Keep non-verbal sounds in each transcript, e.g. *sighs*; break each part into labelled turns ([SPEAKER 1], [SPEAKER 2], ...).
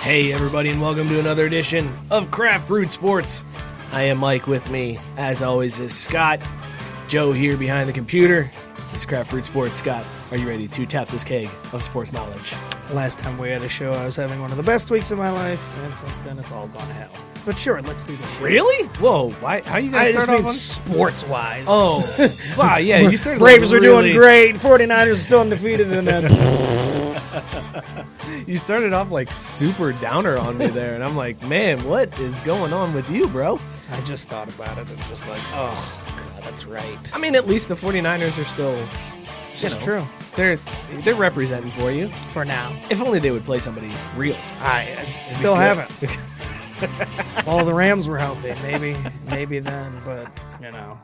[SPEAKER 1] Hey, everybody, and welcome to another edition of Craft Brewed Sports. I am Mike with me, as always, is Scott. Joe here behind the computer. It's Craft Brewed Sports. Scott, are you ready to tap this keg of sports knowledge?
[SPEAKER 2] Last time we had a show, I was having one of the best weeks of my life, and since then it's all gone to hell. But sure, let's do this. shit.
[SPEAKER 1] Really? Whoa, why? How you
[SPEAKER 2] I
[SPEAKER 1] guys
[SPEAKER 2] just
[SPEAKER 1] start
[SPEAKER 2] mean
[SPEAKER 1] off on
[SPEAKER 2] sports wise.
[SPEAKER 1] *laughs* Oh, wow, yeah,
[SPEAKER 2] *laughs*
[SPEAKER 1] you started
[SPEAKER 2] Braves are
[SPEAKER 1] off
[SPEAKER 2] doing
[SPEAKER 1] really-
[SPEAKER 2] great. 49ers are still undefeated, and
[SPEAKER 1] *laughs*
[SPEAKER 2] then
[SPEAKER 1] You started off like super downer on me there, and I'm like, man, what is going on with you, bro?
[SPEAKER 2] I just thought about it. It's just like, oh god, that's right.
[SPEAKER 1] I mean, at least the 49ers are still.
[SPEAKER 2] It's
[SPEAKER 1] you
[SPEAKER 2] just
[SPEAKER 1] know,
[SPEAKER 2] true
[SPEAKER 1] They're they're representing for you.
[SPEAKER 2] for now.
[SPEAKER 1] If only they would play somebody real.
[SPEAKER 2] I, I still haven't. *laughs* All the Rams were healthy. Maybe, maybe then, but you know,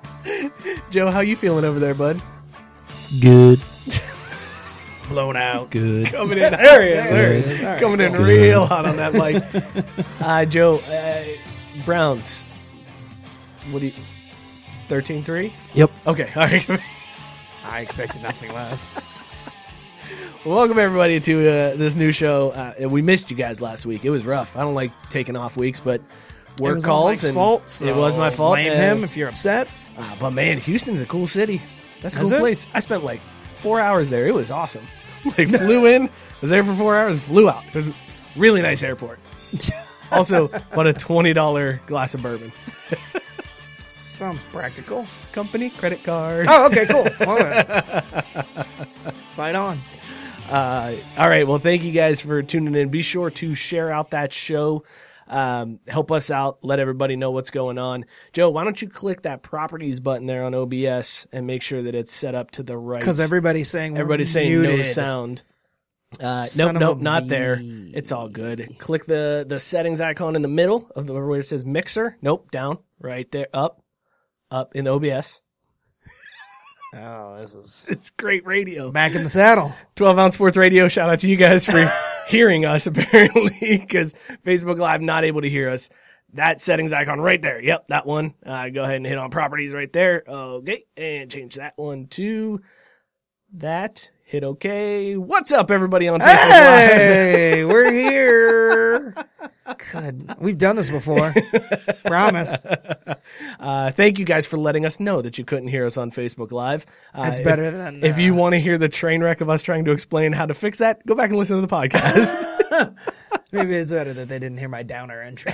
[SPEAKER 1] Joe, how you feeling over there, bud?
[SPEAKER 2] blown out.
[SPEAKER 1] Coming
[SPEAKER 2] *laughs*
[SPEAKER 1] in,
[SPEAKER 2] There he is. There he is. All right.
[SPEAKER 1] coming in real hot on that mic.
[SPEAKER 2] *laughs*
[SPEAKER 1] Uh, Joe, uh, Browns. What do you? 13-3?
[SPEAKER 3] Yep.
[SPEAKER 1] Okay, all right. *laughs*
[SPEAKER 2] I expected nothing less.
[SPEAKER 1] Welcome everybody to uh, this new show. Uh, we missed you guys last week. It was rough. I don't like taking off weeks, but work
[SPEAKER 2] it was all
[SPEAKER 1] calls.
[SPEAKER 2] Mike's
[SPEAKER 1] and
[SPEAKER 2] fault. So
[SPEAKER 1] it was my fault.
[SPEAKER 2] Blame
[SPEAKER 1] and-
[SPEAKER 2] him if you're upset.
[SPEAKER 1] Uh, but man, Houston's a cool city. That's a
[SPEAKER 2] Is
[SPEAKER 1] cool
[SPEAKER 2] it?
[SPEAKER 1] place. I spent like four hours there. It was awesome. *laughs*
[SPEAKER 2] *laughs*
[SPEAKER 1] Like flew in, was there for four hours, flew out. It was a really nice
[SPEAKER 2] *laughs*
[SPEAKER 1] airport. also, bought a twenty dollar glass of bourbon. *laughs*
[SPEAKER 2] Sounds practical.
[SPEAKER 1] Company credit card.
[SPEAKER 2] Oh, okay, *laughs* cool. All right. Fight on.
[SPEAKER 1] Uh, all right. Well, thank you guys for tuning in. Be sure to share out that show. Um, help us out. Let everybody know what's going on. Joe, why don't you click that properties button there on OBS and make sure that it's set up to the right?
[SPEAKER 2] Because everybody's saying we're
[SPEAKER 1] Everybody's saying no
[SPEAKER 2] muted.
[SPEAKER 1] sound. Uh, nope,
[SPEAKER 2] Son of
[SPEAKER 1] nope,
[SPEAKER 2] a
[SPEAKER 1] not there.
[SPEAKER 2] bee.
[SPEAKER 1] It's all good. Click the the settings icon in the middle of the where it says mixer. Nope, down, right there, up, up in OBS.
[SPEAKER 2] Oh, this is
[SPEAKER 1] It's great radio.
[SPEAKER 2] back in the saddle.
[SPEAKER 1] 12 ounce sports radio shout out to you guys for hearing us apparently because facebook live not able to hear us that settings icon right there yep that one uh, go ahead and hit on properties right there okay and change that one to that hit okay what's up everybody on facebook live
[SPEAKER 2] *laughs* Hey, we're here. Good. We've done
[SPEAKER 1] *laughs*
[SPEAKER 2] this before. Promise.
[SPEAKER 1] uh, thank you guys for letting us know that you couldn't hear us on facebook live uh,
[SPEAKER 2] That's
[SPEAKER 1] if-
[SPEAKER 2] better than.
[SPEAKER 1] if you
[SPEAKER 2] uh,
[SPEAKER 1] want to hear the train wreck of us trying to explain how to fix that go back and listen to the podcast
[SPEAKER 2] *laughs* uh, maybe it's better that they didn't hear my
[SPEAKER 1] *laughs*
[SPEAKER 2] downer intro.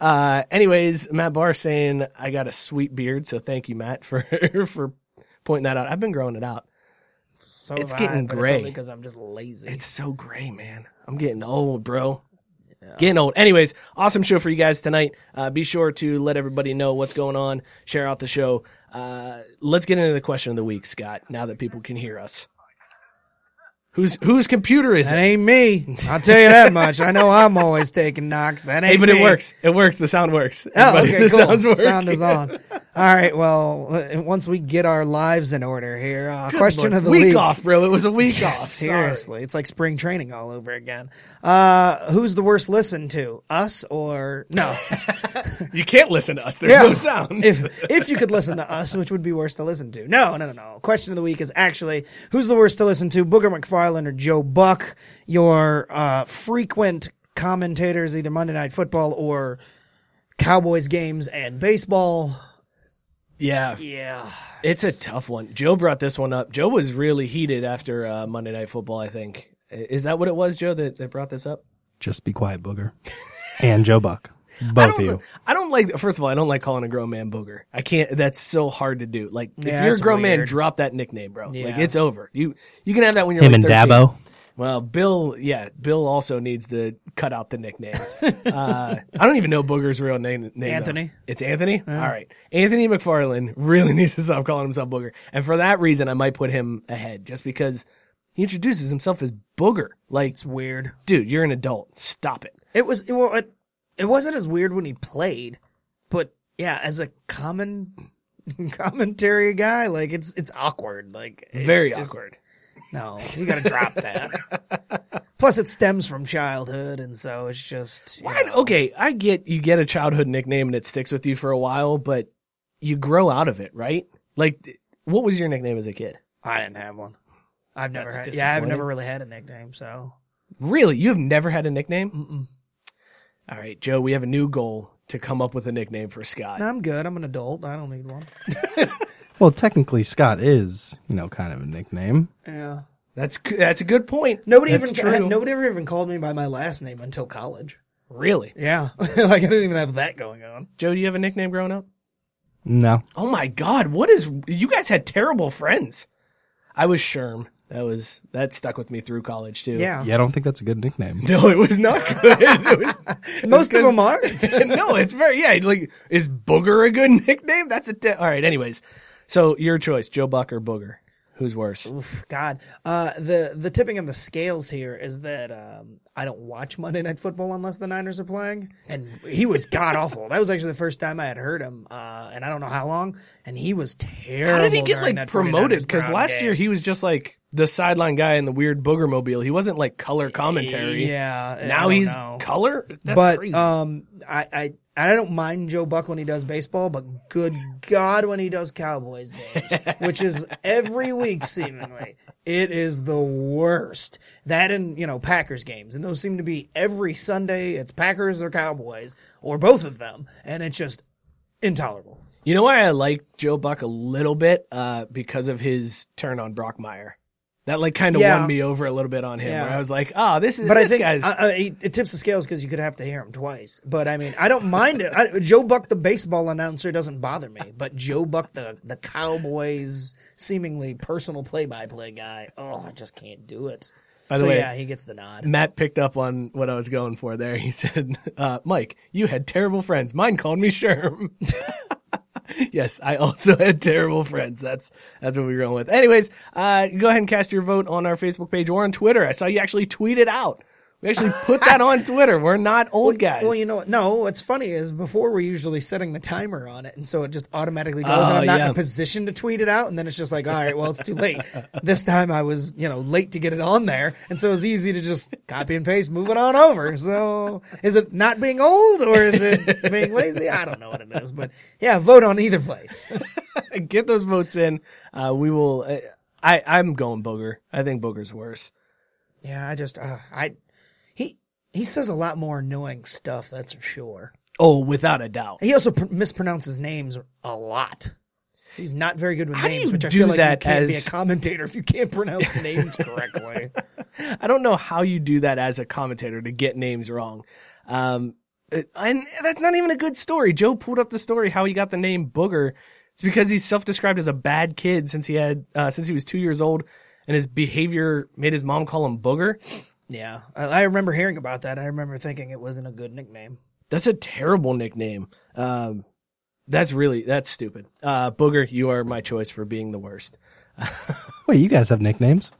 [SPEAKER 1] Uh, anyways, Matt Barr saying I got a sweet beard, so thank you, Matt, for *laughs* for pointing that out. I've been growing it out.
[SPEAKER 2] So
[SPEAKER 1] It's
[SPEAKER 2] have
[SPEAKER 1] getting
[SPEAKER 2] I, but
[SPEAKER 1] gray.
[SPEAKER 2] It's only because I'm just lazy.
[SPEAKER 1] It's so gray, man. I'm getting old, bro. Getting old. Anyways, awesome show for you guys tonight. Uh, be sure to let everybody know what's going on. Share out the show. Uh, let's get into the question of the week, Scott. Now that people can hear us, whose whose computer is
[SPEAKER 2] that
[SPEAKER 1] it?
[SPEAKER 2] ain't me. I'll tell you that much. I know I'm always taking knocks. That ain't
[SPEAKER 1] Hey, but it
[SPEAKER 2] me.
[SPEAKER 1] works. It works. The sound works.
[SPEAKER 2] Oh,
[SPEAKER 1] Everybody,
[SPEAKER 2] okay,
[SPEAKER 1] the
[SPEAKER 2] cool.
[SPEAKER 1] sound's working.
[SPEAKER 2] Sound is on. All right. Well, uh, once we get our lives in order here, uh, question of the
[SPEAKER 1] week
[SPEAKER 2] week
[SPEAKER 1] off, bro. It was a week off. Sorry.
[SPEAKER 2] Seriously, it's like spring training all over again. Uh, who's the worst listened to, us or no?
[SPEAKER 1] You can't listen to us. *laughs* There's
[SPEAKER 2] Yeah.
[SPEAKER 1] no sound.
[SPEAKER 2] if if you could listen to us, which would be worse to listen to? No, no, no, no. Question of the week is actually who's the worst to listen to, Booger McFarland or Joe Buck? Your uh, frequent commentators, either Monday Night Football or Cowboys games and baseball.
[SPEAKER 1] yeah.
[SPEAKER 2] Yeah,
[SPEAKER 1] It's a tough one. Joe brought this one up. Joe was really heated after uh, Monday Night Football, I think. I- Is that what it was, Joe, that, that brought this up?
[SPEAKER 3] Just be quiet, Booger. and Joe Buck. Both
[SPEAKER 1] don't,
[SPEAKER 3] of you.
[SPEAKER 1] I don't like. First of all, I don't like calling a grown man booger. I can't. That's so hard to do. Like,
[SPEAKER 2] Yeah,
[SPEAKER 1] if you're a
[SPEAKER 2] it's
[SPEAKER 1] grown man,
[SPEAKER 2] weird.
[SPEAKER 1] drop that nickname, bro. Like,
[SPEAKER 2] Yeah.
[SPEAKER 1] it's over. You you can have that when you're
[SPEAKER 3] Him
[SPEAKER 1] like
[SPEAKER 3] and
[SPEAKER 1] 13.
[SPEAKER 3] Dabo.
[SPEAKER 1] Well, Bill, yeah, Bill also needs to cut out the nickname. uh, I don't even know Booger's real name. name though.
[SPEAKER 2] Anthony.
[SPEAKER 1] It's Anthony. All right, Anthony McFarland really *laughs* needs to stop calling himself Booger, and for that reason, I might put him ahead just because he introduces himself as Booger. Like,
[SPEAKER 2] it's weird.
[SPEAKER 1] dude, you're an adult. Stop it.
[SPEAKER 2] It was it, well, it, it wasn't as weird when he played, but yeah, as a common *laughs* commentary guy, like it's it's awkward. Like it
[SPEAKER 1] Very
[SPEAKER 2] just-
[SPEAKER 1] awkward.
[SPEAKER 2] No, you got to drop that.
[SPEAKER 1] *laughs*
[SPEAKER 2] Plus, it stems from childhood, and so it's just you
[SPEAKER 1] Why?
[SPEAKER 2] know,
[SPEAKER 1] Okay, I get you get a childhood nickname and it sticks with you for a while, but you grow out of it, right? Like, th- what was your nickname as a kid?
[SPEAKER 2] I didn't have one. I've never
[SPEAKER 1] That's
[SPEAKER 2] had. Yeah, I've
[SPEAKER 1] disappointing.
[SPEAKER 2] never really had a nickname. So
[SPEAKER 1] Really, you have never had a nickname? All right, Joe, we have a new goal to come up with a nickname for Scott.
[SPEAKER 2] No, I'm good. I'm an adult. I don't need one.
[SPEAKER 3] Well, technically, Scott is, you know, kind of a nickname.
[SPEAKER 2] Yeah.
[SPEAKER 1] That's g- that's a good point.
[SPEAKER 2] Nobody
[SPEAKER 1] That's
[SPEAKER 2] even
[SPEAKER 1] true.
[SPEAKER 2] *laughs* nobody ever even called me by my last name until college.
[SPEAKER 1] Really,
[SPEAKER 2] Yeah, *laughs* like I didn't even have that going on.
[SPEAKER 1] Joe, do you have a nickname growing up?
[SPEAKER 3] No.
[SPEAKER 1] Oh my God, what is? You guys had terrible friends. I was Sherm. That was that stuck with me through college too.
[SPEAKER 2] Yeah,
[SPEAKER 3] Yeah, I don't think that's a good
[SPEAKER 1] *laughs*
[SPEAKER 3] nickname.
[SPEAKER 1] No, it was not good. It
[SPEAKER 2] *laughs*
[SPEAKER 1] was- it was
[SPEAKER 2] most of
[SPEAKER 1] 'cause-
[SPEAKER 2] them are.
[SPEAKER 1] *laughs* no, it's very yeah. Like, is Booger a good *laughs* nickname? That's a di- all right. Anyways, so your choice, Joe Buck or Booger. Who's worse?
[SPEAKER 2] *laughs* God, uh, the the tipping of the scales here is that um, I don't watch Monday Night Football unless the Niners are playing, and he was god awful. That was actually the first time I had heard him, uh, and I don't know how long. And he was terrible.
[SPEAKER 1] How did he get
[SPEAKER 2] during
[SPEAKER 1] like
[SPEAKER 2] that
[SPEAKER 1] promoted?
[SPEAKER 2] 49ers
[SPEAKER 1] Because
[SPEAKER 2] Brown
[SPEAKER 1] last
[SPEAKER 2] game.
[SPEAKER 1] year he was just like the sideline guy in the weird Booger mobile. He wasn't like color commentary.
[SPEAKER 2] yeah, I
[SPEAKER 1] Now
[SPEAKER 2] don't
[SPEAKER 1] he's
[SPEAKER 2] know.
[SPEAKER 1] color. That's
[SPEAKER 2] but
[SPEAKER 1] crazy.
[SPEAKER 2] um, I. I I don't mind Joe Buck when he does baseball, but good God when he does Cowboys games,
[SPEAKER 1] *laughs*
[SPEAKER 2] which is every week seemingly. It is the worst. That and, you know, Packers games. And those seem to be every Sunday. It's Packers or Cowboys or both of them. And it's just intolerable.
[SPEAKER 1] you know why I like Joe Buck a little bit? Uh, because of his turn on Brockmeyer. That like kind of
[SPEAKER 2] Yeah.
[SPEAKER 1] won me over a little bit on him.
[SPEAKER 2] Yeah.
[SPEAKER 1] Where I was like, oh, this is
[SPEAKER 2] But I
[SPEAKER 1] this
[SPEAKER 2] think
[SPEAKER 1] guy's.
[SPEAKER 2] uh, uh, it it tips the scales because you could have to hear him twice. But I mean, I don't mind it. I, Joe Buck, the baseball announcer, doesn't bother me. But Joe Buck, the the Cowboys seemingly personal play by play guy, oh, I just can't do it.
[SPEAKER 1] By the
[SPEAKER 2] so
[SPEAKER 1] way-
[SPEAKER 2] yeah, he gets the nod.
[SPEAKER 1] Matt picked up on what I was going for there. He said, uh, Mike, you had terrible friends. Mine called me Sherm. *laughs* yes, I also had terrible friends. That's that's what we were going with. Anyways, uh, go ahead and cast your vote on our Facebook page or on Twitter. I saw you actually tweet it out. We actually put that on Twitter. We're not old guys.
[SPEAKER 2] Well, you know what? No, what's funny is before we're usually setting the timer on it, and so it just automatically goes, and
[SPEAKER 1] Oh,
[SPEAKER 2] I'm not in
[SPEAKER 1] yeah.
[SPEAKER 2] a position to tweet it out, and then it's just like, all right, well, it's too late. *laughs* this time I was, you know, late to get it on there, and so it's easy to just copy and paste, move it on over. So is it not being old or
[SPEAKER 1] *laughs*
[SPEAKER 2] is it being lazy? I don't know what it is, but yeah, vote on either place. *laughs*
[SPEAKER 1] *laughs* Get those votes in. Uh, we will. Uh, I, I'm going Booger. I think Booger's worse.
[SPEAKER 2] yeah, I just, uh, I, he, he says a lot more annoying stuff, that's for sure.
[SPEAKER 1] Oh, without a doubt.
[SPEAKER 2] He also pr- mispronounces names a lot. He's not very good with
[SPEAKER 1] How do
[SPEAKER 2] names,
[SPEAKER 1] you
[SPEAKER 2] which I
[SPEAKER 1] do
[SPEAKER 2] feel like
[SPEAKER 1] that
[SPEAKER 2] you can't be
[SPEAKER 1] as-
[SPEAKER 2] a commentator if you can't pronounce
[SPEAKER 1] *laughs*
[SPEAKER 2] names correctly.
[SPEAKER 1] I don't know how you do that as a commentator to get names wrong. Um, it- and that's not even a good story. Joe pulled up the story how he got the name Booger. It's because he's self-described as a bad kid since he had uh, since he was two years old, and his behavior made his mom call him Booger.
[SPEAKER 2] Yeah, I, I remember hearing about that. I remember thinking it wasn't a good nickname.
[SPEAKER 1] That's a terrible nickname. Um, that's really that's stupid. Uh, Booger, you are my choice for being the worst.
[SPEAKER 3] Wait, you guys have nicknames?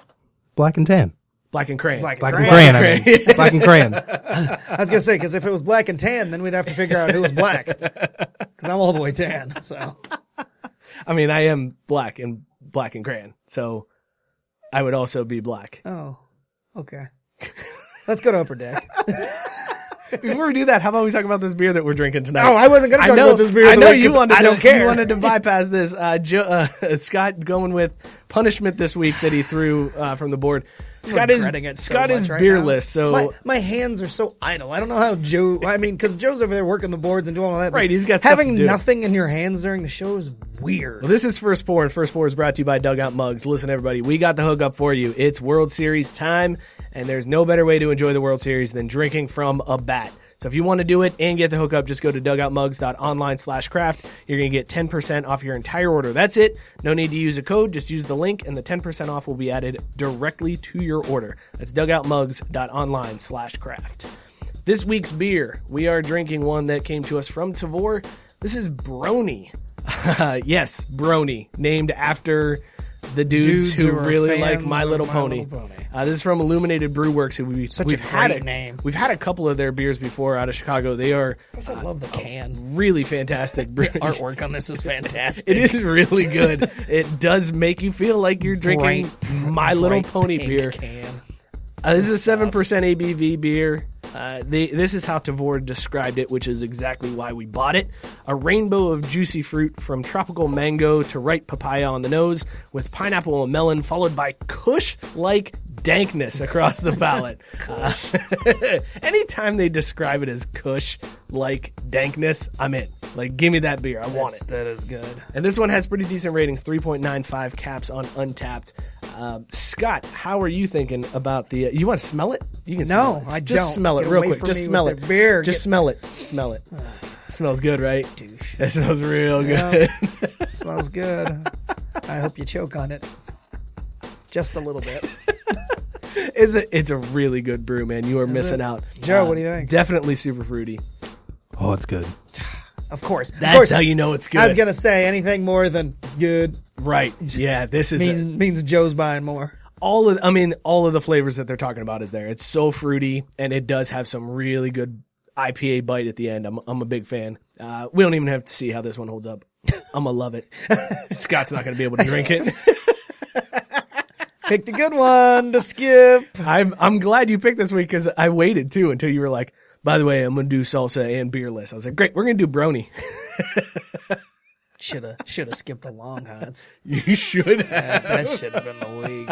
[SPEAKER 3] Black and Tan.
[SPEAKER 1] Black and Crane.
[SPEAKER 2] Black,
[SPEAKER 3] Black
[SPEAKER 2] and
[SPEAKER 3] and
[SPEAKER 2] crayon.
[SPEAKER 3] Crayon, I mean. Black and
[SPEAKER 1] *laughs*
[SPEAKER 3] Crayon.
[SPEAKER 2] I was gonna say because if it was black and tan, then we'd have to figure out who was black. because I'm all the way tan. So
[SPEAKER 1] I mean, I am black and black and crayon, so I would also be black.
[SPEAKER 2] oh, okay. Let's go to upper deck.
[SPEAKER 1] Before we do that, how about we talk about this beer that we're drinking tonight?
[SPEAKER 2] Oh, I wasn't gonna
[SPEAKER 1] I
[SPEAKER 2] talk
[SPEAKER 1] know-
[SPEAKER 2] about this beer of
[SPEAKER 1] I
[SPEAKER 2] the
[SPEAKER 1] know
[SPEAKER 2] week
[SPEAKER 1] you
[SPEAKER 2] 'cause
[SPEAKER 1] wanted.
[SPEAKER 2] I
[SPEAKER 1] to-
[SPEAKER 2] don't care.
[SPEAKER 1] *laughs* You wanted to bypass this. Uh, Joe, uh, Scott going with punishment this week that he threw uh, from the board. Scott is
[SPEAKER 2] regretting it so
[SPEAKER 1] Scott
[SPEAKER 2] much
[SPEAKER 1] is
[SPEAKER 2] right
[SPEAKER 1] beerless,
[SPEAKER 2] now.
[SPEAKER 1] so
[SPEAKER 2] my, my hands are so idle. I don't know how Joe. I mean, because Joe's over there working the boards and doing all that. but
[SPEAKER 1] Right, he's got stuff to
[SPEAKER 2] having
[SPEAKER 1] do.
[SPEAKER 2] nothing in your hands during the show is weird.
[SPEAKER 1] Well, this is First Pour, and First Pour is brought to you by Dugout Mugs. Listen, everybody, we got the hook up for you. It's World Series time, and there's no better way to enjoy the World Series than drinking from a bat. So if you want to do it and get the hookup, just go to dugoutmugs.online slash craft. You're going to get 10% off your entire order. That's it. No need to use a code. Just use the link, and the 10% off will be added directly to your order. That's dugoutmugs.online slash craft. This week's beer, we are drinking one that came to us from Tavor. This is Brony. yes, Brony, named after the dudes,
[SPEAKER 2] Dudes
[SPEAKER 1] who
[SPEAKER 2] who are
[SPEAKER 1] really
[SPEAKER 2] fans
[SPEAKER 1] like My
[SPEAKER 2] of
[SPEAKER 1] Little
[SPEAKER 2] My
[SPEAKER 1] Pony.
[SPEAKER 2] Little Pony.
[SPEAKER 1] Uh, this is from Illuminated Brew Works, who we,
[SPEAKER 2] Such a
[SPEAKER 1] we've had
[SPEAKER 2] great name.
[SPEAKER 1] We've had a couple of their beers before out of Chicago. They are
[SPEAKER 2] I love the can. *laughs*
[SPEAKER 1] really fantastic brew.
[SPEAKER 2] Artwork on this is
[SPEAKER 1] *laughs*
[SPEAKER 2] fantastic.
[SPEAKER 1] It is really good. it does make you feel like you're drinking My Little
[SPEAKER 2] Bright
[SPEAKER 1] Pony
[SPEAKER 2] pink
[SPEAKER 1] beer.
[SPEAKER 2] Can.
[SPEAKER 1] Uh, this is a seven percent ABV beer. Uh, they, this is how Tavor described it, which is exactly why we bought it. A rainbow of juicy fruit from tropical mango to ripe papaya on the nose, with pineapple and melon, followed by Kush like dankness across the palate. Uh, *laughs* anytime they describe it as Kush like dankness, I'm in. Like, give me that beer. I want it.
[SPEAKER 2] That is good.
[SPEAKER 1] And this one has pretty decent ratings 3.95 caps on Untapped. Um, Scott, how are you thinking about the. uh, you want to smell it? You can smell
[SPEAKER 2] No,
[SPEAKER 1] it.
[SPEAKER 2] I
[SPEAKER 1] Just
[SPEAKER 2] don't.
[SPEAKER 1] smell it
[SPEAKER 2] Get
[SPEAKER 1] real
[SPEAKER 2] away
[SPEAKER 1] quick.
[SPEAKER 2] from
[SPEAKER 1] Just
[SPEAKER 2] me
[SPEAKER 1] smell
[SPEAKER 2] with
[SPEAKER 1] it.
[SPEAKER 2] the beer.
[SPEAKER 1] Just
[SPEAKER 2] Get-
[SPEAKER 1] smell it. Smell
[SPEAKER 2] *sighs*
[SPEAKER 1] it. smells good, right? Douche. That smells real good.
[SPEAKER 2] Smells good. I hope you choke on it. Just a
[SPEAKER 1] *laughs*
[SPEAKER 2] little bit.
[SPEAKER 1] *laughs* it's, a, it's a really good brew, man. You are missing
[SPEAKER 2] it?
[SPEAKER 1] out. Uh, Um,
[SPEAKER 2] Joe, what do you think?
[SPEAKER 1] Definitely super fruity.
[SPEAKER 3] Oh, it's good.
[SPEAKER 2] Of course. of
[SPEAKER 1] That's
[SPEAKER 2] course.
[SPEAKER 1] how you know it's good.
[SPEAKER 2] I was gonna say anything more than good *laughs*
[SPEAKER 1] right. Yeah, this is.
[SPEAKER 2] means
[SPEAKER 1] a-
[SPEAKER 2] means Joe's buying more.
[SPEAKER 1] all of I mean all of the flavors that they're talking about is there. It's so fruity and it does have some really good IPA bite at the end. I'm I'm a big fan. Uh, we don't even have to see how this one holds up. *laughs* I'm gonna love it. *laughs* Scott's not gonna be able to drink it. *laughs*
[SPEAKER 2] Picked a good one to skip.
[SPEAKER 1] I'm I'm glad you picked this week because I waited too until you were like, by the way, I'm gonna do salsa and beerless. I was like, great, we're gonna do brony.
[SPEAKER 2] Shoulda shoulda skipped the long hots.
[SPEAKER 1] *laughs*
[SPEAKER 2] *laughs*
[SPEAKER 1] you should have.
[SPEAKER 2] That should have been the week.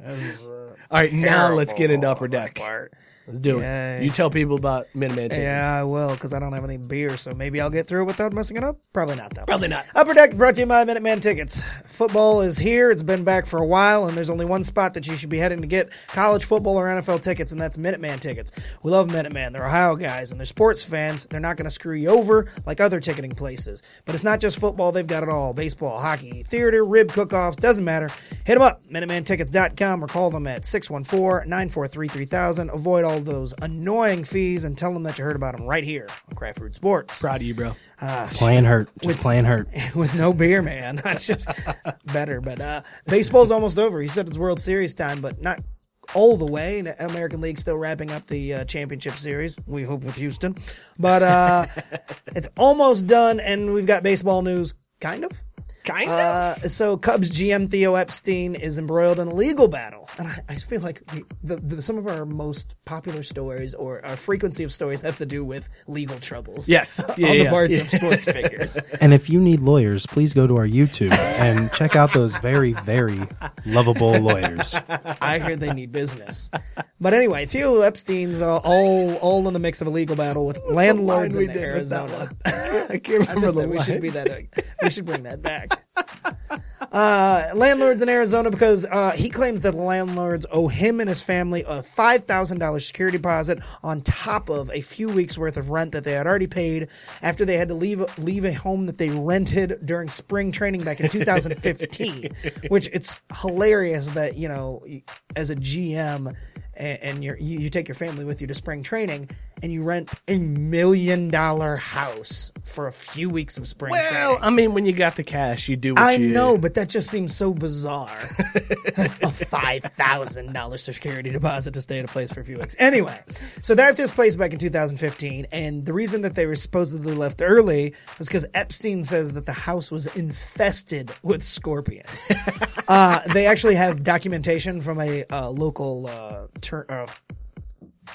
[SPEAKER 2] This is, uh,
[SPEAKER 1] All right, now let's get into
[SPEAKER 2] terrible
[SPEAKER 1] upper
[SPEAKER 2] on my
[SPEAKER 1] deck.
[SPEAKER 2] part.
[SPEAKER 1] Let's do it.
[SPEAKER 2] Yay.
[SPEAKER 1] You tell people about Minuteman Tables.
[SPEAKER 2] Yeah, I will, because I don't have any beer, so maybe I'll get through it without messing it up. Probably not, though.
[SPEAKER 1] Probably not.
[SPEAKER 2] Upper Deck brought to you by Minuteman Tickets. Football is here. It's been back for a while, and there's only one spot that you should be heading to get college football or NFL tickets, and that's Minuteman Tickets. We love Minuteman. They're Ohio guys, and they're sports fans. They're not going to screw you over like other ticketing places. But it's not just football. They've got it all. Baseball, hockey, theater, rib cook-offs, doesn't matter. Hit them up, MinutemanTickets.com, or call them at 614-943-3000. Avoid all those annoying fees, and tell them that you heard about them right here on Craft Root Sports
[SPEAKER 1] Proud of you, bro.
[SPEAKER 3] Playing hurt. Just playing hurt.
[SPEAKER 2] *laughs* with no beer, man. *laughs* That's just better. But uh, baseball's almost over. He said it's World Series time, but not all the way. And American League still wrapping up the uh, championship series. We hope with Houston,
[SPEAKER 1] *laughs*
[SPEAKER 2] but uh, it's almost done, and we've got baseball news, kind of.
[SPEAKER 1] Kind
[SPEAKER 2] Uh, so Cubs GM Theo Epstein is embroiled in a legal battle, and I, I feel like we, the, the, some of our most popular stories or our frequency of stories have to do with legal troubles. *laughs*
[SPEAKER 1] Yes. Yeah,
[SPEAKER 2] on
[SPEAKER 1] yeah,
[SPEAKER 2] the parts
[SPEAKER 1] yeah. *laughs*
[SPEAKER 2] of sports figures.
[SPEAKER 3] And if you need lawyers, please go to our YouTube and check out those very, very lovable lawyers.
[SPEAKER 2] I hear they need business. But anyway, Theo Epstein's uh, all all in the mix of a legal battle with landlords
[SPEAKER 1] line we
[SPEAKER 2] in
[SPEAKER 1] did with that
[SPEAKER 2] Arizona.
[SPEAKER 1] I can't
[SPEAKER 2] *laughs* I
[SPEAKER 1] remember
[SPEAKER 2] missed
[SPEAKER 1] the
[SPEAKER 2] that. We
[SPEAKER 1] line.
[SPEAKER 2] should be that. uh, We should bring that back. Uh, landlords in Arizona because uh, he claims that the landlords owe him and his family a five thousand dollars security deposit on top of a few weeks worth of rent that they had already paid after they had to leave leave a home that they rented during spring training back in 2015. which it's hilarious that you know as a GM and, and you're, you you take your family with you to spring training and you rent a million dollar house for a few weeks of spring
[SPEAKER 1] Well,
[SPEAKER 2] training.
[SPEAKER 1] I mean, when you got the cash, you do what
[SPEAKER 2] I
[SPEAKER 1] you
[SPEAKER 2] know, but that just seems so bizarre. *laughs* a five thousand dollar security deposit to stay at a place for a few weeks. Anyway, so they left this place back in 2015, and the reason that they were supposedly left early was because Epstein says that the house was infested with scorpions. uh, they actually have documentation from a uh, local uh, tur uh,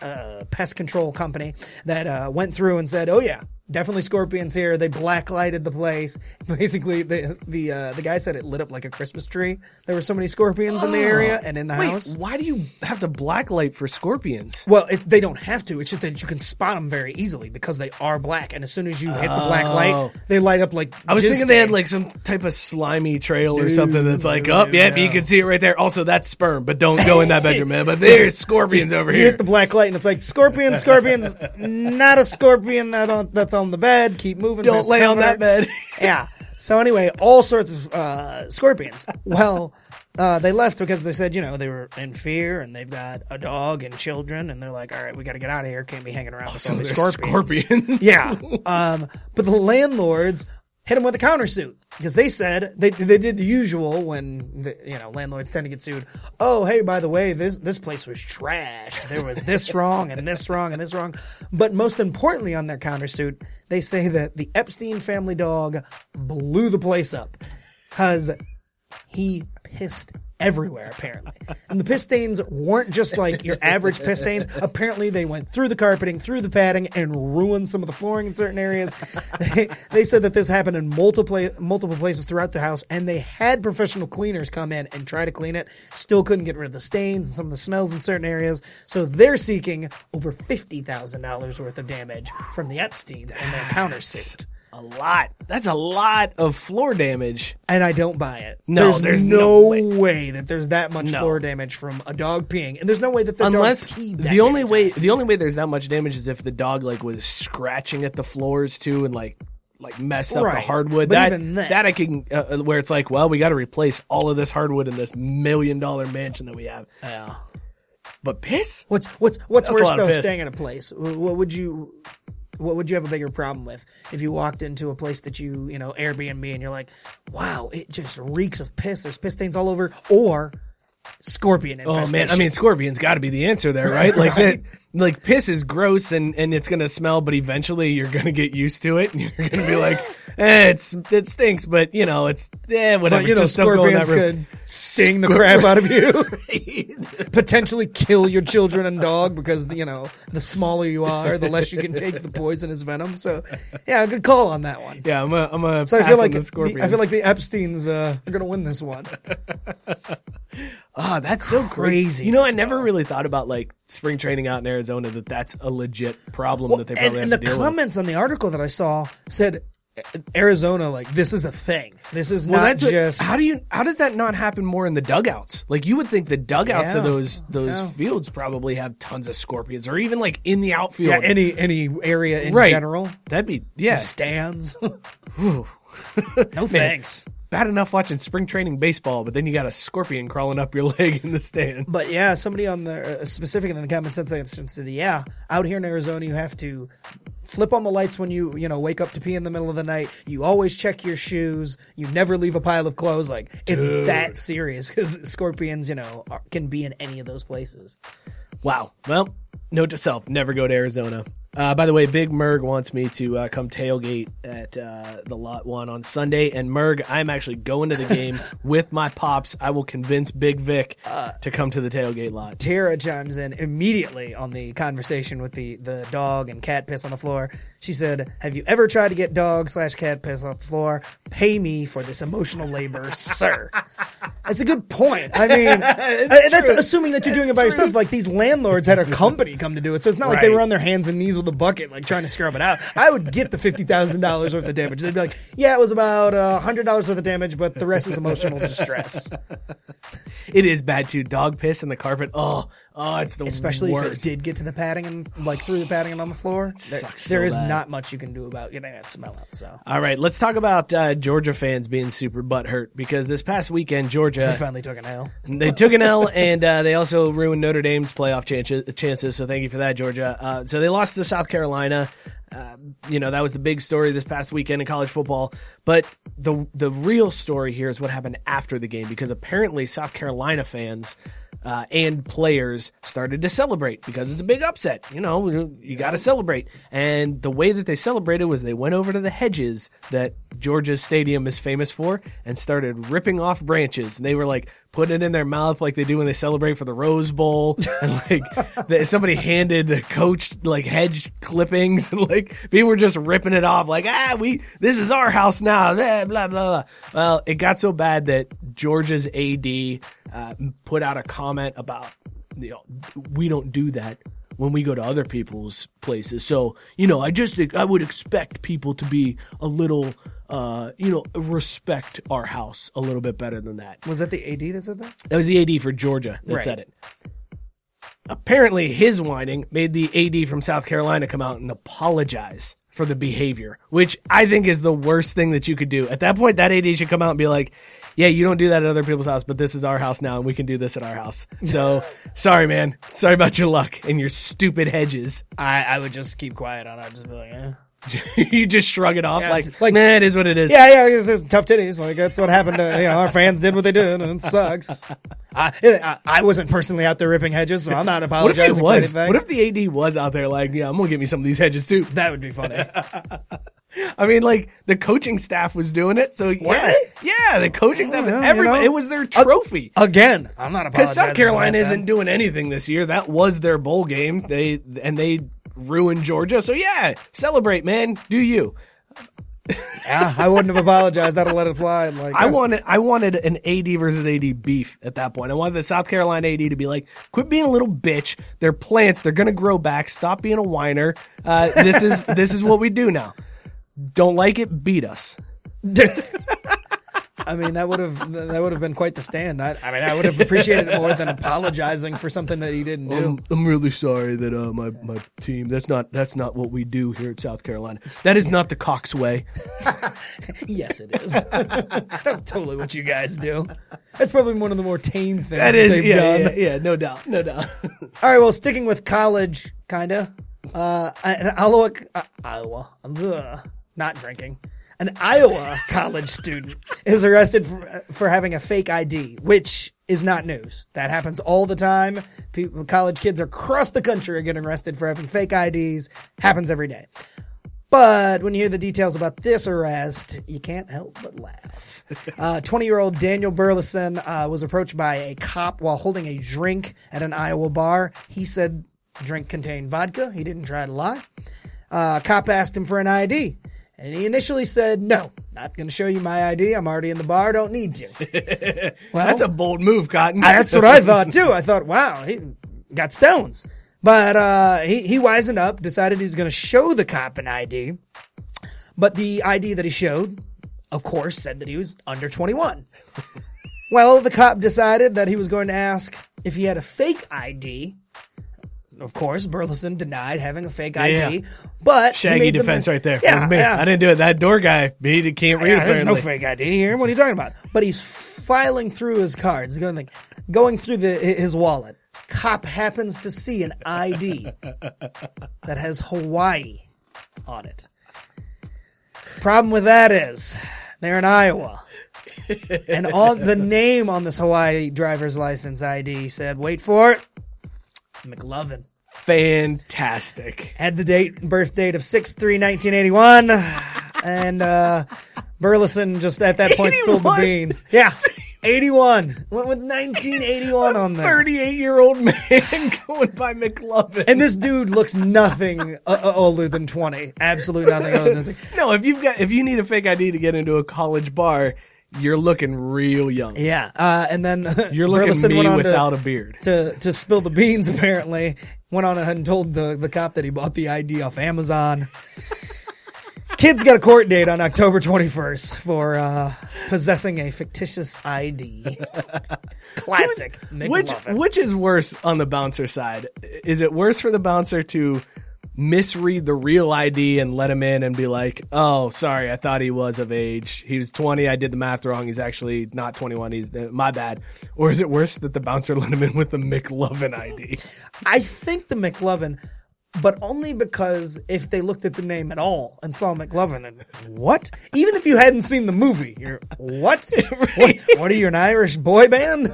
[SPEAKER 2] uh, pest control company that uh, went through and said, "Oh yeah, definitely scorpions here." They blacklighted the place. *laughs* Basically, the the uh, the guy said it lit up like a Christmas tree. There were so many scorpions in the area and in the
[SPEAKER 1] Oh. Wait,
[SPEAKER 2] house.
[SPEAKER 1] why do you have to blacklight for scorpions?
[SPEAKER 2] Well, it, they don't have to. It's just that you can spot them very easily because they are black, and as soon as you hit the black light, they light up like.
[SPEAKER 1] Oh. I was
[SPEAKER 2] jizz
[SPEAKER 1] thinking they had
[SPEAKER 2] stains.
[SPEAKER 1] like some type of slimy trail or something that's like, oh, yep, you can see it right there. Also, that's sperm, but don't go in that bedroom, man. But
[SPEAKER 2] *laughs*
[SPEAKER 1] there's scorpions over
[SPEAKER 2] you
[SPEAKER 1] here.
[SPEAKER 2] hit the black light, and it's like scorpions,
[SPEAKER 1] *laughs*
[SPEAKER 2] scorpions. not a scorpion that on, that's on the bed. Keep moving.
[SPEAKER 1] Don't
[SPEAKER 2] Miss
[SPEAKER 1] lay on
[SPEAKER 2] Comer.
[SPEAKER 1] that bed.
[SPEAKER 2] *laughs* yeah. So anyway, all sorts of uh, scorpions. Well, uh, they left because they said you know they were in fear and they've got a dog and children, and they're like, all right, we got to get out of here. Can't be hanging around with all these
[SPEAKER 1] there's
[SPEAKER 2] scorpions.
[SPEAKER 1] Oh,
[SPEAKER 2] *laughs*
[SPEAKER 1] scorpions.
[SPEAKER 2] Yeah. Um, but the landlords hit them with a countersuit because they said they they did the usual when the, you know landlords tend to get sued. Oh, hey, by the way, this this place was trashed. There was this *laughs* wrong and this wrong and this wrong. But most importantly, on their countersuit, they say that the Epstein family dog blew the place up because he pissed everywhere apparently and the piss stains weren't just like your average piss stains apparently they went through the carpeting through the padding and ruined some of the flooring in certain areas they, they said that this happened in multiple multiple places throughout the house and they had professional cleaners come in and try to clean it still couldn't get rid of the stains and some of the smells in certain areas so they're seeking over $50,000 worth of damage from the Epsteins and their countersuit
[SPEAKER 1] a lot. That's a lot of floor damage.
[SPEAKER 2] and I don't buy it.
[SPEAKER 1] No,
[SPEAKER 2] there's,
[SPEAKER 1] there's
[SPEAKER 2] no,
[SPEAKER 1] no
[SPEAKER 2] way.
[SPEAKER 1] way.
[SPEAKER 2] that there's that much
[SPEAKER 1] No.
[SPEAKER 2] floor damage from a dog peeing, and there's no way that the
[SPEAKER 1] Unless
[SPEAKER 2] dog peed. That
[SPEAKER 1] the only
[SPEAKER 2] many
[SPEAKER 1] way
[SPEAKER 2] times.
[SPEAKER 1] the only way there's that much damage is if the dog like was scratching at the floors too and like like messed up the
[SPEAKER 2] Right.
[SPEAKER 1] hardwood.
[SPEAKER 2] But
[SPEAKER 1] that
[SPEAKER 2] even then-
[SPEAKER 1] that I can uh, where it's like, well, we got to replace all of this hardwood in this million dollar mansion that we have.
[SPEAKER 2] Yeah.
[SPEAKER 1] But piss?
[SPEAKER 2] What's what's what's
[SPEAKER 1] That's a
[SPEAKER 2] worse
[SPEAKER 1] lot of
[SPEAKER 2] though?
[SPEAKER 1] piss.
[SPEAKER 2] Staying in a place. Wh- What would you? What would you have a bigger problem with if you walked into a place that you you know Airbnb and you're like, wow, it just reeks of piss. There's piss stains all over, or scorpion
[SPEAKER 1] Oh
[SPEAKER 2] infestation.
[SPEAKER 1] man, I mean, scorpions got to be the answer there,
[SPEAKER 2] *laughs*
[SPEAKER 1] right? Like that, like piss is gross and and it's gonna smell, but eventually you're gonna get used to it, and you're gonna be
[SPEAKER 2] *laughs*
[SPEAKER 1] like, eh, it's it stinks, but you know it's eh, whatever.
[SPEAKER 2] But you know,
[SPEAKER 1] just don't go in that
[SPEAKER 2] scorpions
[SPEAKER 1] room.
[SPEAKER 2] could sting the crap out of you, *laughs* potentially kill your children and dog because you know the smaller you are, the less you can take the poisonous venom. So, yeah, good call on that one.
[SPEAKER 1] Yeah, I'm a, I'm a.
[SPEAKER 2] So I
[SPEAKER 1] pass
[SPEAKER 2] feel
[SPEAKER 1] on
[SPEAKER 2] like
[SPEAKER 1] the
[SPEAKER 2] the,
[SPEAKER 1] scorpions.
[SPEAKER 2] I feel like the Epstein's uh, are gonna win
[SPEAKER 1] *laughs*
[SPEAKER 2] this one.
[SPEAKER 1] ah, that's so
[SPEAKER 2] Crazy
[SPEAKER 1] crazy. You know, I
[SPEAKER 2] stuff.
[SPEAKER 1] never really thought about like spring training out in Arizona that that's a legit problem that they
[SPEAKER 2] and
[SPEAKER 1] probably
[SPEAKER 2] and
[SPEAKER 1] have
[SPEAKER 2] the
[SPEAKER 1] to deal with.
[SPEAKER 2] comments on the article that I saw said uh, Arizona, like this is a thing. This is
[SPEAKER 1] Well,
[SPEAKER 2] not
[SPEAKER 1] that's what-
[SPEAKER 2] just
[SPEAKER 1] how do you how does that not happen more in the dugouts? Like you would think the dugouts
[SPEAKER 2] Yeah.
[SPEAKER 1] of those those
[SPEAKER 2] Yeah.
[SPEAKER 1] fields probably have tons of scorpions, or even like in the outfield.
[SPEAKER 2] yeah, any any area in
[SPEAKER 1] right.
[SPEAKER 2] general.
[SPEAKER 1] That'd be yeah.
[SPEAKER 2] Stands. *laughs* no thanks.
[SPEAKER 1] Bad enough watching spring training baseball, but then you got a scorpion crawling up your *laughs* leg in the stands.
[SPEAKER 2] But yeah, somebody on the uh, specifically in the comment section said, "Yeah, out here in Arizona, you have to flip on the lights when you you know wake up to pee in the middle of the night. You always check your shoes. You never leave a pile of clothes. Like it's that serious because scorpions, you know, are, can be in any of those places.
[SPEAKER 1] Wow. Well, note to self: never go to Arizona. Uh, by the way, Big Merg wants me to uh, come tailgate at uh, the lot one on Sunday. And Merg, I'm actually going to the
[SPEAKER 2] *laughs*
[SPEAKER 1] game with my pops. I will convince Big Vic to come to the tailgate lot.
[SPEAKER 2] Tara chimes in immediately on the conversation with the, the dog and cat piss on the floor. She said, Have you ever tried to get dog slash cat piss off the floor? Pay me for this emotional labor, sir. That's a good point. I mean, uh, that's assuming that you're doing it by yourself. Like these landlords had a company come to do it. So it's not like they
[SPEAKER 1] Right.
[SPEAKER 2] were on their hands and knees with a bucket, like trying to scrub it out. I would get the $50,000 worth of damage. They'd be like, Yeah, it was about uh, $100 worth of damage, but the rest is emotional distress.
[SPEAKER 1] It is bad too. Dog piss in the carpet. Oh, Oh, it's the
[SPEAKER 2] especially
[SPEAKER 1] worst.
[SPEAKER 2] if it did get to the padding and like through the padding and on the floor. There,
[SPEAKER 1] sucks
[SPEAKER 2] there
[SPEAKER 1] so
[SPEAKER 2] is
[SPEAKER 1] bad.
[SPEAKER 2] not much you can do about getting that smell out. So
[SPEAKER 1] All right, let's talk about uh, Georgia fans being super butthurt because this past weekend,
[SPEAKER 2] they
[SPEAKER 1] Georgia
[SPEAKER 2] finally took an L.
[SPEAKER 1] they took an L and uh, they also ruined Notre Dame's playoff chances. chances so thank you for that, Georgia. Uh, so they lost to South Carolina. Uh, you know that was the big story this past weekend in college football. But the the real story here is what happened after the game because apparently South Carolina fans. Uh, and players started to celebrate because it's a big upset. You know, you got to celebrate. And the way that they celebrated was they went over to the hedges that Georgia's stadium is famous for and started ripping off branches. And they were like putting it in their mouth like they do when they celebrate for the Rose Bowl. *laughs* And like they, somebody handed the coach like hedge clippings and like people were just ripping it off like, ah, we, this is our house now. Blah, blah, blah. blah. Well, it got so bad that Georgia's AD uh, put out a comment about, you know, we don't do that when we go to other people's places. So, you know, I just I would expect people to be a little uh, you know, respect our house a little bit better than that.
[SPEAKER 2] Was that the AD that said that?
[SPEAKER 1] That was the AD for Georgia that
[SPEAKER 2] Right.
[SPEAKER 1] said it. Apparently, his whining made the AD from South Carolina come out and apologize for the behavior, which I think is the worst thing that you could do. At that point, that AD should come out and be like, yeah, you don't do that at other people's house, but this is our house now, and we can do this at our house.
[SPEAKER 2] *laughs*
[SPEAKER 1] So, sorry, man. Sorry about your luck and your stupid hedges. *laughs*
[SPEAKER 2] I, I would just keep quiet on it. I'd just be like, eh.
[SPEAKER 1] you just shrug it off
[SPEAKER 2] Yeah,
[SPEAKER 1] like,
[SPEAKER 2] it's like-
[SPEAKER 1] man, it is what it is.
[SPEAKER 2] yeah, yeah, it's a tough titties. Like that's what happened. To, you know, our fans did what they did, and
[SPEAKER 1] *laughs*
[SPEAKER 2] it sucks. I, I, I wasn't personally out there ripping hedges, so I'm
[SPEAKER 1] *laughs*
[SPEAKER 2] not
[SPEAKER 1] What if
[SPEAKER 2] apologizing
[SPEAKER 1] he was?
[SPEAKER 2] for anything.
[SPEAKER 1] What if the AD was out there like, yeah, I'm going to get me some of these hedges too?
[SPEAKER 2] *laughs* that would
[SPEAKER 1] *laughs*
[SPEAKER 2] be funny.
[SPEAKER 1] I mean, like the coaching staff was doing it. So yeah, yeah, the coaching staff,
[SPEAKER 2] Well, Oh, you
[SPEAKER 1] everybody,
[SPEAKER 2] know,
[SPEAKER 1] it was their
[SPEAKER 2] a-
[SPEAKER 1] trophy.
[SPEAKER 2] Again, I'm not
[SPEAKER 1] Because
[SPEAKER 2] apologizing.
[SPEAKER 1] South
[SPEAKER 2] for
[SPEAKER 1] Carolina
[SPEAKER 2] that, then.
[SPEAKER 1] isn't doing anything this year. That was their bowl game. They and they ruined Georgia. So yeah, celebrate, man. Do you?
[SPEAKER 2] Yeah, I wouldn't have apologized. I'd have let it fly. Like
[SPEAKER 1] I
[SPEAKER 2] uh,
[SPEAKER 1] wanted I wanted an AD versus AD beef at that point. I wanted the South Carolina AD to be like, quit being a little bitch. They're plants. They're gonna grow back. Stop being a whiner. Uh, this is *laughs* this is what we do now. Don't like it, beat us.
[SPEAKER 2] I mean, that would have that would have been quite the stand. I, I mean, I would have appreciated it more than apologizing for something that he didn't do.
[SPEAKER 1] I'm, I'm really sorry that uh, my my team. That's not that's not what we do here at South Carolina. That is not the Cox way.
[SPEAKER 2] yes, it is. That's totally what you guys do. That's probably one of the more tame things
[SPEAKER 1] *laughs*
[SPEAKER 2] that
[SPEAKER 1] That is
[SPEAKER 2] they've
[SPEAKER 1] yeah,
[SPEAKER 2] done.
[SPEAKER 1] yeah yeah no doubt no doubt. *laughs*
[SPEAKER 2] All right, well, sticking with college, kinda. Uh, an Iowa, uh, Iowa, ugh, not drinking. An Iowa college student is arrested for, for having a fake ID, which is not news. That happens all the time. People, college kids across the country are getting arrested for having fake IDs. Happens every day. But when you hear the details about this arrest, you can't help but laugh. 20 year old Daniel Burleson uh, was approached by a cop while holding a drink at an Iowa bar. He said the drink contained vodka. He didn't try to lie. Uh, cop asked him for an ID. And he initially said, No, not going to show you my ID. I'm already in the bar. Don't need to. well,
[SPEAKER 1] That's a bold move, Cotton.
[SPEAKER 2] I- that's
[SPEAKER 1] *laughs*
[SPEAKER 2] what I thought too. I thought, wow, he got stones. But uh, he he wisened up, decided he was going to show the cop an ID. But the ID that he showed, of course, said that he was under 21. well, the cop decided that he was going to ask if he had a fake ID. Of course, Burleson denied having a fake ID,
[SPEAKER 1] yeah.
[SPEAKER 2] but he
[SPEAKER 1] Shaggy
[SPEAKER 2] made the
[SPEAKER 1] defense
[SPEAKER 2] mis-
[SPEAKER 1] right there.
[SPEAKER 2] Yeah,
[SPEAKER 1] That's me.
[SPEAKER 2] yeah.
[SPEAKER 1] I didn't do it. That door guy, he can't read
[SPEAKER 2] Yeah, there's no
[SPEAKER 1] apparently.
[SPEAKER 2] fake ID here. What are you talking about? But he's filing through his cards, going like, going through the hi- his wallet. Cop happens to see an ID that has Hawaii on it. Problem with that is they're in Iowa. and on the name on this Hawaii driver's license ID said, wait for it, McLovin.
[SPEAKER 1] *laughs* Fantastic.
[SPEAKER 2] Had the date, birth date of 6 3 1981. And uh, Burleson just at that point spilled the
[SPEAKER 1] 81?
[SPEAKER 2] beans. Yeah. 81. Went with 1981 on there.
[SPEAKER 1] Thirty-eight year old man *laughs* going by McLovin.
[SPEAKER 2] And this dude looks nothing uh, uh, older than 20. Absolutely nothing older than 20.
[SPEAKER 1] no, if you've got if you need a fake ID to get into a college bar, you're looking real young.
[SPEAKER 2] Yeah. Uh, and
[SPEAKER 1] *laughs*
[SPEAKER 2] then *laughs*
[SPEAKER 1] You're looking
[SPEAKER 2] Burleson
[SPEAKER 1] me
[SPEAKER 2] went on
[SPEAKER 1] without
[SPEAKER 2] to,
[SPEAKER 1] a beard.
[SPEAKER 2] To, to spill the beans, apparently. Went on and told the, the cop that he bought the ID off Amazon. Kid's got a court date on October 21st for uh, possessing a fictitious ID. Classic.
[SPEAKER 1] Which
[SPEAKER 2] McLovin.
[SPEAKER 1] which is worse on the bouncer side? Is it worse for the bouncer to misread the real ID and let him in and be like, "Oh, sorry, I thought he was of age. He was 20. I did the math wrong. He's actually not 21. He's uh, my bad." Or is it worse that the bouncer *laughs* let him in with the McLovin ID?
[SPEAKER 2] I think the McLovin, but only because if they looked at the name at all and saw McLovin, and what? Even if you hadn't seen the movie, you're
[SPEAKER 1] *laughs*
[SPEAKER 2] what? what, what are you, an Irish boy band?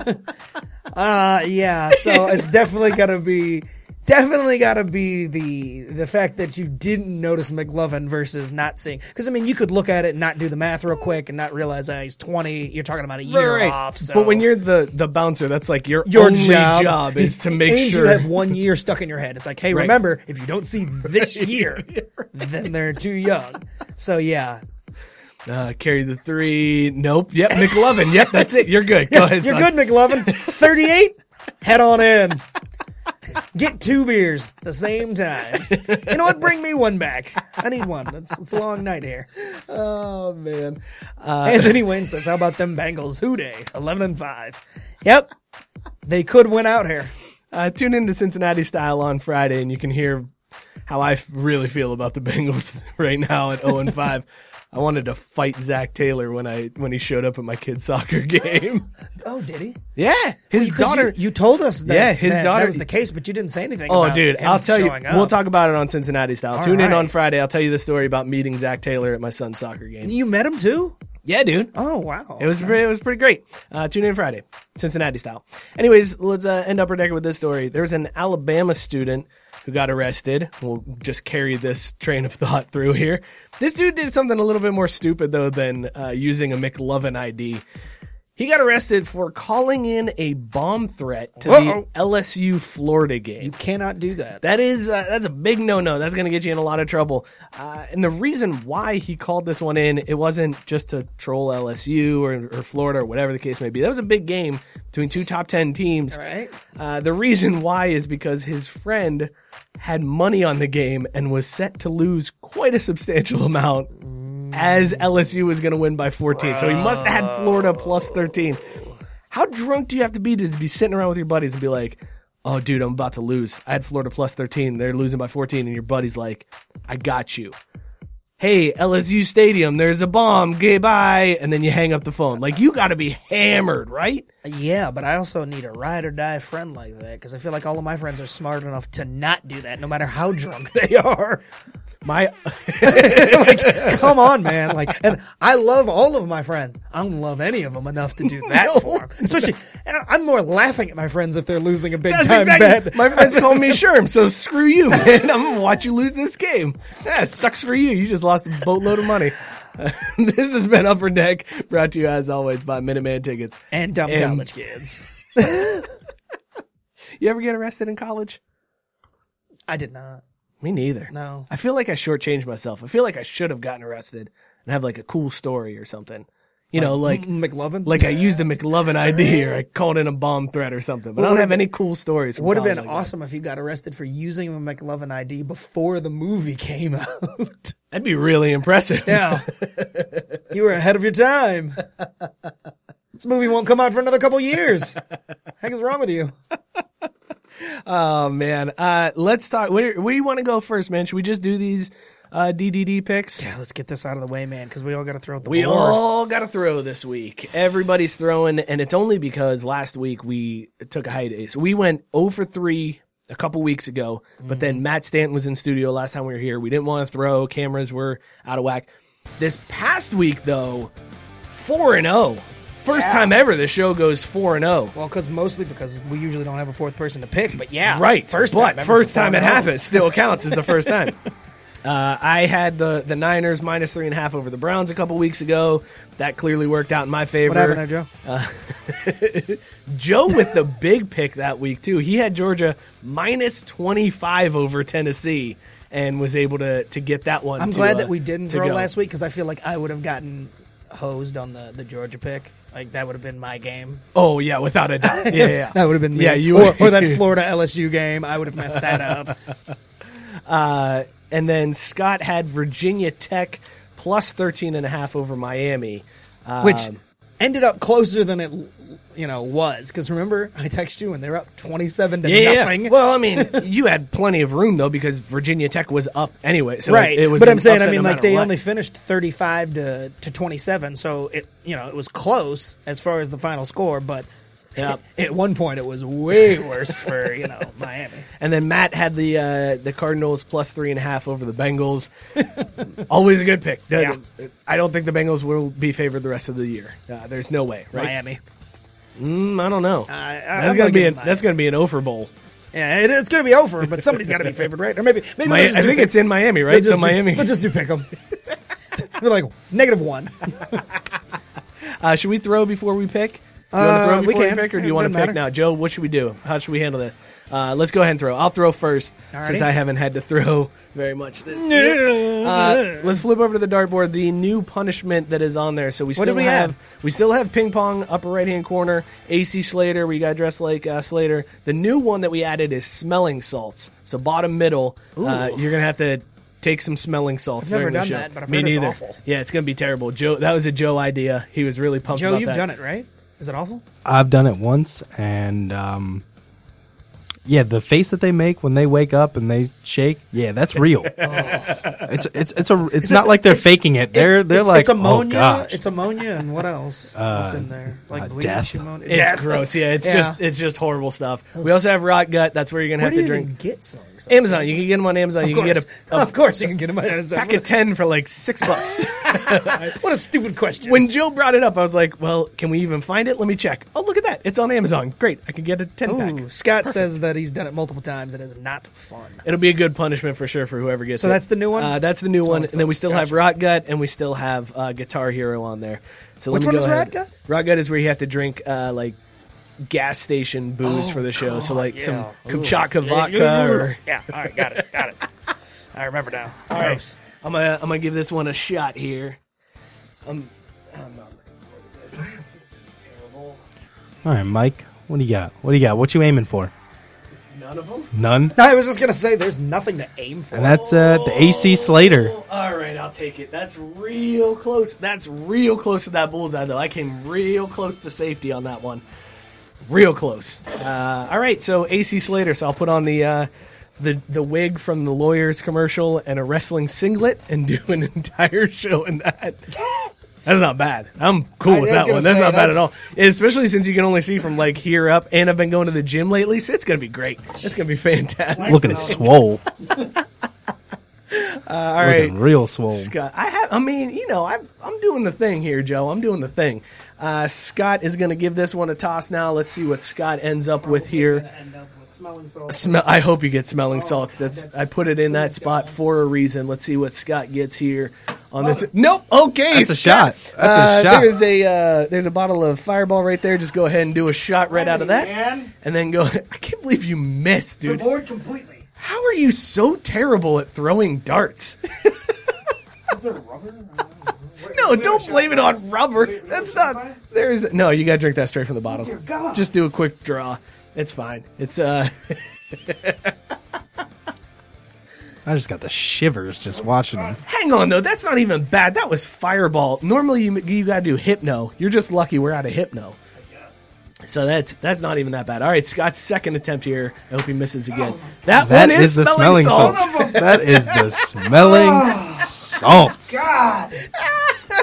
[SPEAKER 2] *laughs* uh, yeah. So it's definitely gotta be, definitely gotta be the the fact that you didn't notice McLovin versus not seeing. Because I mean, you could look at it and not do the math real quick and not realize oh, he's twenty. You're talking about a year off. So
[SPEAKER 1] But when you're the the bouncer, that's like your,
[SPEAKER 2] your
[SPEAKER 1] only
[SPEAKER 2] job,
[SPEAKER 1] job, is to make
[SPEAKER 2] and you
[SPEAKER 1] sure
[SPEAKER 2] have one year stuck in your head. It's like, hey,
[SPEAKER 1] Right.
[SPEAKER 2] remember, if you don't
[SPEAKER 1] *laughs*
[SPEAKER 2] see this year, then they're too young.
[SPEAKER 1] *laughs*
[SPEAKER 2] So yeah,
[SPEAKER 1] uh, carry the three. Nope. Yep. McLovin. Yep. That's it. You're good. Go ahead.
[SPEAKER 2] you're
[SPEAKER 1] son.
[SPEAKER 2] good, McLovin. Thirty-eight, head on in. Get two beers the same time. You know what? Bring me one back. I need one. It's, it's a long night here.
[SPEAKER 1] Oh man. Uh,
[SPEAKER 2] Anthony Wynn says, "How about them Bengals? Who day? Eleven and five. Yep, they could win out here.
[SPEAKER 1] Uh, tune into Cincinnati Style on Friday, and you can hear how I f- really feel about the Bengals *laughs* right now at 0 and 5. I wanted to fight Zach Taylor when I when he showed up at my kid's *laughs* soccer game.
[SPEAKER 2] Oh, did he?
[SPEAKER 1] yeah, his
[SPEAKER 2] Because
[SPEAKER 1] daughter.
[SPEAKER 2] You, you told us that,
[SPEAKER 1] Yeah, his
[SPEAKER 2] that,
[SPEAKER 1] daughter-
[SPEAKER 2] that was the case, but you didn't say anything.
[SPEAKER 1] oh,
[SPEAKER 2] about
[SPEAKER 1] dude,
[SPEAKER 2] him
[SPEAKER 1] I'll tell you.
[SPEAKER 2] showing Up.
[SPEAKER 1] We'll talk about it on Cincinnati Style. tune in
[SPEAKER 2] right.
[SPEAKER 1] on Friday. I'll tell you the story about meeting Zach Taylor at my son's soccer game.
[SPEAKER 2] You met him too?
[SPEAKER 1] Yeah, dude.
[SPEAKER 2] Oh wow!
[SPEAKER 1] It was pretty, it was pretty great. Uh, tune in Friday, Cincinnati style. Anyways, let's uh, end upper decker with this story. There was an Alabama student who got arrested. We'll just carry this train of thought through here. This dude did something a little bit more stupid though than uh, using a McLovin ID. He got arrested for calling in a bomb threat to
[SPEAKER 2] Uh-oh.
[SPEAKER 1] the LSU Florida game.
[SPEAKER 2] you cannot do that.
[SPEAKER 1] That is uh, that's a big no no. That's going to get you in a lot of trouble. Uh, and the reason why he called this one in, it wasn't just to troll LSU or, or Florida or whatever the case may be. That was a big game between two top ten teams.
[SPEAKER 2] Right.
[SPEAKER 1] Uh, the reason why is because his friend had money on the game and was set to lose quite a substantial amount as LSU was going to win by 14. So he must have had Florida plus 13. How drunk do you have to be to be sitting around with your buddies and be like, oh, dude, I'm about to lose. I had Florida plus 13. They're losing by 14. And your buddy's like, I got you. Hey, LSU Stadium, there's a bomb. Goodbye. And then you hang up the phone. Like, you got to be hammered, right?
[SPEAKER 2] yeah, but I also need a ride or die friend like that because I feel like all of my friends are smart enough to not do that, no matter how drunk
[SPEAKER 1] *laughs*
[SPEAKER 2] they are.
[SPEAKER 1] My.
[SPEAKER 2] Come on, man! Like, and I love all of my friends. I don't love any of them
[SPEAKER 1] *laughs*
[SPEAKER 2] enough to do that for 'em. Especially, and I'm more laughing at my friends if they're losing a big
[SPEAKER 1] That's
[SPEAKER 2] time
[SPEAKER 1] exactly.
[SPEAKER 2] bet.
[SPEAKER 1] My friends call me Sherm, so screw you, man. I'm gonna watch you lose this game. Yeah, sucks for you. You just lost a boatload of money. *laughs* this has been Upper Deck, brought to you as always by Minuteman Tickets.
[SPEAKER 2] *laughs* and dumb
[SPEAKER 1] And-
[SPEAKER 2] college kids.
[SPEAKER 1] You ever get arrested in college?
[SPEAKER 2] I did not.
[SPEAKER 1] Me neither.
[SPEAKER 2] No.
[SPEAKER 1] I feel like I shortchanged myself. I feel like I should have gotten arrested and have like a cool story or something. You know, like
[SPEAKER 2] McLovin.
[SPEAKER 1] like I used a McLovin
[SPEAKER 2] *laughs*
[SPEAKER 1] ID or I called in a bomb threat or something. But I don't have any cool stories. from
[SPEAKER 2] Would have
[SPEAKER 1] college
[SPEAKER 2] been
[SPEAKER 1] like that.
[SPEAKER 2] awesome if you got arrested for using a McLovin ID before the movie *laughs* came out.
[SPEAKER 1] That'd be really impressive.
[SPEAKER 2] Yeah. you were ahead of your time. This movie won't come out for another couple years. heck is wrong with you?
[SPEAKER 1] Oh man, uh, let's talk. Where, where you want to go first, man? Should we just do these uh, DDD picks?
[SPEAKER 2] Yeah, let's get this out of the way, man, because we all got to throw at the
[SPEAKER 1] We
[SPEAKER 2] board.
[SPEAKER 1] all got to throw this week. Everybody's throwing, and it's only because last week we took a hiatus. We went 0 for 3 a couple weeks ago, but then Matt Stanton was in studio last time we were here. We didn't want to throw, cameras were out of whack. This past week, though, 4 and 0. First time ever the show goes 4 and oh. 0.
[SPEAKER 2] Well, because mostly because we usually don't have a fourth person to pick, but yeah,
[SPEAKER 1] Right.
[SPEAKER 2] First
[SPEAKER 1] but
[SPEAKER 2] time, ever
[SPEAKER 1] First
[SPEAKER 2] for
[SPEAKER 1] time it
[SPEAKER 2] 4-0.
[SPEAKER 1] happens. Still counts as the first
[SPEAKER 2] *laughs*
[SPEAKER 1] time. Uh, I had the, the Niners minus three and a half over the Browns a couple weeks ago. That clearly worked out in my favor.
[SPEAKER 2] What happened, there, Joe?
[SPEAKER 1] Oh, Joe with the big pick that week too. He had Georgia minus twenty five over Tennessee and was able to to get that one.
[SPEAKER 2] I'm
[SPEAKER 1] to,
[SPEAKER 2] glad
[SPEAKER 1] uh,
[SPEAKER 2] that we didn't
[SPEAKER 1] to
[SPEAKER 2] throw
[SPEAKER 1] go.
[SPEAKER 2] last week because I feel like I would have gotten hosed on the the Georgia pick. Like that would have been my game.
[SPEAKER 1] Oh yeah, without a
[SPEAKER 2] *laughs*
[SPEAKER 1] doubt. Yeah, yeah, yeah.
[SPEAKER 2] That would have been
[SPEAKER 1] *laughs*
[SPEAKER 2] me.
[SPEAKER 1] Yeah, you *laughs*
[SPEAKER 2] or, or that Florida LSU game. I would have messed that up.
[SPEAKER 1] Uh, And then Scott had Virginia Tech plus 13 and a half over Miami.
[SPEAKER 2] which Um, ended up closer than it you know was because remember I texted you and they're up twenty
[SPEAKER 1] *laughs*
[SPEAKER 2] seven to nothing.
[SPEAKER 1] Well, I mean, you had plenty of room though because Virginia Tech was up anyway. So
[SPEAKER 2] right.
[SPEAKER 1] It, it was
[SPEAKER 2] but
[SPEAKER 1] an
[SPEAKER 2] I'm saying, I
[SPEAKER 1] upset no
[SPEAKER 2] mean, like
[SPEAKER 1] matter
[SPEAKER 2] they
[SPEAKER 1] what.
[SPEAKER 2] only finished 35 to, to 27, so it you know it was close as far as the final score, but
[SPEAKER 1] Yep.
[SPEAKER 2] *laughs* at one point it was way worse for you know Miami.
[SPEAKER 1] And then Matt had the uh, the Cardinals plus three and a half over the Bengals. *laughs* Always a good pick. The-
[SPEAKER 2] Yeah.
[SPEAKER 1] I don't think the Bengals will be favored the rest of the year. Uh, there's no way, right?
[SPEAKER 2] Miami.
[SPEAKER 1] Mm, I don't know.
[SPEAKER 2] I-
[SPEAKER 1] that's gonna
[SPEAKER 2] I'm gonna
[SPEAKER 1] be
[SPEAKER 2] give
[SPEAKER 1] an,
[SPEAKER 2] them
[SPEAKER 1] that's
[SPEAKER 2] Miami.
[SPEAKER 1] gonna be an over bowl.
[SPEAKER 2] Yeah, it, it's going to be over, but
[SPEAKER 1] *laughs*
[SPEAKER 2] somebody's got to be favored, right? Or maybe maybe
[SPEAKER 1] Mi-
[SPEAKER 2] they'll just
[SPEAKER 1] I
[SPEAKER 2] do
[SPEAKER 1] think
[SPEAKER 2] pick-
[SPEAKER 1] it's in Miami,
[SPEAKER 2] they'll
[SPEAKER 1] right? So
[SPEAKER 2] just do-
[SPEAKER 1] Miami.
[SPEAKER 2] They'll just do pick them. *laughs* They're like negative one.
[SPEAKER 1] Uh, should we throw before we pick? You want to
[SPEAKER 2] Uh,
[SPEAKER 1] throw
[SPEAKER 2] we
[SPEAKER 1] before we,
[SPEAKER 2] can.
[SPEAKER 1] pick, or do
[SPEAKER 2] It
[SPEAKER 1] you want to
[SPEAKER 2] doesn't
[SPEAKER 1] pick
[SPEAKER 2] matter.
[SPEAKER 1] now, Joe? What should we do? How should we handle this? Uh, let's go ahead and throw. I'll throw first since
[SPEAKER 2] Alrighty.
[SPEAKER 1] I haven't had to throw very much this year. Uh, let's flip over to the dartboard. The new punishment that is on there. So we
[SPEAKER 2] What
[SPEAKER 1] still
[SPEAKER 2] did we
[SPEAKER 1] have
[SPEAKER 2] add?
[SPEAKER 1] we still have ping pong upper right hand corner. AC Slater. We got dressed like uh, Slater. The new one that we added is smelling salts. So bottom middle. Uh, you're gonna have to. Take some smelling salts.
[SPEAKER 2] I've never
[SPEAKER 1] during the
[SPEAKER 2] done
[SPEAKER 1] show.
[SPEAKER 2] that, but I've
[SPEAKER 1] Me
[SPEAKER 2] heard it's
[SPEAKER 1] neither.
[SPEAKER 2] awful.
[SPEAKER 1] Yeah, it's gonna be terrible. Joe, that was a Joe idea. He was really pumped.
[SPEAKER 2] Joe,
[SPEAKER 1] about
[SPEAKER 2] you've
[SPEAKER 1] that.
[SPEAKER 2] done it, right? Is it awful?
[SPEAKER 3] I've done it once, and um, yeah, the face that they make when they wake up and they shake, yeah,
[SPEAKER 2] *laughs*
[SPEAKER 3] that's real.
[SPEAKER 2] Oh.
[SPEAKER 3] It's it's it's a it's not like they're
[SPEAKER 2] it's-
[SPEAKER 3] faking it. They're
[SPEAKER 2] it's,
[SPEAKER 3] they're
[SPEAKER 2] it's,
[SPEAKER 3] like
[SPEAKER 2] it's ammonia.
[SPEAKER 3] oh gosh,
[SPEAKER 2] It's ammonia and
[SPEAKER 1] *laughs*
[SPEAKER 2] what else? What's in there? Like
[SPEAKER 3] uh,
[SPEAKER 2] bleach,
[SPEAKER 3] death.
[SPEAKER 2] ammonia.
[SPEAKER 1] It's
[SPEAKER 2] Death.
[SPEAKER 1] gross. Yeah, it's
[SPEAKER 2] Yeah.
[SPEAKER 1] just it's just horrible stuff. We also have rot gut. That's where you're gonna
[SPEAKER 2] Where
[SPEAKER 1] have to
[SPEAKER 2] do
[SPEAKER 1] drink.
[SPEAKER 2] you even get smelling salts?
[SPEAKER 1] Amazon. You can get them on Amazon.
[SPEAKER 2] Of
[SPEAKER 1] you can
[SPEAKER 2] course.
[SPEAKER 1] get a, a
[SPEAKER 2] of course, you can get them.
[SPEAKER 1] pack of ten for like six bucks. *laughs*
[SPEAKER 2] What a stupid question.
[SPEAKER 1] when Joe brought it up, I was like, "Well, can we even find it? Let me check." Oh, look at that! It's on Amazon. Great, I can get a ten
[SPEAKER 2] Ooh,
[SPEAKER 1] pack.
[SPEAKER 2] Scott says that he's done it multiple times and it's not fun.
[SPEAKER 1] It'll be a good punishment for sure for whoever gets
[SPEAKER 2] So
[SPEAKER 1] it.
[SPEAKER 2] that's the new one?
[SPEAKER 1] Uh, that's the new
[SPEAKER 2] Smelling
[SPEAKER 1] one, and then we
[SPEAKER 2] salts.
[SPEAKER 1] still have
[SPEAKER 2] Gotcha.
[SPEAKER 1] Rot Gut, and we still have uh, Guitar Hero on there. So let
[SPEAKER 2] Which
[SPEAKER 1] me
[SPEAKER 2] one
[SPEAKER 1] go
[SPEAKER 2] is Rot
[SPEAKER 1] ahead.
[SPEAKER 2] Gut?
[SPEAKER 1] Rot Gut is where you have to drink uh, like gas station booze for the show. so like some
[SPEAKER 2] Oh, yeah.
[SPEAKER 1] Kamchatka *laughs* vodka or
[SPEAKER 2] Yeah. All right. Got it. Got it. I remember now. All
[SPEAKER 1] right. I'm gonna I'm gonna give this one a shot here. I'm I'm not looking forward to this. This is gonna be terrible.
[SPEAKER 3] all right, Mike. What do you got? What do you got? What you aiming for?
[SPEAKER 1] None of them.
[SPEAKER 3] None.
[SPEAKER 2] I was just gonna say, there's nothing to aim for.
[SPEAKER 3] And that's uh, the AC Slater.
[SPEAKER 1] All right, I'll take it. That's real close. That's real close to that bullseye though. I came real close to safety on that one. Real close. Uh, all right, so AC Slater. So I'll put on the. Uh, the, the wig from the lawyers commercial and a wrestling singlet and do an *laughs* entire show in that. That's not bad. I'm cool
[SPEAKER 2] I
[SPEAKER 1] with
[SPEAKER 2] was
[SPEAKER 1] that
[SPEAKER 2] gonna
[SPEAKER 1] one. That's
[SPEAKER 2] say,
[SPEAKER 1] not bad at all.
[SPEAKER 2] that's-
[SPEAKER 1] Especially since you can only see from like here up, and I've been going to the gym lately, so it's gonna be great. It's gonna be
[SPEAKER 2] Oh.
[SPEAKER 1] fantastic.
[SPEAKER 2] *laughs*
[SPEAKER 3] Looking swole.
[SPEAKER 2] Uh,
[SPEAKER 1] all right,
[SPEAKER 3] Looking real swole.
[SPEAKER 1] Scott. I have. I mean, you know, I'm I'm doing the thing here, Joe. I'm doing the thing. Uh, Scott is gonna give this one a toss now. Let's see what Scott ends up with here.
[SPEAKER 2] uh,
[SPEAKER 1] Smell. I hope you get smelling salts. That's, I put it in that spot for a reason. Let's see what Scott gets here on this. Nope. Okay.
[SPEAKER 3] That's a
[SPEAKER 1] Scott.
[SPEAKER 3] shot. That's a
[SPEAKER 1] Uh,
[SPEAKER 3] shot.
[SPEAKER 1] There's a uh, there's a bottle of Fireball right there. Just go ahead and do a shot right out of that, and then go. *laughs* I can't believe you missed, dude.
[SPEAKER 4] board completely.
[SPEAKER 1] How are you so terrible at throwing darts? *laughs*
[SPEAKER 4] Is there rubber?
[SPEAKER 1] No, don't blame it on rubber. That's not. There's no. You gotta drink that straight from the bottle.
[SPEAKER 4] God.
[SPEAKER 1] Just do a quick draw. It's fine. It's uh.
[SPEAKER 3] I just got the shivers just watching him.
[SPEAKER 1] Hang on though. That's not even bad. That was fireball. Normally you you gotta do hypno. You're just lucky we're out of hypno. So that's that's not even that bad. All right, Scott's second attempt here. I hope he misses again.
[SPEAKER 4] Oh
[SPEAKER 1] that
[SPEAKER 3] That
[SPEAKER 1] one
[SPEAKER 3] is,
[SPEAKER 1] is,
[SPEAKER 3] the smelling salts. That is the
[SPEAKER 2] *laughs*
[SPEAKER 3] smelling salts.
[SPEAKER 2] Oh, God.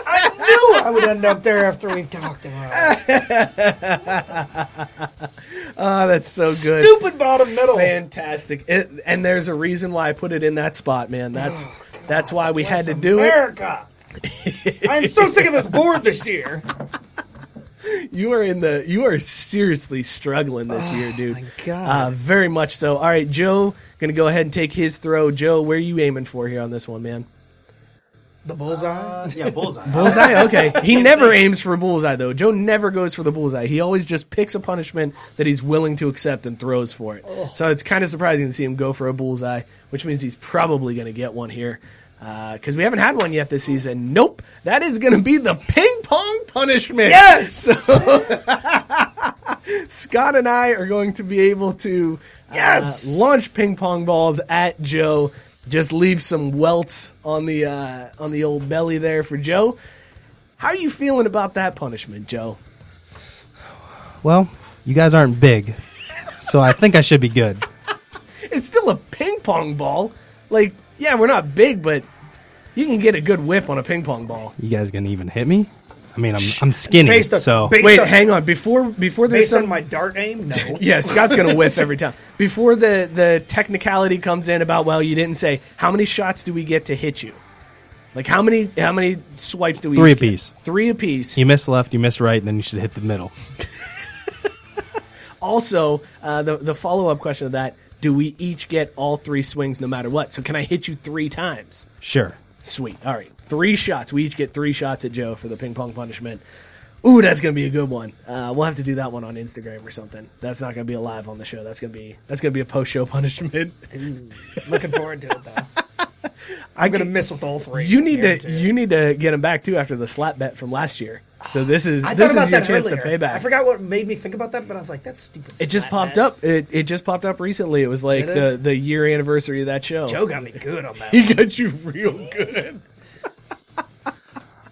[SPEAKER 2] I knew I would end up there after we've talked about it.
[SPEAKER 1] *laughs* Oh, that's so good.
[SPEAKER 2] Stupid bottom middle.
[SPEAKER 1] Fantastic. It, and there's a reason why I put it in that spot, man. That's that's why we had to do it.
[SPEAKER 2] Oh, America. I'm so sick of this board this year.
[SPEAKER 1] You are in the. You are seriously struggling this year, dude. My
[SPEAKER 2] Oh, God.
[SPEAKER 1] uh, very much so. All right, Joe, gonna go ahead and take his throw. Joe, where are you aiming for here on this one, man?
[SPEAKER 2] The bullseye.
[SPEAKER 4] Yeah, bullseye.
[SPEAKER 1] Bullseye. Okay, he never aims for bullseye though. Joe never goes for the bullseye. He always just picks a punishment that he's willing to accept and throws for it. So it's kind of surprising to see him go for a bullseye, which means he's probably gonna get one here. Because we haven't had one yet this season. Nope. That is going to be the ping pong punishment.
[SPEAKER 2] Yes.
[SPEAKER 1] Scott and I are going to be able to uh,
[SPEAKER 2] Yes!
[SPEAKER 1] launch ping pong balls at Joe. Just leave some welts on the uh, on the old belly there for Joe. How are you feeling about that punishment, Joe?
[SPEAKER 3] Well, you guys aren't big, so I think I should be good.
[SPEAKER 1] It's still a ping pong ball. Like, yeah, we're not big, but you can get a good whip on a ping pong ball.
[SPEAKER 3] You guys gonna even hit me? I mean, I'm I'm skinny,
[SPEAKER 2] Based on-
[SPEAKER 3] so
[SPEAKER 2] based-
[SPEAKER 1] Wait,
[SPEAKER 2] on-
[SPEAKER 1] hang on. Before before there's
[SPEAKER 2] Based
[SPEAKER 1] some
[SPEAKER 2] on my dart aim, no.
[SPEAKER 1] *laughs* Yeah, Scott's gonna
[SPEAKER 3] *laughs*
[SPEAKER 1] whiff every time. Before the the technicality comes in about well, you didn't say how many shots do we get to hit you? Like how many how many swipes do we
[SPEAKER 3] Three
[SPEAKER 1] each get?
[SPEAKER 3] apiece.
[SPEAKER 1] Three apiece.
[SPEAKER 3] you miss left, you miss right, and then you should hit the middle.
[SPEAKER 1] also, uh, the the follow up question of that: Do we each get all three swings no matter what? So can I hit you three times?
[SPEAKER 3] Sure.
[SPEAKER 1] Sweet. All right, three shots. We each get three shots at Joe for the ping pong punishment. Ooh, that's gonna be a good one. Uh, we'll have to do that one on Instagram or something. That's not gonna be a live on the show. That's gonna be that's gonna be a post show *laughs* punishment.
[SPEAKER 2] Looking forward to it though. I'm gonna miss with all three.
[SPEAKER 1] You need to
[SPEAKER 2] guaranteed.
[SPEAKER 1] you need to get him back too after the slap bet from last year. So this is
[SPEAKER 2] I
[SPEAKER 1] this
[SPEAKER 2] thought about
[SPEAKER 1] is your
[SPEAKER 2] that
[SPEAKER 1] chance
[SPEAKER 2] earlier.
[SPEAKER 1] to pay back.
[SPEAKER 2] I forgot what made me think about that, but I was like, that's stupid.
[SPEAKER 1] It just
[SPEAKER 2] slap,
[SPEAKER 1] popped
[SPEAKER 2] man.
[SPEAKER 1] up. It it just popped up recently. It was like
[SPEAKER 2] Did
[SPEAKER 1] the
[SPEAKER 2] it?
[SPEAKER 1] the year anniversary of that show.
[SPEAKER 2] Joe got me good on that.
[SPEAKER 1] *laughs* He got you real good.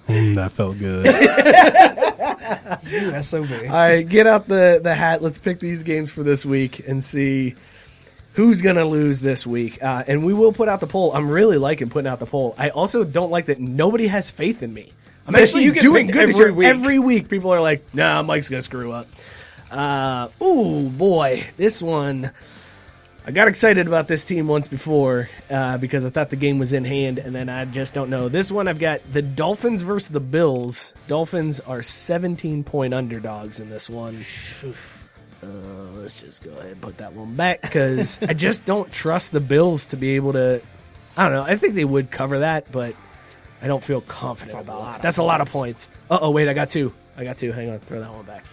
[SPEAKER 3] Mm, that
[SPEAKER 2] *laughs*
[SPEAKER 3] felt good.
[SPEAKER 2] That's so big.
[SPEAKER 1] All right, get out the the hat. Let's pick these games for this week and see who's gonna lose this week. Uh, and we will put out the poll. I'm really liking putting out the poll. I also don't like that nobody has faith in me. I'm
[SPEAKER 2] Man,
[SPEAKER 1] actually
[SPEAKER 2] you get
[SPEAKER 1] doing
[SPEAKER 2] picked
[SPEAKER 1] good this
[SPEAKER 2] every
[SPEAKER 1] year.
[SPEAKER 2] week.
[SPEAKER 1] Every week, people are like, "Nah, Mike's gonna screw up." Uh, ooh boy, this one. I got excited about this team once before uh, because I thought the game was in hand, and then I just don't know. This one, I've got the Dolphins versus the Bills. Dolphins are 17 point underdogs in this one. Uh, let's just go ahead and put that one back because I just don't trust the Bills to be able to. I don't know. I think they would cover that, but I don't feel confident
[SPEAKER 2] That's a
[SPEAKER 1] about
[SPEAKER 2] lot
[SPEAKER 1] it.
[SPEAKER 2] of
[SPEAKER 1] That's a lot of points. Uh oh, wait, I got two. I got two. Hang on, throw that one back.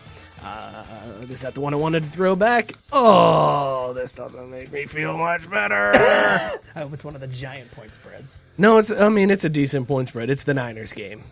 [SPEAKER 1] Uh, is that the one I wanted to throw back? Oh, this doesn't make me feel much better. *coughs*
[SPEAKER 2] I hope Oh, it's one of the giant point spreads.
[SPEAKER 1] no, it's. I mean, it's a decent point spread. It's the Niners game,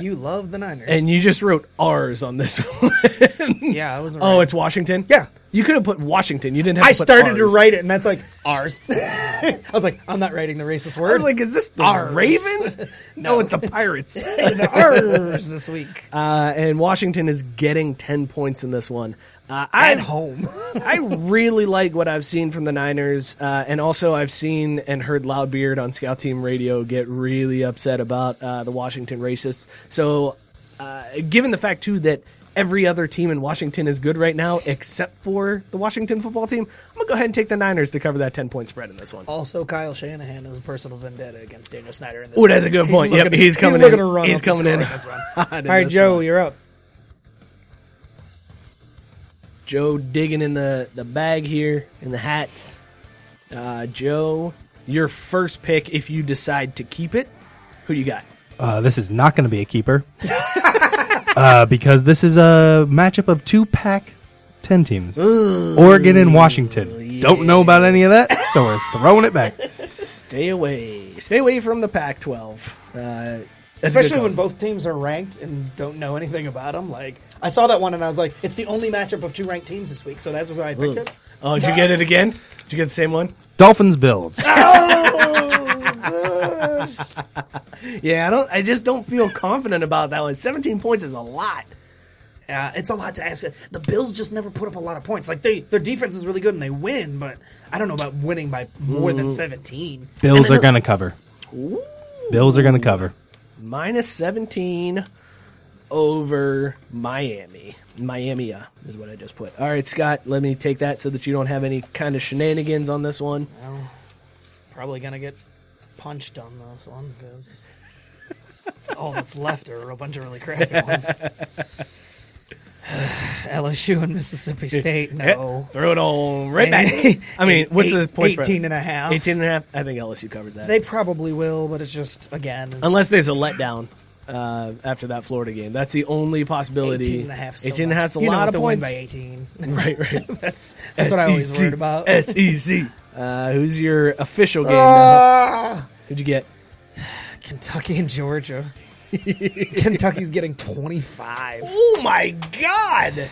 [SPEAKER 2] you love the Niners.
[SPEAKER 1] Uh, and you just wrote R's on this *laughs* one.
[SPEAKER 2] yeah, I was.
[SPEAKER 1] oh, it's Washington.
[SPEAKER 2] Yeah.
[SPEAKER 1] you could have put Washington. You didn't have.
[SPEAKER 2] I
[SPEAKER 1] to put
[SPEAKER 2] started to
[SPEAKER 1] Rs.
[SPEAKER 2] write it, and that's like ours. *laughs* I was like, I'm not writing the racist word.
[SPEAKER 1] I was like, is this the *laughs*
[SPEAKER 2] Ours. *laughs*
[SPEAKER 1] Ravens? no, it's the *laughs* Pirates.
[SPEAKER 2] the ours this week
[SPEAKER 1] uh, and Washington is getting 10 points in this one. Uh, I,
[SPEAKER 2] at home. *laughs*
[SPEAKER 1] I really like what I've seen from the Niners, uh, and also I've seen and heard Loudbeard on Scout Team Radio get really upset about uh, the Washington racists. So, uh, given the fact too that every other team in Washington is good right now except for the Washington football team, I'm gonna go ahead and take the Niners to cover that 10 point spread in this one.
[SPEAKER 2] Also, Kyle Shanahan has a personal vendetta against Daniel Snyder in this.
[SPEAKER 1] Ooh, that's a good point. Yep, he's coming
[SPEAKER 2] he's looking
[SPEAKER 1] in.
[SPEAKER 2] To run
[SPEAKER 1] He's
[SPEAKER 2] up the
[SPEAKER 1] coming in
[SPEAKER 2] score
[SPEAKER 1] *laughs*
[SPEAKER 2] this one.
[SPEAKER 1] hot in
[SPEAKER 2] All right,
[SPEAKER 1] this
[SPEAKER 2] Joe,
[SPEAKER 1] one.
[SPEAKER 2] you're up.
[SPEAKER 1] Joe digging in the, the bag here in the hat. Uh, Joe, your first pick if you decide to keep it. Who you got?
[SPEAKER 3] Uh, this is not going to be a keeper *laughs* uh, because this is a matchup of two pack 10 teams Oregon and Washington. Don't know about any of that, so we're throwing
[SPEAKER 2] *laughs*
[SPEAKER 3] it back.
[SPEAKER 1] Stay away. Stay away from the Pac-12. Uh,
[SPEAKER 2] Especially when both teams are ranked and don't know anything about them. Like I saw that one and I was like, it's the only matchup of two ranked teams this week, so that's why I picked it.
[SPEAKER 1] Oh, did you get it again? Did you get the same one?
[SPEAKER 3] Dolphins, Bills.
[SPEAKER 1] Yeah, I don't. I just don't feel confident about that one. Seventeen points is a lot.
[SPEAKER 2] Uh, it's a lot to ask. The Bills just never put up a lot of points. Like they, their defense is really good and they win, but I don't know about winning by more
[SPEAKER 1] Mm-hmm.
[SPEAKER 2] than seventeen.
[SPEAKER 3] Bills are going to cover. Bills are going to cover.
[SPEAKER 1] Minus seventeen over Miami. Miami is what I just put. All right, Scott, let me take that so that you don't have any kind of shenanigans on this one.
[SPEAKER 2] Probably gonna get punched on this one
[SPEAKER 1] *laughs*
[SPEAKER 2] because all that's left are a bunch of really crappy ones. *sighs* LSU and Mississippi State, no.
[SPEAKER 1] Throw it all right
[SPEAKER 2] *laughs*
[SPEAKER 1] back. *laughs* I mean, what's the point? spread?
[SPEAKER 2] 18 and a half.
[SPEAKER 1] 18 and a half. I think LSU covers that.
[SPEAKER 2] They probably will, but it's just again. It's,
[SPEAKER 1] Unless there's a letdown uh, after that Florida game. That's the only possibility.
[SPEAKER 2] 18 and a half.
[SPEAKER 1] 18 and a half is a lot of points.
[SPEAKER 2] by 18.
[SPEAKER 1] *laughs* Right, right.
[SPEAKER 2] *laughs*
[SPEAKER 1] E
[SPEAKER 2] That's that's what I always
[SPEAKER 1] SEC.
[SPEAKER 2] worried about.
[SPEAKER 1] SEC. Uh, who's your official game?
[SPEAKER 2] Ah,
[SPEAKER 1] Who'd you get?
[SPEAKER 2] Kentucky and Georgia. Kentucky's getting 25.
[SPEAKER 1] Oh my God!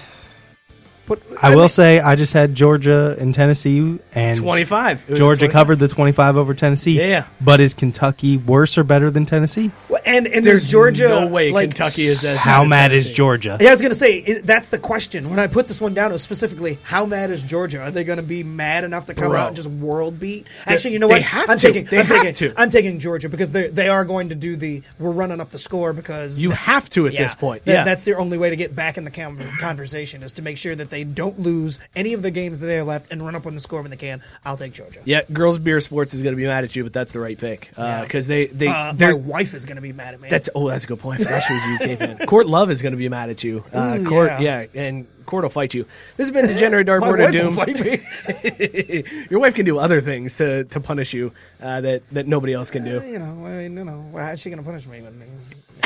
[SPEAKER 2] Put,
[SPEAKER 3] I will say I just had Georgia and Tennessee and
[SPEAKER 1] 25. It was
[SPEAKER 3] Georgia
[SPEAKER 1] 25.
[SPEAKER 3] covered the 25 over Tennessee.
[SPEAKER 1] Yeah, yeah.
[SPEAKER 3] But is Kentucky worse or better than Tennessee?
[SPEAKER 2] and and
[SPEAKER 1] There's
[SPEAKER 2] there's Georgia.
[SPEAKER 1] no way
[SPEAKER 2] like,
[SPEAKER 1] Kentucky is as
[SPEAKER 3] How
[SPEAKER 1] bad as
[SPEAKER 3] mad is
[SPEAKER 1] Tennessee.
[SPEAKER 3] Georgia?
[SPEAKER 2] Yeah, I was gonna say i that's the question. When I put this one down, it was specifically how mad is Georgia? Are they gonna be mad enough to come
[SPEAKER 1] Bro.
[SPEAKER 2] out and just world beat? Actually, you know what?
[SPEAKER 1] they have
[SPEAKER 2] I'm
[SPEAKER 1] to.
[SPEAKER 2] taking.
[SPEAKER 1] They
[SPEAKER 2] I'm
[SPEAKER 1] have
[SPEAKER 2] taking,
[SPEAKER 1] to.
[SPEAKER 2] I'm taking Georgia because they they are going to do the we're running up the score because
[SPEAKER 1] You have to at
[SPEAKER 2] Yeah.
[SPEAKER 1] this point.
[SPEAKER 2] That-
[SPEAKER 1] yeah.
[SPEAKER 2] that's their only way to get back in the con- conversation is to make sure that they don't lose any of the games that they have left and run up on the score when they can. I'll take Georgia.
[SPEAKER 1] yeah, girls beer sports is going to be mad at you, but that's the right pick because they they
[SPEAKER 2] Uh, my
[SPEAKER 1] they're
[SPEAKER 2] wife is gonna be mad at me.
[SPEAKER 1] That's oh, that's a good point. I forgot she was
[SPEAKER 2] *laughs*
[SPEAKER 1] a UK fan. Court Love is going to be mad at you. Uh,
[SPEAKER 2] Ooh,
[SPEAKER 1] Court, yeah.
[SPEAKER 2] yeah.
[SPEAKER 1] and Court will fight you. This
[SPEAKER 2] *laughs*
[SPEAKER 1] has been Degenerate
[SPEAKER 2] my
[SPEAKER 1] Dartboard of
[SPEAKER 2] wife will
[SPEAKER 1] Doom.
[SPEAKER 2] fight me.
[SPEAKER 1] *laughs* Your wife can do other things to, to punish you uh, that that nobody else can do.
[SPEAKER 2] you know, I mean, you know, how is she gonna punish me? when-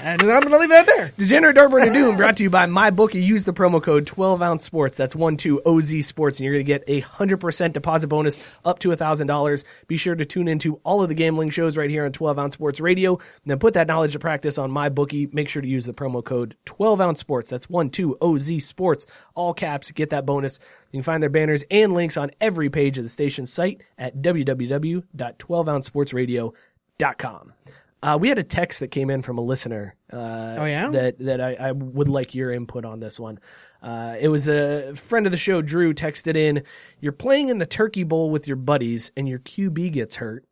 [SPEAKER 2] And I'm gonna leave that there.
[SPEAKER 1] Degenerate Dartboard of Doom brought to you by my book. You use the promo code 12 ounce sports. That's one two OZ sports, and you're going to get a 100% deposit bonus up to $1,000. Be sure to tune into all of the gambling shows right here on 12 ounce sports radio. And then put that knowledge to practice on my bookie. Make sure to use the promo code 12 ounce sports. That's one two OZ sports, all caps. Get that bonus. You can find their banners and links on every page of the station's site at www.12ouncesportsradio.com. Uh, we had a text that came in from a listener uh,
[SPEAKER 2] Oh, yeah?
[SPEAKER 1] that that I, I would like your input on this one. Uh, it was a friend of the show, Drew, texted in. You're playing in the Turkey Bowl with your buddies, and your QB gets hurt.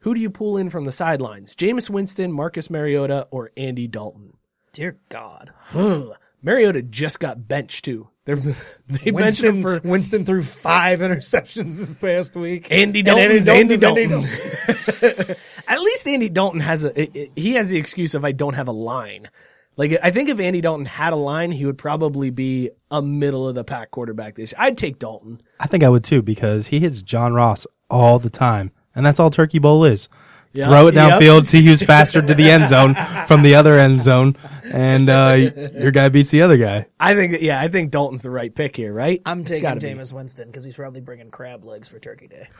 [SPEAKER 1] Who do you pull in from the sidelines? Jameis Winston, Marcus Mariota, or Andy Dalton? *gasps*
[SPEAKER 2] Dear God.
[SPEAKER 1] Ugh. Mariota just got benched too. They're, *laughs* they benched him
[SPEAKER 2] Winston,
[SPEAKER 1] for
[SPEAKER 2] Winston threw five interceptions this past week.
[SPEAKER 1] Andy
[SPEAKER 2] And
[SPEAKER 1] Dalton is Andy
[SPEAKER 2] is
[SPEAKER 1] Dalton. At least Andy Dalton has a i- i- he has the excuse of I don't have a line. Like I think if Andy Dalton had a line, he would probably be a middle of the pack quarterback this year. I'd take Dalton.
[SPEAKER 3] I think I would too because he hits John Ross all the time, and that's all Turkey Bowl is. Throw it
[SPEAKER 1] Yep.
[SPEAKER 3] downfield, see who's faster to the end zone from the other end zone, and uh, your guy beats the other guy.
[SPEAKER 1] I think that- yeah, I think Dalton's the right pick here, right? *laughs*
[SPEAKER 2] I'm
[SPEAKER 1] It's
[SPEAKER 2] taking
[SPEAKER 1] gotta be.
[SPEAKER 2] Jameis Winston because he's probably bringing crab legs for Turkey *laughs* Day.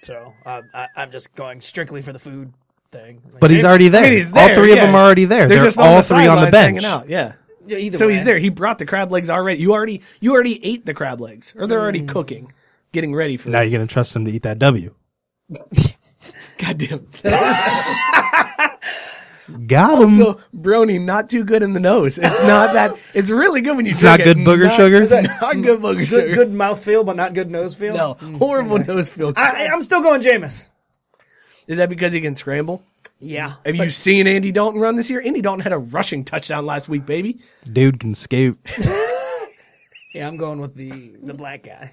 [SPEAKER 2] so um, I, I'm just going strictly for the food thing. Like,
[SPEAKER 3] But he's
[SPEAKER 1] I
[SPEAKER 3] already there.
[SPEAKER 1] mean, he's
[SPEAKER 3] all
[SPEAKER 1] there,
[SPEAKER 3] three
[SPEAKER 1] yeah.
[SPEAKER 3] of them are already there. They're,
[SPEAKER 1] just
[SPEAKER 3] all
[SPEAKER 1] the
[SPEAKER 3] three on the
[SPEAKER 1] sidelines hanging
[SPEAKER 3] bench.
[SPEAKER 1] out, Yeah.
[SPEAKER 2] Yeah, either
[SPEAKER 1] so he's
[SPEAKER 2] way.
[SPEAKER 1] there. He brought the crab legs already. You already you already ate the crab legs, or they're
[SPEAKER 2] Mm.
[SPEAKER 1] already cooking, getting ready for.
[SPEAKER 3] Now you're gonna trust him to eat that W.
[SPEAKER 1] *laughs* Goddamn.
[SPEAKER 3] Got him.
[SPEAKER 1] So brony, not too good in the nose. It's not that. It's really good when you.
[SPEAKER 3] it's not
[SPEAKER 1] drink
[SPEAKER 3] good
[SPEAKER 1] it.
[SPEAKER 3] booger
[SPEAKER 1] Not-
[SPEAKER 3] sugar.
[SPEAKER 1] *laughs* Not good booger sugar.
[SPEAKER 2] good, good mouth feel, but not good nose feel. Mm.
[SPEAKER 1] No, horrible nose feel.
[SPEAKER 2] I, I'm still going Jameis.
[SPEAKER 1] Is that because he can scramble?
[SPEAKER 2] Yeah.
[SPEAKER 1] Have you seen Andy Dalton run this year? Andy Dalton had a rushing touchdown last week, baby.
[SPEAKER 3] Dude can scoot.
[SPEAKER 2] Yeah, I'm going with the the black guy.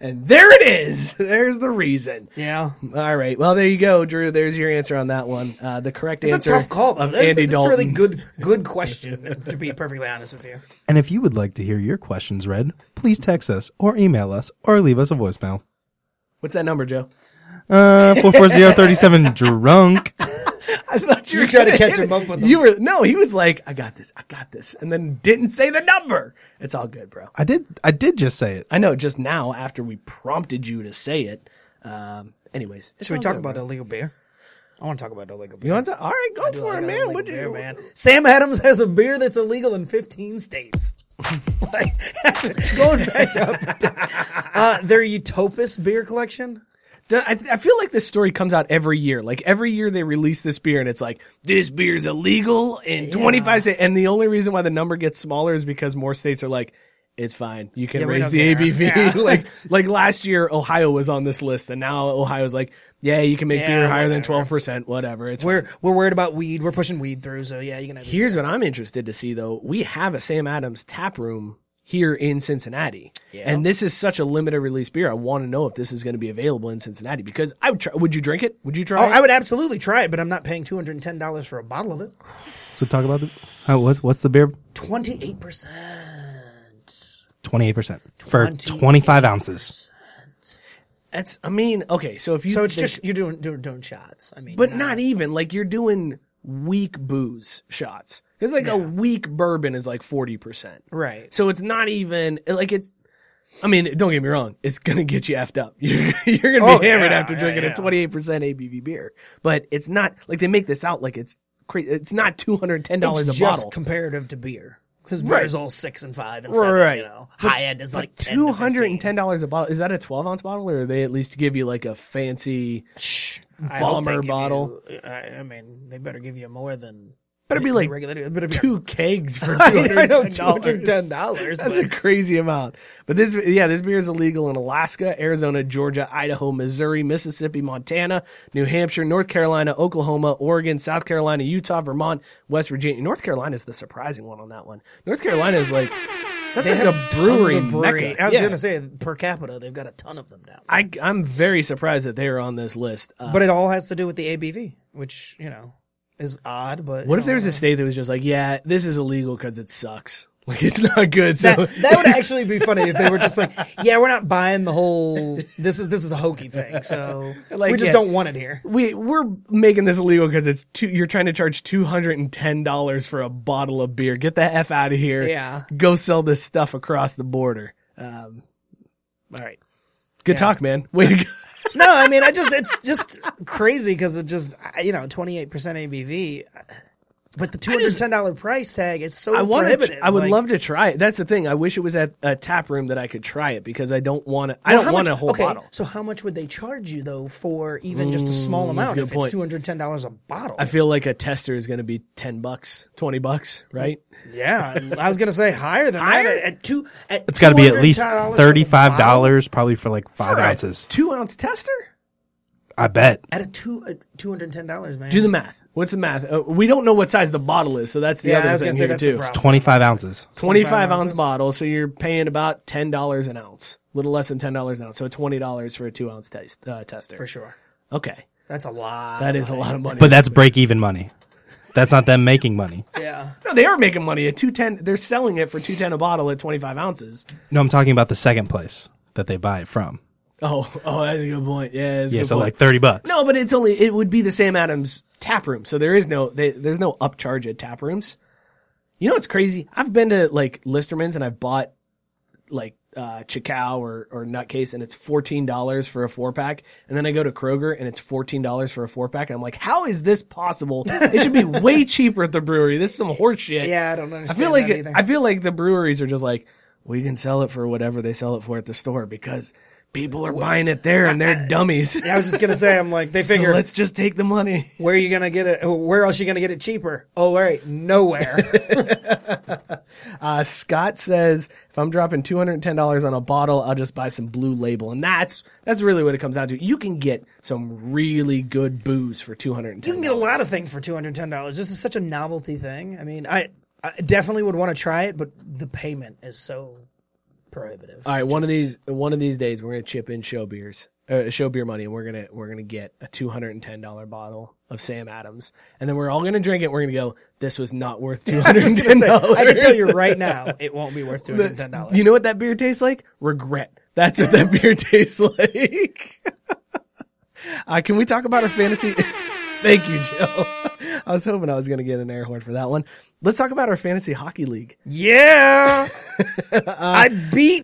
[SPEAKER 1] And there it is. *laughs* There's the reason.
[SPEAKER 2] Yeah.
[SPEAKER 1] All right. Well, there you go, Drew. There's your answer on that one. Uh, the correct
[SPEAKER 2] It's
[SPEAKER 1] answer
[SPEAKER 2] a tough call.
[SPEAKER 1] of
[SPEAKER 2] That's,
[SPEAKER 1] Andy
[SPEAKER 2] that's a
[SPEAKER 1] Dalton.
[SPEAKER 2] really good good question,
[SPEAKER 1] *laughs*
[SPEAKER 2] to be perfectly honest with you.
[SPEAKER 3] And if you would like to hear your questions read, please text us or email us or leave us a voicemail.
[SPEAKER 1] What's that number, Joe?
[SPEAKER 3] Uh, 44037 drunk.
[SPEAKER 1] I thought you,
[SPEAKER 2] You
[SPEAKER 1] were
[SPEAKER 2] tried to
[SPEAKER 1] gonna
[SPEAKER 2] catch
[SPEAKER 1] hit it.
[SPEAKER 2] him
[SPEAKER 1] *laughs*
[SPEAKER 2] up with
[SPEAKER 1] You were no. He was like, "I got this. I got this," and then didn't say the number. It's all good, bro.
[SPEAKER 3] I did I did just say it.
[SPEAKER 1] I know just now after we prompted you to say it. Um, anyways,
[SPEAKER 2] Should we talk about illegal beer? I want to talk about illegal beer.
[SPEAKER 1] You want to? All right, go for
[SPEAKER 2] like
[SPEAKER 1] it,
[SPEAKER 2] a
[SPEAKER 1] man.
[SPEAKER 2] illegal
[SPEAKER 1] Would you,
[SPEAKER 2] beer, man? Sam Adams has a beer that's illegal in 15 states. *laughs* like, going back to up, *laughs* uh, their Utopus beer collection.
[SPEAKER 1] Do- I, I feel like this story comes out every year. Like every year they release this beer, and it's like this beer is illegal in 25 states. And the only reason why the number gets smaller is because more states are like, it's fine. You can
[SPEAKER 2] Yeah, we
[SPEAKER 1] raise
[SPEAKER 2] don't
[SPEAKER 1] the
[SPEAKER 2] care."
[SPEAKER 1] ABV. *laughs*
[SPEAKER 2] *laughs*
[SPEAKER 1] like like last year, Ohio was on this list, and now Ohio's like, yeah, you can make
[SPEAKER 2] Yeah,
[SPEAKER 1] beer higher than
[SPEAKER 2] whatever.
[SPEAKER 1] 12 percent. Whatever. It's
[SPEAKER 2] We're we're worried about weed. We're pushing weed through, so yeah, you can have
[SPEAKER 1] Here's what I'm interested to see though. We have a Sam Adams tap room here in Cincinnati. And this is such a limited release beer. I want to know if this is going to be available in Cincinnati because I would try would you drink it? Would you try
[SPEAKER 2] Oh,
[SPEAKER 1] it?
[SPEAKER 2] I would absolutely try it, but I'm not paying two hundred and ten dollars for a bottle of it.
[SPEAKER 3] So talk about the how, what, what's the beer?
[SPEAKER 2] Twenty eight percent.
[SPEAKER 3] 28% for
[SPEAKER 2] 28%.
[SPEAKER 3] 25 ounces.
[SPEAKER 1] That's I mean, okay, so if you
[SPEAKER 2] So it's
[SPEAKER 1] think-
[SPEAKER 2] just you're doing doing, doing shots. I mean,
[SPEAKER 1] but not even like you're doing weak booze shots. Cuz like a weak bourbon is like 40%.
[SPEAKER 2] right.
[SPEAKER 1] So it's not even like it's. I mean, don't get me wrong. It's gonna get you effed up. *laughs* You're, you're gonna
[SPEAKER 2] Oh,
[SPEAKER 1] be hammered
[SPEAKER 2] yeah,
[SPEAKER 1] after
[SPEAKER 2] yeah,
[SPEAKER 1] drinking
[SPEAKER 2] yeah.
[SPEAKER 1] a 28 percent ABV beer. But it's not like they make this out like it's crazy. It's not 210 dollars
[SPEAKER 2] It's
[SPEAKER 1] a
[SPEAKER 2] just
[SPEAKER 1] bottle.
[SPEAKER 2] comparative to beer. because
[SPEAKER 1] Right.
[SPEAKER 2] beer's all six and five and seven.
[SPEAKER 1] Right.
[SPEAKER 2] You know, high end is like ten.
[SPEAKER 1] Two hundred and ten dollars a bottle. Is that a twelve ounce bottle, or they at least give you like a fancy? Bomber bottle.
[SPEAKER 2] I, I mean, they better give you more than
[SPEAKER 1] Better be like
[SPEAKER 2] regular. It better be
[SPEAKER 1] two kegs for
[SPEAKER 2] *laughs* I
[SPEAKER 1] two
[SPEAKER 2] know, I know,
[SPEAKER 1] hundred ten dollars.
[SPEAKER 2] $210,
[SPEAKER 1] That's
[SPEAKER 2] but-
[SPEAKER 1] a crazy amount. But this, yeah, this beer is illegal in Alaska, Arizona, Georgia, Idaho, Missouri, Mississippi, Montana, New Hampshire, North Carolina, Oklahoma, Oregon, South Carolina, Utah, Vermont, West Virginia. North Carolina is the surprising one on that one. North Carolina is like that's
[SPEAKER 2] They
[SPEAKER 1] like
[SPEAKER 2] have
[SPEAKER 1] a brewery
[SPEAKER 2] tons of brewery-
[SPEAKER 1] mecca.
[SPEAKER 2] I was
[SPEAKER 1] Yeah.
[SPEAKER 2] gonna say per capita, they've got a ton of them down. there.
[SPEAKER 1] I, I'm very surprised that they're on this list. Uh,
[SPEAKER 2] but it all has to do with the ABV, which you know is odd. But
[SPEAKER 1] what
[SPEAKER 2] you
[SPEAKER 1] if there
[SPEAKER 2] know,
[SPEAKER 1] was a state that was just like, yeah, this is illegal because it sucks. *laughs* Like it's not good. So
[SPEAKER 2] that, that would actually be funny if they were just *laughs* like, yeah, we're not buying the whole. This is this is a hokey thing, *laughs* so
[SPEAKER 1] Like,
[SPEAKER 2] we just
[SPEAKER 1] yeah.
[SPEAKER 2] don't want it here.
[SPEAKER 1] we we're making this illegal because it's two. You're trying to charge two hundred and ten dollars for a bottle of beer. Get the f out of here.
[SPEAKER 2] Yeah.
[SPEAKER 1] Go sell this stuff across the border. Um, all right. Good talk, man. *laughs* Way to go.
[SPEAKER 2] No, I mean, I just it's just crazy because it just I- you know twenty eight percent ABV, uh, but the two hundred ten dollar price tag is so
[SPEAKER 1] I want
[SPEAKER 2] prohibitive.
[SPEAKER 1] to. I would
[SPEAKER 2] like-
[SPEAKER 1] love to try it. That's the thing. I wish it was at a tap room that I could try it because I don't want to. I
[SPEAKER 2] Well,
[SPEAKER 1] don't
[SPEAKER 2] how
[SPEAKER 1] want
[SPEAKER 2] much-
[SPEAKER 1] a whole
[SPEAKER 2] okay,
[SPEAKER 1] bottle.
[SPEAKER 2] So how much would they charge you though for even just a small amount?
[SPEAKER 1] Mm, good
[SPEAKER 2] If
[SPEAKER 1] point.
[SPEAKER 2] it's two hundred ten dollars a bottle,
[SPEAKER 1] I feel like a tester is going to be ten bucks, twenty bucks, right?
[SPEAKER 2] yeah, I was gonna say higher than
[SPEAKER 1] Higher?
[SPEAKER 2] that. At, at two, at
[SPEAKER 3] It's got to be at least
[SPEAKER 2] $210 for the
[SPEAKER 3] thirty-five
[SPEAKER 2] bottle?
[SPEAKER 3] dollars, probably for like five
[SPEAKER 1] For a
[SPEAKER 3] ounces.
[SPEAKER 1] two ounce tester.
[SPEAKER 3] I bet.
[SPEAKER 2] at a two at two hundred ten dollars, man.
[SPEAKER 1] Do the math. What's the math? Uh, we don't know what size the bottle is, so that's the
[SPEAKER 2] Yeah, I
[SPEAKER 1] other
[SPEAKER 2] was
[SPEAKER 1] thing
[SPEAKER 2] gonna say
[SPEAKER 1] here
[SPEAKER 2] that's the
[SPEAKER 1] too.
[SPEAKER 2] problem.
[SPEAKER 3] Twenty-five ounces.
[SPEAKER 1] 25 ounce
[SPEAKER 2] ounces?
[SPEAKER 1] bottle, so you're paying about $10 an ounce, a little less than $10 an ounce, so $20 for a two ounce test, uh, tester.
[SPEAKER 2] for sure.
[SPEAKER 1] Okay.
[SPEAKER 2] That's a lot.
[SPEAKER 1] That is a lot of money.
[SPEAKER 3] But that's break-even money. That's not them making money.
[SPEAKER 2] yeah.
[SPEAKER 1] no, they are making money at 210. They're selling it for 210 a bottle at 25 ounces.
[SPEAKER 3] No, I'm talking about the second place that they buy it from.
[SPEAKER 1] Oh, oh, that's a good point. Yeah, that's a
[SPEAKER 3] Yeah,
[SPEAKER 1] good
[SPEAKER 3] so
[SPEAKER 1] point.
[SPEAKER 3] like thirty bucks.
[SPEAKER 1] no, but it's only, it would be the Sam Adams tap room. So there is no, they, there's no upcharge at tap rooms. You know what's crazy? I've been to like Listerman's and I've bought like uh Chacao or or Nutcase and it's fourteen dollars for a four pack, and then I go to Kroger and it's fourteen dollars for a four pack, and I'm like, how is this possible? It
[SPEAKER 2] *laughs*
[SPEAKER 1] should be way cheaper at the brewery. This is some horseshit.
[SPEAKER 2] Yeah, I don't understand
[SPEAKER 1] I feel like
[SPEAKER 2] that either.
[SPEAKER 1] I feel like the breweries are just like, we can sell it for whatever they sell it for at the store because people are buying it there and
[SPEAKER 2] *laughs*
[SPEAKER 1] they're dummies.
[SPEAKER 2] Yeah, I was just gonna say, I'm *laughs* like,
[SPEAKER 1] *laughs*
[SPEAKER 2] they
[SPEAKER 1] So
[SPEAKER 2] figure
[SPEAKER 1] let's just take the money.
[SPEAKER 2] where are you gonna get it? Where else you gonna get it cheaper? Oh, wait,
[SPEAKER 1] *laughs*
[SPEAKER 2] nowhere.
[SPEAKER 1] Uh, *laughs* Scott says, if I'm dropping two hundred and ten dollars on a bottle, I'll just buy some Blue Label, and that's that's really what it comes down to. You can get some really good booze for two hundred and ten.
[SPEAKER 2] you can get a lot of things for two hundred ten dollars. This is such a novelty thing. I mean, I, I definitely would want to try it, but the payment is so prohibitive. *laughs*
[SPEAKER 1] All right, one of these one of these days we're gonna chip in show beers, uh, show beer money, and we're gonna we're gonna get a two hundred and ten dollar bottle of Sam Adams, and then we're all gonna drink it. We're gonna go, this was not worth two hundred and ten
[SPEAKER 2] Say,
[SPEAKER 1] dollars.
[SPEAKER 2] *laughs* I can tell
[SPEAKER 1] *laughs*
[SPEAKER 2] you right now, it won't be worth two hundred ten dollars.
[SPEAKER 1] You know what that beer tastes like? Regret. That's what that *laughs* beer tastes like. *laughs* uh, can we talk about our fantasy? *laughs* Thank you, Joe. *laughs* I was hoping I was going to get an air horn for that one. Let's talk about our fantasy hockey league. *laughs*
[SPEAKER 2] Yeah,
[SPEAKER 1] Uh,
[SPEAKER 2] I beat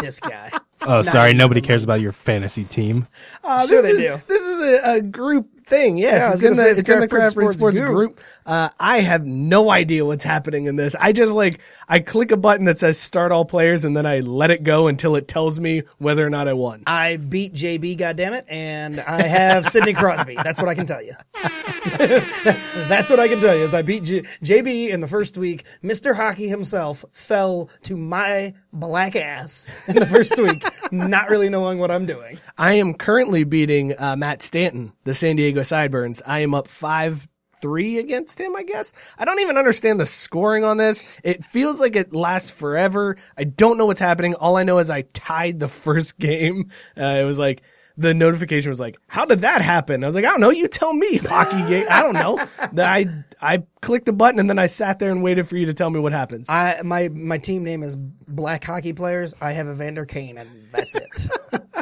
[SPEAKER 2] this guy.
[SPEAKER 3] Oh, sorry, nobody cares about your fantasy team.
[SPEAKER 1] Uh,
[SPEAKER 2] Sure
[SPEAKER 1] this,
[SPEAKER 2] they
[SPEAKER 1] is,
[SPEAKER 2] do.
[SPEAKER 1] this is a, a group thing. Yes,
[SPEAKER 2] Yeah, I
[SPEAKER 1] it's,
[SPEAKER 2] was
[SPEAKER 1] in
[SPEAKER 2] gonna
[SPEAKER 1] the,
[SPEAKER 2] say,
[SPEAKER 1] it's,
[SPEAKER 2] it's
[SPEAKER 1] in the
[SPEAKER 2] Craft Brew
[SPEAKER 1] Craft Brew
[SPEAKER 2] Sports
[SPEAKER 1] Sports
[SPEAKER 2] group.
[SPEAKER 1] group. Uh, I have no idea what's happening in this. I just like I click a button that says start all players, and then I let it go until it tells me whether or not I won.
[SPEAKER 2] I beat JB, goddammit, and I have Sidney Crosby. That's what I can tell you. *laughs* That's what I can tell you is I beat J- JB in the first week. Mr. Hockey himself fell to my black ass in the first week, *laughs* not really knowing what I'm doing.
[SPEAKER 1] I am currently beating uh, Matt Stanton, the San Diego Sideburns. I am up five three against him. I guess I don't even understand the scoring on this. It feels like it lasts forever. I don't know what's happening. All I know is I tied the *laughs* first game. Uh, it was like. The notification was like, "How did that happen?" I was like, "I don't know. You tell me, hockey game. I don't *laughs* know." That I I clicked a button and then I sat there and waited for you to tell me what happens.
[SPEAKER 2] I my my team name is Black Hockey Players. I have Evander Kane, and that's it.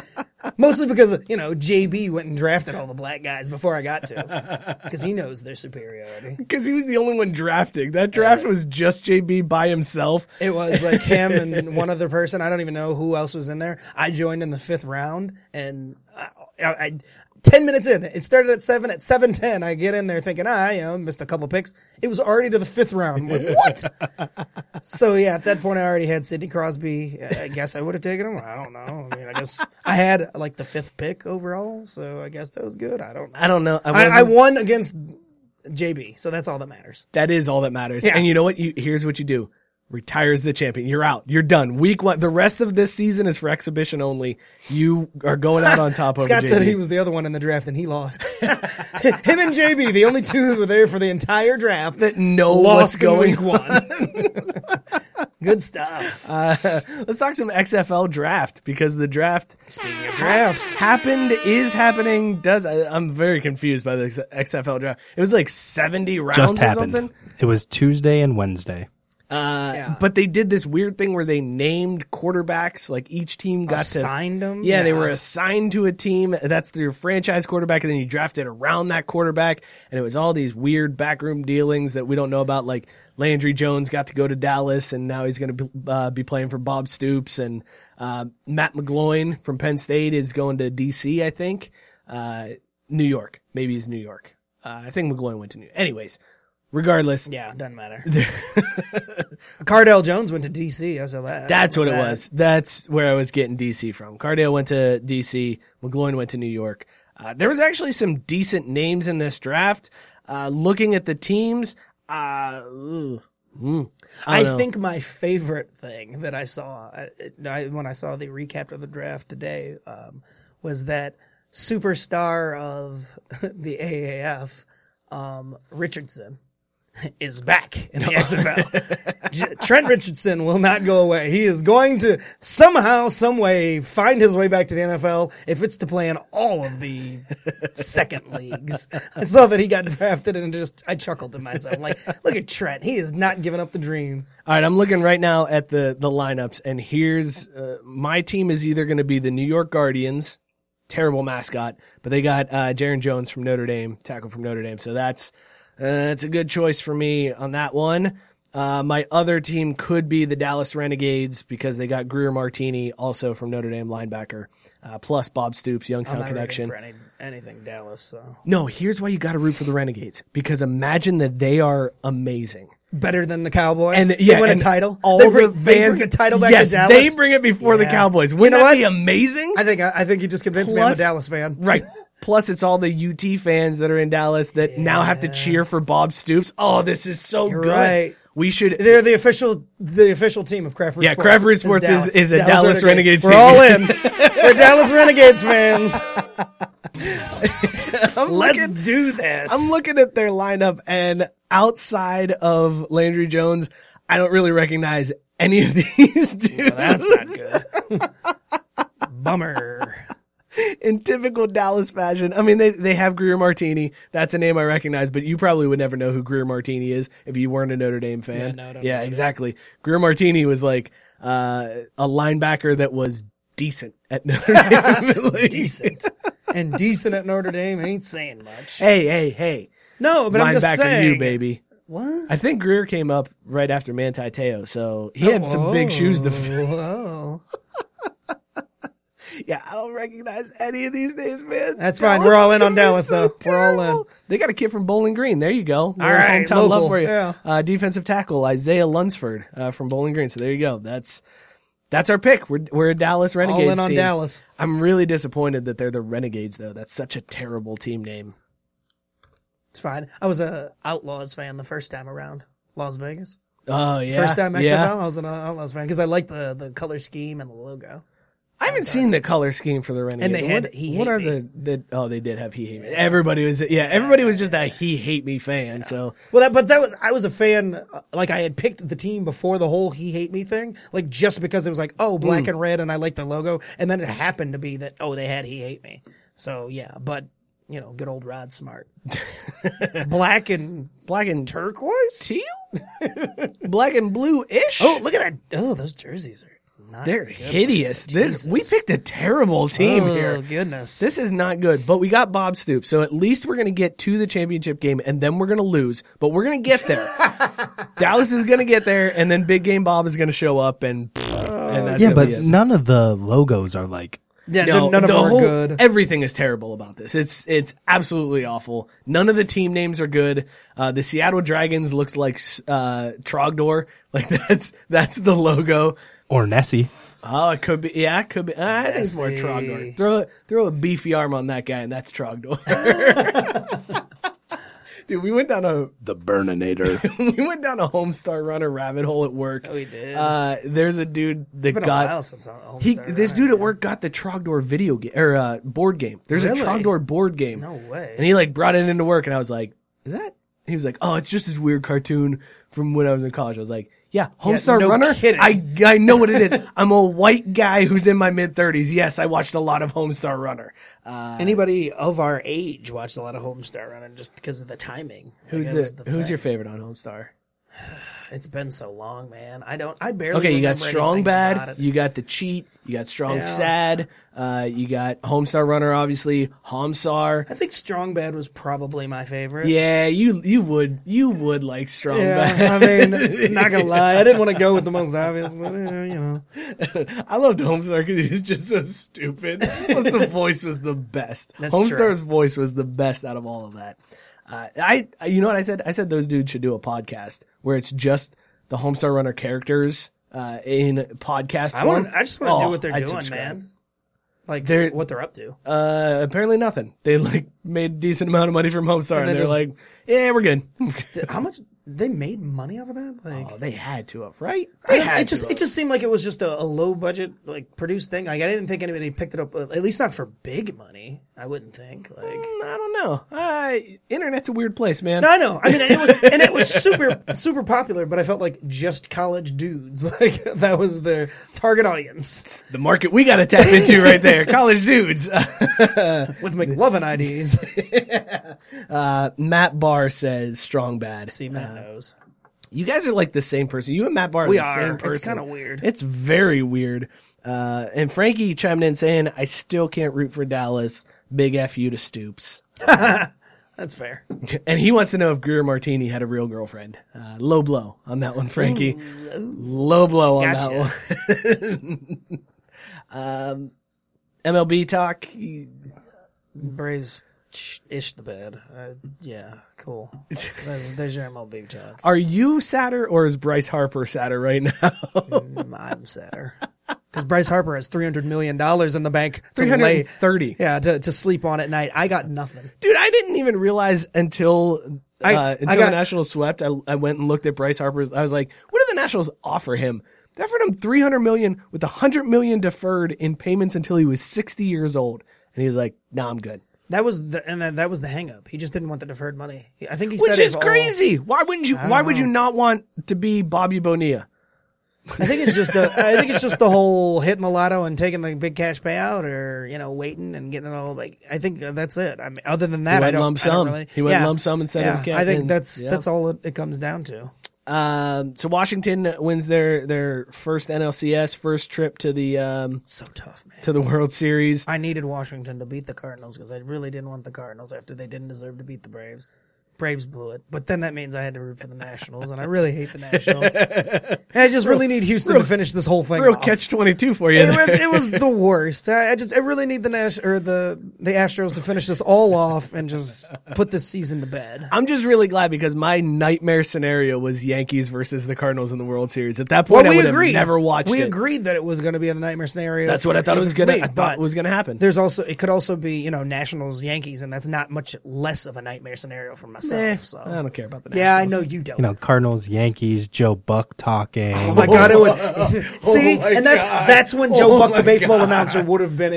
[SPEAKER 2] *laughs* Mostly because you know JB went and drafted all the black guys before I got to, because he knows their superiority.
[SPEAKER 1] Because he was the only one drafting. That draft was just JB by himself.
[SPEAKER 2] It was like
[SPEAKER 1] *laughs*
[SPEAKER 2] him and one other person. I don't even know who else was in there. I joined in the fifth round, and I, I, I Ten minutes in, it started at seven. At seven ten, I get in there thinking, ah, you know, missed a couple picks. It was already to the fifth round.
[SPEAKER 1] *laughs*
[SPEAKER 2] I'm like, what? so yeah, at that point, I already had Sidney Crosby. I guess I would have taken him. I don't know. I mean, I guess I had like the fifth pick overall, so I guess that was good. I don't. know.
[SPEAKER 1] I don't know. I,
[SPEAKER 2] I, I
[SPEAKER 1] wasn't-
[SPEAKER 2] won against JB, so that's all that matters.
[SPEAKER 1] That is all that matters.
[SPEAKER 2] Yeah.
[SPEAKER 1] And you know what? You here's what you do. Retires the champion. You're out. You're done. Week one. The rest of this season is for exhibition only. You are going out on
[SPEAKER 2] *laughs*
[SPEAKER 1] top over
[SPEAKER 2] Scott
[SPEAKER 1] JB.
[SPEAKER 2] said he was the other one in the draft and he lost. *laughs* Him and JB, the only two that were there for the entire draft that
[SPEAKER 1] know what's
[SPEAKER 2] lost in
[SPEAKER 1] going Uh,
[SPEAKER 2] week one. *laughs* Good stuff.
[SPEAKER 1] Let's talk some XFL draft because the draft
[SPEAKER 2] Speaking of drafts,
[SPEAKER 1] happened, is happening, does. I, I'm very confused by the XFL draft. It was like 70 rounds
[SPEAKER 3] Just
[SPEAKER 1] or
[SPEAKER 3] happened.
[SPEAKER 1] something.
[SPEAKER 3] It was Tuesday and Wednesday.
[SPEAKER 2] yeah.
[SPEAKER 1] But they did this weird thing where they named quarterbacks. Like each team got
[SPEAKER 2] Assigned
[SPEAKER 1] to,
[SPEAKER 2] 'em?
[SPEAKER 1] Yeah, they
[SPEAKER 2] Yeah.
[SPEAKER 1] were assigned to a team. That's their franchise quarterback, and then you drafted around that quarterback. And it was all these weird backroom dealings that we don't know about. Like Landry Jones got to go to Dallas, and now he's going to be, uh, be playing for Bob Stoops. And uh, Matt McGloin from Penn State is going to DC, I think. Uh, New York, maybe he's New York. Uh, I think McGloin went to New. Anyways, regardless,
[SPEAKER 2] yeah, doesn't matter. *laughs* Cardell Jones went to DC. I saw that.
[SPEAKER 1] That's what it
[SPEAKER 2] That-
[SPEAKER 1] was. That's where I was getting DC from. Cardale went to DC. McGloin went to New York. Uh, there was actually some decent names in this draft. Uh, looking at the teams, uh, ooh, mm,
[SPEAKER 2] I,
[SPEAKER 1] don't know.
[SPEAKER 2] think my favorite thing that I saw I, I- when I saw the recap of the draft today um, was that superstar of *laughs* the AAF, um, Richardson, is back in
[SPEAKER 1] *laughs*
[SPEAKER 2] the XFL. J- Trent Richardson will not go away. He is going to somehow, some way, find his way back to the NFL if it's to play in all of the second leagues. I saw that he got drafted and just I chuckled to myself. Like, look at Trent. He is not giving up the dream.
[SPEAKER 1] All right, I'm looking right now at the the lineups, and here's uh, my team is either going to be the New York Guardians, terrible mascot, but they got uh, Jaron Jones from Notre Dame, tackle from Notre Dame, so that's uh, that's a good choice for me on that one. Uh, my other team could be the Dallas Renegades because they got Greer Martini, also from Notre Dame linebacker, uh, plus Bob Stoops, Youngstown
[SPEAKER 2] not
[SPEAKER 1] connection.
[SPEAKER 2] for any, anything Dallas. So
[SPEAKER 1] No, here's why you got to root for the Renegades because imagine that they are amazing.
[SPEAKER 2] better than the Cowboys.
[SPEAKER 1] And yeah,
[SPEAKER 2] they win
[SPEAKER 1] and
[SPEAKER 2] a title.
[SPEAKER 1] All
[SPEAKER 2] they bring,
[SPEAKER 1] the
[SPEAKER 2] they bring
[SPEAKER 1] fans
[SPEAKER 2] a title back
[SPEAKER 1] yes,
[SPEAKER 2] to Dallas.
[SPEAKER 1] They bring it before the
[SPEAKER 2] Yeah.
[SPEAKER 1] Cowboys.
[SPEAKER 2] You
[SPEAKER 1] Wouldn't
[SPEAKER 2] know
[SPEAKER 1] that
[SPEAKER 2] what?
[SPEAKER 1] be amazing?
[SPEAKER 2] I think I, I think you just convinced me I'm a
[SPEAKER 1] Plus-
[SPEAKER 2] Dallas fan.
[SPEAKER 1] right. Plus, it's all the UT fans that are in Dallas that now have to cheer for Bob Stoops. Oh, this is so good.
[SPEAKER 2] right.
[SPEAKER 1] We should.
[SPEAKER 2] They're the official the official team of Craft Root
[SPEAKER 1] Yeah,
[SPEAKER 2] Sports.
[SPEAKER 1] Craft Root Sports is-
[SPEAKER 2] Dallas-
[SPEAKER 1] is a Dallas Renegades
[SPEAKER 2] We're
[SPEAKER 1] team.
[SPEAKER 2] all in. We're Dallas Renegades *laughs* fans.
[SPEAKER 1] Let's
[SPEAKER 2] do this.
[SPEAKER 1] I'm looking at their lineup, and outside of Landry Jones, I don't really recognize any of *laughs* these dudes.
[SPEAKER 2] That's not good. *laughs* Bummer.
[SPEAKER 1] in typical Dallas fashion. I mean, they, they have Greer Martini. That's a name I recognize, but you probably would never know who Greer Martini is if you weren't a Notre Dame fan. Yeah, exactly. Greer Martini was like uh, a linebacker that was decent at *laughs* Notre Dame. Like,
[SPEAKER 2] Decent. And decent at Notre Dame ain't saying much.
[SPEAKER 1] Hey, hey, hey.
[SPEAKER 2] No, but I'm
[SPEAKER 1] linebacker,
[SPEAKER 2] just saying.
[SPEAKER 1] you baby.
[SPEAKER 2] What?
[SPEAKER 1] I think Greer came up right after Manti Te'o, so he had some
[SPEAKER 2] Oh.
[SPEAKER 1] big shoes to fill.
[SPEAKER 2] Whoa.
[SPEAKER 1] Yeah, I don't recognize any of these names, man.
[SPEAKER 2] That's fine. We're all in on Dallas,
[SPEAKER 1] team is
[SPEAKER 2] though. We're all in.
[SPEAKER 1] terrible. They got a kid from Bowling Green. There you go. Little
[SPEAKER 2] right,
[SPEAKER 1] hometown love
[SPEAKER 2] local.
[SPEAKER 1] for you.
[SPEAKER 2] Yeah.
[SPEAKER 1] Uh, defensive tackle Isaiah Lunsford uh, from Bowling Green. So there you go. That's that's our pick. We're we're a Dallas Renegades.
[SPEAKER 2] in on
[SPEAKER 1] team.
[SPEAKER 2] Dallas.
[SPEAKER 1] I'm really disappointed that they're the Renegades, though. That's such a terrible team name.
[SPEAKER 2] It's fine. I was a Outlaws fan the first time around. Las Vegas.
[SPEAKER 1] Oh yeah.
[SPEAKER 2] First time XFL,
[SPEAKER 1] Yeah.
[SPEAKER 2] I was an Outlaws fan because I liked the, the color scheme and the logo.
[SPEAKER 1] I haven't seen the color scheme for the Renegades.
[SPEAKER 2] they had
[SPEAKER 1] what,
[SPEAKER 2] He
[SPEAKER 1] what
[SPEAKER 2] Hate
[SPEAKER 1] are
[SPEAKER 2] Me.
[SPEAKER 1] the, the oh they did have he hate me. Everybody was yeah everybody was just a he hate me fan. So
[SPEAKER 2] Well, that, but that was I was a fan. uh, Like I had picked the team before the whole "he hate me" thing, like just because it was like, oh, black
[SPEAKER 5] Mm.
[SPEAKER 2] and red, and I like the logo, and then it happened to be that oh, they had "he hate me." So yeah, but you know, good old
[SPEAKER 5] *laughs*
[SPEAKER 2] Rod Smart, black and
[SPEAKER 1] black and turquoise.
[SPEAKER 2] turquoise
[SPEAKER 1] teal, black and blue ish.
[SPEAKER 2] Oh, look at that! Oh, those jerseys are not.
[SPEAKER 1] they're hideous. This we picked a terrible team
[SPEAKER 2] oh
[SPEAKER 1] here.
[SPEAKER 2] goodness!
[SPEAKER 1] This is not good, but we got Bob Stoops, so at least we're going to get to the championship game, and then we're going to lose, but we're going to get
[SPEAKER 2] *laughs*
[SPEAKER 1] there. Dallas is going to get there,
[SPEAKER 2] Uh,
[SPEAKER 1] and then Big Game Bob is going to show up, and, and that's
[SPEAKER 3] yeah,
[SPEAKER 1] gonna
[SPEAKER 3] but
[SPEAKER 1] be it.
[SPEAKER 3] none of the logos are like
[SPEAKER 2] Yeah, they're- none of them are good.
[SPEAKER 1] Everything is terrible about this. It's it's absolutely awful. None of the team names are good. Uh, the Seattle Dragons looks like uh, Trogdor. *laughs* Like that's that's the logo.
[SPEAKER 3] Or Nessie.
[SPEAKER 1] Oh, it could be. Yeah, it could be. Ah, I think it's more Trogdor. Throw a- throw a beefy arm on that guy, and that's Trogdor. *laughs* Dude, we went down a
[SPEAKER 6] The Burninator.
[SPEAKER 1] *laughs* we went down a Homestar Runner rabbit hole at work.
[SPEAKER 2] Oh, We did.
[SPEAKER 1] Uh, there's a dude that
[SPEAKER 2] been a
[SPEAKER 1] got
[SPEAKER 2] while since I- Homestar
[SPEAKER 1] he,
[SPEAKER 2] Runner,
[SPEAKER 1] this dude at work got the Trogdor video game or uh, board game. There's
[SPEAKER 2] Really?
[SPEAKER 1] a Trogdor board game.
[SPEAKER 2] No way.
[SPEAKER 1] And he like brought it into work, and I was like, "Is that?" He was like, "Oh, it's just this weird cartoon from when I was in college." I was like, "Yeah, Homestar
[SPEAKER 2] no
[SPEAKER 1] Runner.
[SPEAKER 2] kidding.
[SPEAKER 1] I I know what it is. *laughs* I'm a white guy who's in my mid 30s. Yes, I watched a lot of Homestar Runner. Uh,
[SPEAKER 5] Anybody of our age watched a lot of Homestar Runner just because of the timing.
[SPEAKER 1] who's
[SPEAKER 2] that was
[SPEAKER 1] the,
[SPEAKER 2] the
[SPEAKER 1] Who's your
[SPEAKER 2] thing.
[SPEAKER 1] favorite on Homestar?
[SPEAKER 2] It's been so long, man. I don't. I barely.
[SPEAKER 1] Okay, you got
[SPEAKER 2] remember
[SPEAKER 1] strong
[SPEAKER 2] anything about
[SPEAKER 1] bad.
[SPEAKER 2] it.
[SPEAKER 1] You got the cheat. You got strong sad. Uh, you got Homestar Runner, obviously. Homsar.
[SPEAKER 2] I think strong bad was probably my favorite.
[SPEAKER 1] Yeah, you you would you would like strong bad. *laughs*
[SPEAKER 2] Yeah, I mean, not gonna lie, I didn't want to go with the most obvious, but eh, you know,
[SPEAKER 1] I loved Homestar because he was just so stupid. Plus,
[SPEAKER 2] *laughs*
[SPEAKER 1] the voice was the best.
[SPEAKER 2] That's
[SPEAKER 1] Homestar's voice was the best out of all of that. Uh, I, I- you know what I said? I said those dudes should do a podcast where it's just the Homestar Runner characters uh, in podcast
[SPEAKER 2] I
[SPEAKER 1] form.
[SPEAKER 2] want. I just want to
[SPEAKER 1] Oh,
[SPEAKER 2] do what they're
[SPEAKER 1] I'd
[SPEAKER 2] doing,
[SPEAKER 1] subscribe.
[SPEAKER 2] man. Like
[SPEAKER 1] They're-
[SPEAKER 2] what they're up to.
[SPEAKER 1] Uh, apparently nothing. They like made a decent amount of money from Homestar, and,
[SPEAKER 2] they
[SPEAKER 1] they're
[SPEAKER 2] just-
[SPEAKER 1] like, "Yeah, we're good." *laughs*
[SPEAKER 2] How much they made money off of that? Like,
[SPEAKER 1] oh, they had to have, right? Oh, They
[SPEAKER 2] I,
[SPEAKER 1] had
[SPEAKER 2] it just
[SPEAKER 1] to
[SPEAKER 2] it
[SPEAKER 1] have.
[SPEAKER 2] just seemed like it was just a, a low budget like produced thing. Like I didn't think anybody picked it up. uh, At least not for big money. I wouldn't think. Like
[SPEAKER 1] I don't know. Uh, internet's a weird place, man.
[SPEAKER 2] no, I know. I mean, it was and it *laughs* was super super popular. But I felt like just college dudes. *laughs* Like that was their target audience
[SPEAKER 1] the market we got to tap into right there, *laughs* college dudes. Uh,
[SPEAKER 2] with McLovin *laughs* IDs.
[SPEAKER 1] Matt Barr says strong bad.
[SPEAKER 2] See, Matt knows.
[SPEAKER 1] You guys are like the same person. You and Matt Barr are
[SPEAKER 2] We
[SPEAKER 1] the
[SPEAKER 2] are.
[SPEAKER 1] same
[SPEAKER 2] It's
[SPEAKER 1] person.
[SPEAKER 2] kinda weird.
[SPEAKER 1] It's very weird. Uh, and Frankie chimed in saying, "I still can't root for Dallas. Big f you to Stoops."
[SPEAKER 2] *laughs* That's fair.
[SPEAKER 1] And he wants to know if Greer Martini had a real girlfriend. Uh, low blow on that one, Frankie. Low blow on that one.
[SPEAKER 2] Gotcha.
[SPEAKER 1] MLB talk.
[SPEAKER 2] *laughs* Braves sh- ish the bed. Uh, yeah, cool. There's, there's your MLB talk.
[SPEAKER 1] Are you sadder or is Bryce Harper sadder right now? *laughs*
[SPEAKER 2] Mm, I'm *laughs* sadder because Bryce Harper has 300 million dollars in the bank.
[SPEAKER 1] Three
[SPEAKER 2] to
[SPEAKER 1] hundred
[SPEAKER 2] lay.
[SPEAKER 1] thirty.
[SPEAKER 2] Yeah, to, to sleep on at night. I got nothing.
[SPEAKER 1] Dude, I didn't even realize until uh,
[SPEAKER 2] I- I
[SPEAKER 1] until the
[SPEAKER 2] got-
[SPEAKER 1] Nationals swept. I, I went and looked at Bryce Harper's. I was like, what did the Nationals offer him? They offered him three hundred million with a hundred million deferred in payments until he was sixty years old, and he was like, "Nah, I'm good,"
[SPEAKER 2] That was the and then that was the hang up. He just didn't want the deferred money. He- I think he
[SPEAKER 1] which
[SPEAKER 2] said it
[SPEAKER 1] is
[SPEAKER 2] all-
[SPEAKER 1] crazy. Why wouldn't you?
[SPEAKER 2] don't
[SPEAKER 1] Why would
[SPEAKER 2] know.
[SPEAKER 1] you not want to be Bobby Bonilla?
[SPEAKER 2] I think it's just the I think it's just the whole hitting the lotto and taking the big cash payout, or you know waiting and getting it all. Like I think that's it. I mean, other than that,
[SPEAKER 1] went
[SPEAKER 2] I don't.
[SPEAKER 1] lump
[SPEAKER 2] I don't
[SPEAKER 1] sum.
[SPEAKER 2] really,
[SPEAKER 1] He went lump sum instead of
[SPEAKER 2] Yeah,
[SPEAKER 1] ca-
[SPEAKER 2] I think
[SPEAKER 1] and-
[SPEAKER 2] that's
[SPEAKER 1] yeah.
[SPEAKER 2] that's all it, it comes down to.
[SPEAKER 1] Um, so Washington wins their their first NLCS, first trip to the um,
[SPEAKER 2] So tough, man.
[SPEAKER 1] to the World Series.
[SPEAKER 2] I needed Washington to beat the Cardinals because I really didn't want the Cardinals after they didn't deserve to beat the Braves. Braves blew it, but then that means I had to root for the Nationals, and I really hate
[SPEAKER 1] *laughs*
[SPEAKER 2] the Nationals. And I just really need Houston to finish this whole thing.
[SPEAKER 1] Real
[SPEAKER 2] off.
[SPEAKER 1] catch twenty two for you. *laughs*
[SPEAKER 2] It
[SPEAKER 1] there.
[SPEAKER 2] was, it was the worst. I, I just I really need the Nash or the the Astros to finish this all off and just put this season to bed.
[SPEAKER 1] I'm just really glad because my nightmare scenario was Yankees versus the Cardinals in the World Series. At that
[SPEAKER 2] Well,
[SPEAKER 1] point, I
[SPEAKER 2] we
[SPEAKER 1] would
[SPEAKER 2] agreed.
[SPEAKER 1] have never watched
[SPEAKER 2] We
[SPEAKER 1] it.
[SPEAKER 2] agreed that it was going to be a nightmare scenario.
[SPEAKER 1] That's what I thought it was gonna.
[SPEAKER 2] Wait,
[SPEAKER 1] I thought
[SPEAKER 2] but
[SPEAKER 1] it was gonna happen.
[SPEAKER 2] There's also it could also be you know Nationals Yankees, and that's not much less of a nightmare scenario for myself.
[SPEAKER 1] Eh,
[SPEAKER 2] so
[SPEAKER 1] I don't care about the.
[SPEAKER 2] Yeah, I
[SPEAKER 1] Nationals.
[SPEAKER 2] know you don't.
[SPEAKER 3] *laughs* You know, Cardinals, Yankees, Joe Buck talking.
[SPEAKER 2] Oh my
[SPEAKER 1] *laughs*
[SPEAKER 2] god, it would see,
[SPEAKER 1] Oh my
[SPEAKER 2] and that's
[SPEAKER 1] God.
[SPEAKER 2] that's when Joe
[SPEAKER 1] Oh
[SPEAKER 2] Buck,
[SPEAKER 1] my
[SPEAKER 2] the baseball
[SPEAKER 1] God. Oh,
[SPEAKER 2] announcer, would have been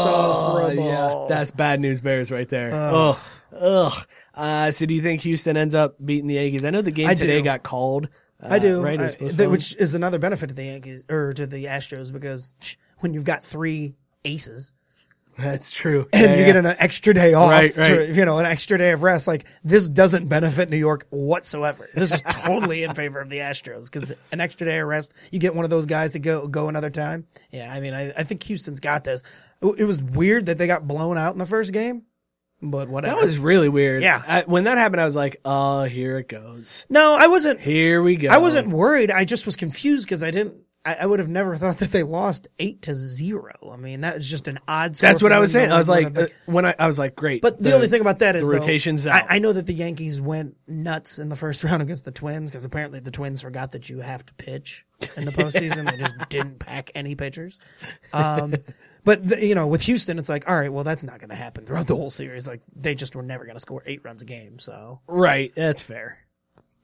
[SPEAKER 2] insufferable.
[SPEAKER 1] Yeah, that's bad news bears right there. Ugh, ugh. Uh, so do you think Houston ends up beating the Yankees? I know the game
[SPEAKER 2] I
[SPEAKER 1] today
[SPEAKER 2] do.
[SPEAKER 1] got called. Uh,
[SPEAKER 2] I do,
[SPEAKER 1] Right, It
[SPEAKER 2] I-
[SPEAKER 1] was
[SPEAKER 2] th-
[SPEAKER 1] postponed.
[SPEAKER 2] which is another benefit to the Yankees or to the Astros because psh, when you've got three aces
[SPEAKER 1] *laughs* that's true.
[SPEAKER 2] *laughs* and
[SPEAKER 1] Yeah,
[SPEAKER 2] you
[SPEAKER 1] yeah.
[SPEAKER 2] get an extra day off,
[SPEAKER 1] Right,
[SPEAKER 2] to,
[SPEAKER 1] right.
[SPEAKER 2] you know, an extra day of rest, like this doesn't benefit New York whatsoever. This is totally in favor of the Astros because an extra day of rest, you get one of those guys to go go another time. Yeah, I mean, I, I think Houston's got this. It was weird that they got blown out in the first game, but whatever.
[SPEAKER 1] that was really weird.
[SPEAKER 2] Yeah.
[SPEAKER 1] I, when that happened, I was like, "Oh, here it goes.
[SPEAKER 2] no, I wasn't.
[SPEAKER 1] Here we go."
[SPEAKER 2] I wasn't worried. I just was confused because I didn't. I, I would have never thought that they lost eight to zero. I mean, that was just an odd. Score
[SPEAKER 1] That's
[SPEAKER 2] for
[SPEAKER 1] what I
[SPEAKER 2] them
[SPEAKER 1] was
[SPEAKER 2] to
[SPEAKER 1] saying. I was
[SPEAKER 2] win.
[SPEAKER 1] like, uh, when I, I was like, great.
[SPEAKER 2] But the, only thing about that is
[SPEAKER 1] the
[SPEAKER 2] though,
[SPEAKER 1] rotation's out.
[SPEAKER 2] I, I know that the Yankees went nuts in the first *laughs* round against the Twins because apparently the Twins forgot that you have to pitch
[SPEAKER 1] *laughs*
[SPEAKER 2] in the postseason. they just didn't pack any pitchers. Um, but the, you know, with Houston, it's like, all right, well, that's not going to happen throughout the whole series. Like they just were never going to score eight runs a game. So
[SPEAKER 1] right. That's fair.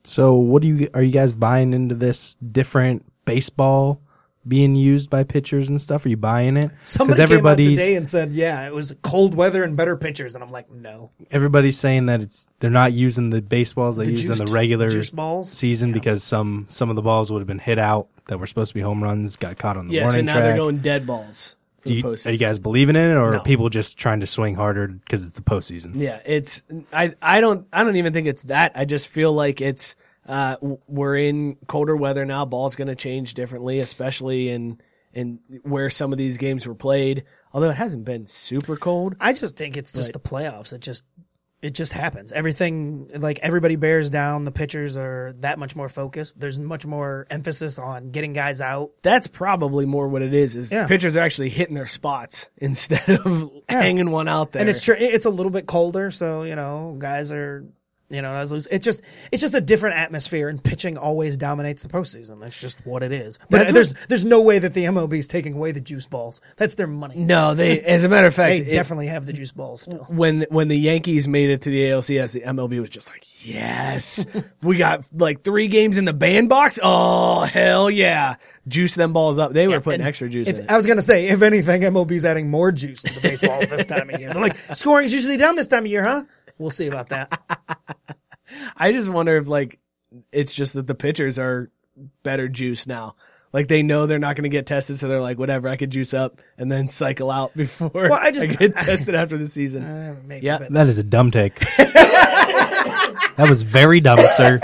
[SPEAKER 3] So, what do you are you guys buying into this different baseball being used by pitchers and stuff? Are you buying it? 'Cause
[SPEAKER 2] somebody came out
[SPEAKER 3] everybody's
[SPEAKER 2] today and said, yeah, it was cold weather and better pitchers, and I'm like, no.
[SPEAKER 3] everybody's saying that it's they're not using the baseballs they
[SPEAKER 2] The
[SPEAKER 3] use in
[SPEAKER 2] juiced-
[SPEAKER 3] the regular
[SPEAKER 2] juice balls?
[SPEAKER 3] season because some some of the balls would have been hit out that were supposed to be home runs got caught on the
[SPEAKER 1] Yeah.
[SPEAKER 3] warning
[SPEAKER 1] So now
[SPEAKER 3] track.
[SPEAKER 1] they're going dead balls for
[SPEAKER 3] do
[SPEAKER 1] the
[SPEAKER 3] you,
[SPEAKER 1] postseason.
[SPEAKER 3] are you guys believing in it, or are people just trying to swing harder because it's the postseason?
[SPEAKER 1] Yeah, it's I I don't I don't even think it's that. I just feel like it's uh w- we're in colder weather now. Ball's going to change differently, especially in in where some of these games were played. Although it hasn't been super cold.
[SPEAKER 2] I just think it's just the playoffs. It just it just happens. Everything like everybody bears down. The pitchers are that much more focused. There's much more emphasis on getting guys out.
[SPEAKER 1] That's probably more what it is. Is
[SPEAKER 2] Yeah.
[SPEAKER 1] pitchers are actually hitting their spots *laughs* instead of hanging one out there.
[SPEAKER 2] And it's true. It's a little bit colder, so you know guys are you know as loose. It's just it's just a different atmosphere, and pitching always dominates the postseason. That's just what it is. But
[SPEAKER 1] That's
[SPEAKER 2] there's there's no way that the MLB is taking away the juice balls. That's their money.
[SPEAKER 1] No, they as a matter of fact,
[SPEAKER 2] They
[SPEAKER 1] it-
[SPEAKER 2] definitely have the juice balls still.
[SPEAKER 1] when when the Yankees made it to the ALCS, the MLB was just like,
[SPEAKER 2] *laughs*
[SPEAKER 1] "Yes, we got like three games in the bandbox. Oh hell yeah, juice them balls up." They were putting
[SPEAKER 2] And
[SPEAKER 1] extra juice
[SPEAKER 2] if-
[SPEAKER 1] in it.
[SPEAKER 2] I was gonna say, if anything, MLB's adding more juice to the baseballs this time of year. They're like, scoring's usually down this time of year, huh? We'll see about that.
[SPEAKER 1] I just wonder if like it's just that the pitchers are better juice now. Like they know they're not going to get tested, so they're like, "Whatever, I could juice up and then cycle out *laughs* before
[SPEAKER 2] Well,
[SPEAKER 1] I,
[SPEAKER 2] I just- Uh,
[SPEAKER 1] get tested after the season."
[SPEAKER 2] Maybe,
[SPEAKER 1] Yeah.
[SPEAKER 2] but
[SPEAKER 3] That is a
[SPEAKER 1] *laughs*
[SPEAKER 3] dumb take. that was very dumb, sir.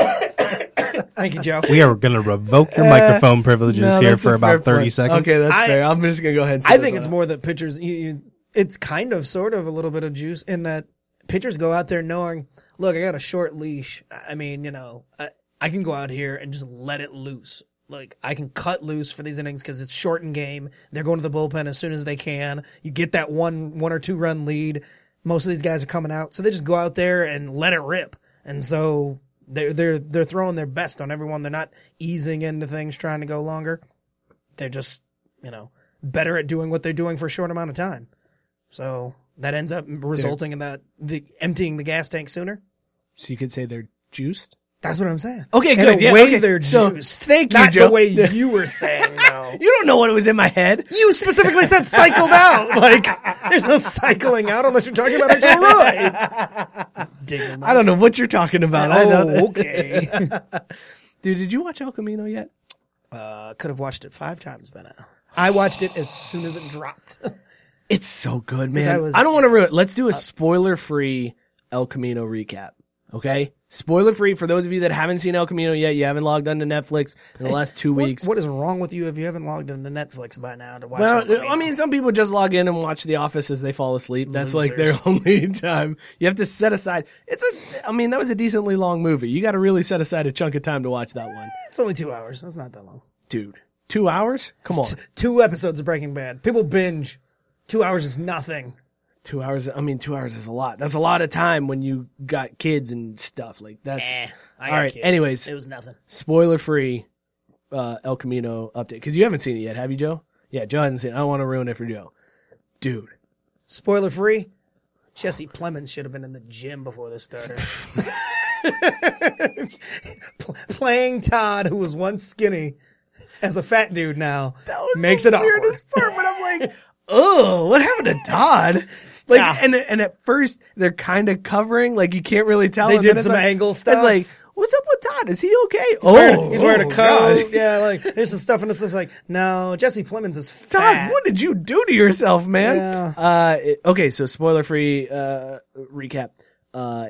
[SPEAKER 2] thank you, Joe.
[SPEAKER 3] We are going to revoke your microphone privileges
[SPEAKER 1] Uh, No,
[SPEAKER 3] here
[SPEAKER 1] that's
[SPEAKER 3] for
[SPEAKER 1] a fair
[SPEAKER 3] about thirty
[SPEAKER 1] point.
[SPEAKER 3] seconds.
[SPEAKER 1] Okay, that's
[SPEAKER 2] I-
[SPEAKER 1] fair. I'm just gonna go ahead. and say
[SPEAKER 2] I
[SPEAKER 1] this
[SPEAKER 2] think
[SPEAKER 1] one
[SPEAKER 2] it's
[SPEAKER 1] out.
[SPEAKER 2] more that pitchers. You, you, it's kind of, sort of, a little bit of juice in that pitchers go out there knowing, look, I got a short leash. I I mean, you know, I, I can go out here and just let it loose. Like I can cut loose for these innings because it's shortened game. They're going to the bullpen as soon as they can. You get that one, one or two run lead. Most of these guys are coming out, so they just go out there and let it rip. And so they're they're they're throwing their best on everyone. They're not easing into things, trying to go longer they're just you know better at doing what they're doing for a short amount of time so that ends up resulting in that the emptying the gas tank sooner
[SPEAKER 1] So you could say they're juiced.
[SPEAKER 2] that's what i'm saying
[SPEAKER 1] Okay,
[SPEAKER 2] in
[SPEAKER 1] good,
[SPEAKER 2] a
[SPEAKER 1] yeah,
[SPEAKER 2] way
[SPEAKER 1] okay.
[SPEAKER 2] they're
[SPEAKER 1] So,
[SPEAKER 2] juiced
[SPEAKER 1] thank you,
[SPEAKER 2] not
[SPEAKER 1] Joe.
[SPEAKER 2] the *laughs* way you were saying no
[SPEAKER 1] You don't know what it was in my head.
[SPEAKER 2] you specifically said cycled *laughs* out like there's no cycling out unless you're talking about actual roids Digging
[SPEAKER 1] I don't know what you're talking about. I
[SPEAKER 2] oh,
[SPEAKER 1] don't-
[SPEAKER 2] okay.
[SPEAKER 1] *laughs*
[SPEAKER 2] *laughs*
[SPEAKER 1] Dude, did you watch El Camino yet?
[SPEAKER 2] I Uh, could have watched it five times by now. I watched it as soon as it dropped.
[SPEAKER 1] It's so good,
[SPEAKER 2] 'Cause
[SPEAKER 1] man. I,
[SPEAKER 2] I was- Uh,
[SPEAKER 1] don't want to ruin it. Let's do a spoiler free El Camino recap. Okay? Spoiler free for those of you that haven't seen El Camino yet, you haven't logged onto Netflix in the last two weeks.
[SPEAKER 2] what is wrong with you if you haven't logged into Netflix by now to watch?
[SPEAKER 1] Well,
[SPEAKER 2] something?
[SPEAKER 1] I mean, some people just log in and watch The Office as they fall asleep. That's like their *laughs* only time. You have to set aside. It's a. I mean, that was a decently long movie. You got to really set aside a chunk of time to watch that one,
[SPEAKER 2] It's only two hours. That's not that long.
[SPEAKER 1] dude. Two hours? Come on.
[SPEAKER 2] Two episodes of Breaking Bad. People binge. Two hours is nothing.
[SPEAKER 1] two hours i mean two hours is a lot that's a lot of time when you got kids and stuff like that's
[SPEAKER 2] Eh,
[SPEAKER 1] all right anyways
[SPEAKER 2] it was nothing.
[SPEAKER 1] spoiler free uh el camino update because you haven't seen it yet have you joe yeah joe hasn't seen it i don't want to ruin it for joe dude
[SPEAKER 2] Spoiler free. Jesse Plemons should have been in the gym before
[SPEAKER 1] *laughs*
[SPEAKER 2] this started. Pl- playing Todd, who was once skinny, as a fat dude now, makes it awkward.
[SPEAKER 1] part but i'm like oh what happened to todd like
[SPEAKER 2] Yeah.
[SPEAKER 1] and and at first they're kind of covering like you can't really tell
[SPEAKER 2] They
[SPEAKER 1] and
[SPEAKER 2] did
[SPEAKER 1] then it's
[SPEAKER 2] some
[SPEAKER 1] like-
[SPEAKER 2] angle
[SPEAKER 1] it's
[SPEAKER 2] stuff.
[SPEAKER 1] like what's up with todd is he okay
[SPEAKER 2] He's
[SPEAKER 1] oh
[SPEAKER 2] wearing, he's wearing a
[SPEAKER 1] oh,
[SPEAKER 2] coat.
[SPEAKER 1] God.
[SPEAKER 2] *laughs* Yeah, like there's some stuff in this that's like, no, Jesse Plemons is
[SPEAKER 1] Todd,
[SPEAKER 2] fat.
[SPEAKER 1] what did you do to yourself, man?
[SPEAKER 2] Yeah.
[SPEAKER 1] Uh, it- okay, so spoiler free uh, recap. Uh,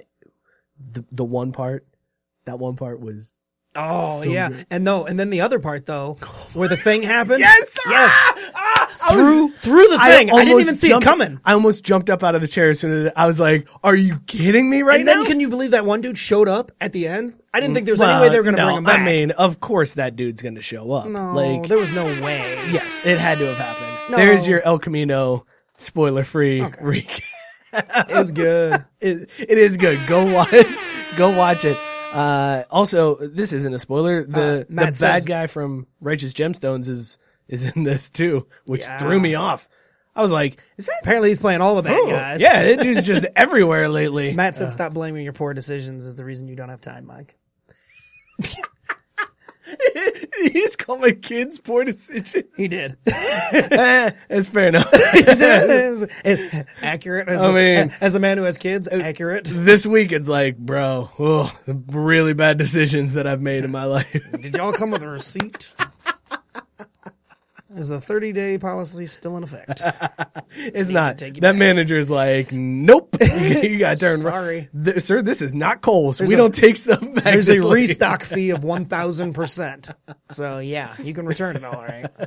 [SPEAKER 1] the the one part, that one part was
[SPEAKER 2] Oh yeah, and no, and then the other part though, where the thing
[SPEAKER 1] *laughs*
[SPEAKER 2] happened.
[SPEAKER 1] Yes!
[SPEAKER 2] yes.
[SPEAKER 1] Ah! through through the
[SPEAKER 2] I
[SPEAKER 1] thing.
[SPEAKER 2] almost
[SPEAKER 1] didn't even see
[SPEAKER 2] jumped-
[SPEAKER 1] it coming. I almost jumped up out of the chair as soon as I was like, "Are you kidding me right
[SPEAKER 2] and
[SPEAKER 1] now?"
[SPEAKER 2] then can you believe that one dude showed up at the end? I didn't think there was any way they were going to
[SPEAKER 1] Mm, no,
[SPEAKER 2] bring him back.
[SPEAKER 1] I mean, of course that dude's going to show up.
[SPEAKER 2] no,
[SPEAKER 1] like,
[SPEAKER 2] there was no way.
[SPEAKER 1] yes, it had to have happened. There's your El Camino spoiler-free recap.
[SPEAKER 2] It was
[SPEAKER 1] *laughs*
[SPEAKER 2] good.
[SPEAKER 1] it, it is good.
[SPEAKER 2] *laughs*
[SPEAKER 1] Go watch. Go watch it. Uh, also, this isn't a spoiler. The the
[SPEAKER 2] Uh, Matt
[SPEAKER 1] bad
[SPEAKER 2] says-
[SPEAKER 1] guy from Righteous Gemstones is is in this too, which threw me off. I was like, "Is that
[SPEAKER 2] Apparently, he's playing all the bad
[SPEAKER 1] cool?
[SPEAKER 2] guys.
[SPEAKER 1] Yeah, Uh. that dude's just *laughs* everywhere lately.
[SPEAKER 2] Matt said, "Stop blaming your poor decisions is the reason you don't have time, Mike."
[SPEAKER 1] *laughs* He's called my kids poor decision.
[SPEAKER 2] *laughs* He did.
[SPEAKER 1] That's fair
[SPEAKER 2] *laughs*
[SPEAKER 1] enough.
[SPEAKER 2] accurate. As
[SPEAKER 1] I
[SPEAKER 2] a-
[SPEAKER 1] mean-
[SPEAKER 2] as a man who has kids, accurate.
[SPEAKER 1] this week it's like, bro, oh, really bad decisions that I've made in my life.
[SPEAKER 2] Did y'all come with a receipt? Is the 30 day policy still in
[SPEAKER 1] *laughs*
[SPEAKER 2] effect?
[SPEAKER 1] It's not.
[SPEAKER 2] take
[SPEAKER 1] That
[SPEAKER 2] you
[SPEAKER 1] manager's like, nope, *laughs* you got to turn. right."
[SPEAKER 2] Sorry.
[SPEAKER 1] Th- sir. This is not Coles.
[SPEAKER 2] There's
[SPEAKER 1] we
[SPEAKER 2] a-
[SPEAKER 1] don't take stuff back.
[SPEAKER 2] There's
[SPEAKER 1] this
[SPEAKER 2] a
[SPEAKER 1] late."
[SPEAKER 2] restock fee of 1,000%. So, yeah, you can return it all right.
[SPEAKER 1] *laughs*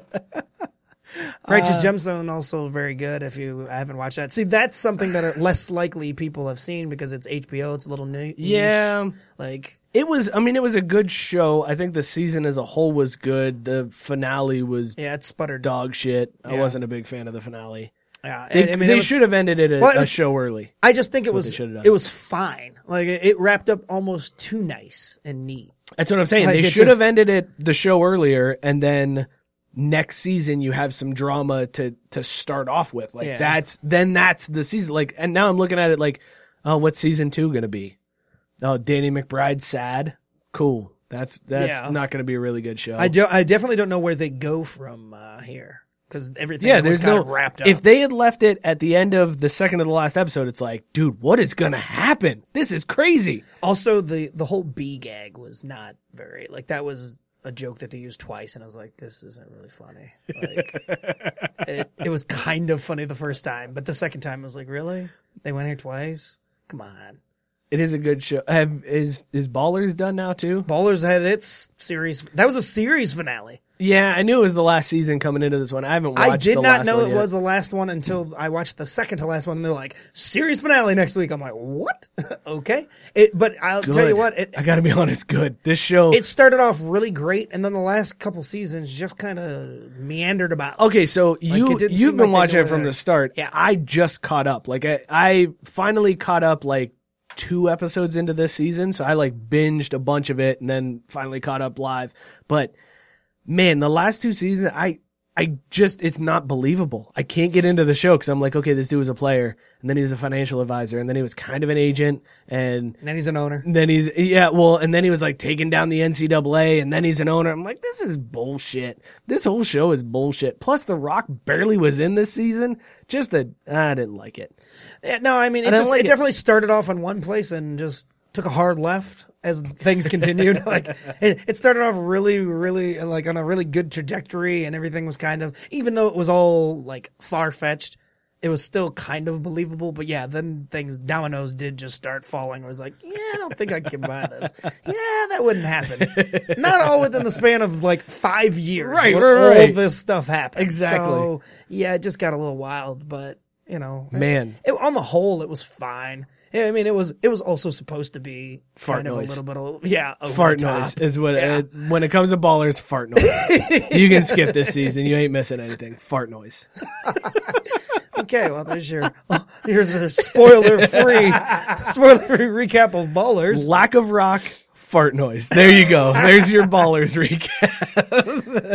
[SPEAKER 2] Righteous
[SPEAKER 1] Uh,
[SPEAKER 2] Gemstone also very good if you I haven't watched that. See, that's something that are less likely people have seen because it's HBO. It's a little new.
[SPEAKER 1] Yeah,
[SPEAKER 2] Like,
[SPEAKER 1] it was. I mean, it was a good show. I think the season as a whole was good. The finale was
[SPEAKER 2] yeah, it's sputtered.
[SPEAKER 1] dog shit. I
[SPEAKER 2] Yeah.
[SPEAKER 1] wasn't a big fan of the finale.
[SPEAKER 2] Yeah.
[SPEAKER 1] They,
[SPEAKER 2] I mean,
[SPEAKER 1] they
[SPEAKER 2] it was-
[SPEAKER 1] should have ended it a,
[SPEAKER 2] Well, it
[SPEAKER 1] a
[SPEAKER 2] was-
[SPEAKER 1] show early.
[SPEAKER 2] I just think it
[SPEAKER 1] they
[SPEAKER 2] was
[SPEAKER 1] should've done.
[SPEAKER 2] it was fine. Like it, it wrapped up almost too nice and neat.
[SPEAKER 1] That's what I'm saying.
[SPEAKER 2] Like,
[SPEAKER 1] they
[SPEAKER 2] it
[SPEAKER 1] should have
[SPEAKER 2] just-
[SPEAKER 1] ended it the show earlier, and then next season you have some drama to to start off with. Like
[SPEAKER 2] Yeah.
[SPEAKER 1] that's then that's the season. Like and now I'm looking at it like, oh, what's season two gonna be? Oh, Danny McBride sad. Cool. That's that's
[SPEAKER 2] Yeah.
[SPEAKER 1] not gonna be a really good show.
[SPEAKER 2] I do. I definitely don't know where they go from uh, here because everything
[SPEAKER 1] yeah,
[SPEAKER 2] was
[SPEAKER 1] there's
[SPEAKER 2] kind
[SPEAKER 1] no
[SPEAKER 2] of wrapped up.
[SPEAKER 1] If they had left it at the end of the second to the last episode, it's like, dude, what is gonna happen? This is crazy.
[SPEAKER 2] also, the the whole bee gag was not very like that was a joke that they used twice, and I was like, this isn't really funny.
[SPEAKER 1] *laughs*
[SPEAKER 2] Like it, it was kind of funny the first time, but the second time I was like, really? They went here twice? Come on.
[SPEAKER 1] It is a good show. Have is is Ballers done now too?
[SPEAKER 2] Ballers had its series. That was a series finale.
[SPEAKER 1] Yeah, I knew it was the last season coming into this one. I haven't watched.
[SPEAKER 2] I did
[SPEAKER 1] the
[SPEAKER 2] not
[SPEAKER 1] last
[SPEAKER 2] know
[SPEAKER 1] one
[SPEAKER 2] it
[SPEAKER 1] yet.
[SPEAKER 2] was the last one until I watched the second to last one. And they're like, series finale next week. I'm like, what? *laughs* okay. It, but I'll tell you
[SPEAKER 1] Good.
[SPEAKER 2] what, it,
[SPEAKER 1] I got to be *laughs* honest. Good. This show.
[SPEAKER 2] it started off really great. And then the last couple seasons just kind of meandered about.
[SPEAKER 1] okay. So you
[SPEAKER 2] it didn't
[SPEAKER 1] you've
[SPEAKER 2] seem
[SPEAKER 1] been
[SPEAKER 2] like
[SPEAKER 1] watching
[SPEAKER 2] they knew
[SPEAKER 1] it from
[SPEAKER 2] where-
[SPEAKER 1] the start.
[SPEAKER 2] Yeah.
[SPEAKER 1] I just caught up. Like I, I finally caught up like two episodes into this season. So I like binged a bunch of it and then finally caught up live. But man, the last two seasons, I. I just, it's not believable. I can't get into the show because I'm like, okay, this dude was a player, and then he was a financial advisor, and then he was kind of an agent, and
[SPEAKER 2] And then he's an owner.
[SPEAKER 1] And then he's yeah, well, and then he was like taking down the NCAA, and then he's an owner. I'm like, this is bullshit. This whole show is bullshit. Plus, The Rock barely was in this season. Just a, ah, I didn't like it.
[SPEAKER 2] Yeah, no, I mean, it,
[SPEAKER 1] don't
[SPEAKER 2] just,
[SPEAKER 1] like
[SPEAKER 2] it
[SPEAKER 1] it.
[SPEAKER 2] definitely started off on one place and just took a hard left as things continued. *laughs* like it, it started off really, really like on a really good trajectory and everything was kind of, even though it was all like far fetched, it was still kind of believable. But yeah, then things, dominoes did just start falling. I was like, yeah, I don't think I can buy this. yeah, that wouldn't happen. Not all within the span of like five years.
[SPEAKER 1] Right,
[SPEAKER 2] when
[SPEAKER 1] right,
[SPEAKER 2] all
[SPEAKER 1] right.
[SPEAKER 2] this stuff happened.
[SPEAKER 1] Exactly.
[SPEAKER 2] So, yeah, it just got a little wild, but you know,
[SPEAKER 1] Man.
[SPEAKER 2] it, on the whole, it was fine. Yeah, I mean, it was it was also supposed to be
[SPEAKER 1] Fart
[SPEAKER 2] kind
[SPEAKER 1] noise.
[SPEAKER 2] of a little bit of yeah over
[SPEAKER 1] Fart
[SPEAKER 2] the top.
[SPEAKER 1] noise is what
[SPEAKER 2] Yeah.
[SPEAKER 1] uh, when it comes to ballers, fart noise. you can skip this season. You ain't missing anything. Fart noise.
[SPEAKER 2] okay, well, there's your oh, here's
[SPEAKER 1] *laughs*
[SPEAKER 2] your spoiler free spoiler free recap of ballers.
[SPEAKER 1] Lack of rock. Fart noise. There you go. There's your ballers *laughs* recap.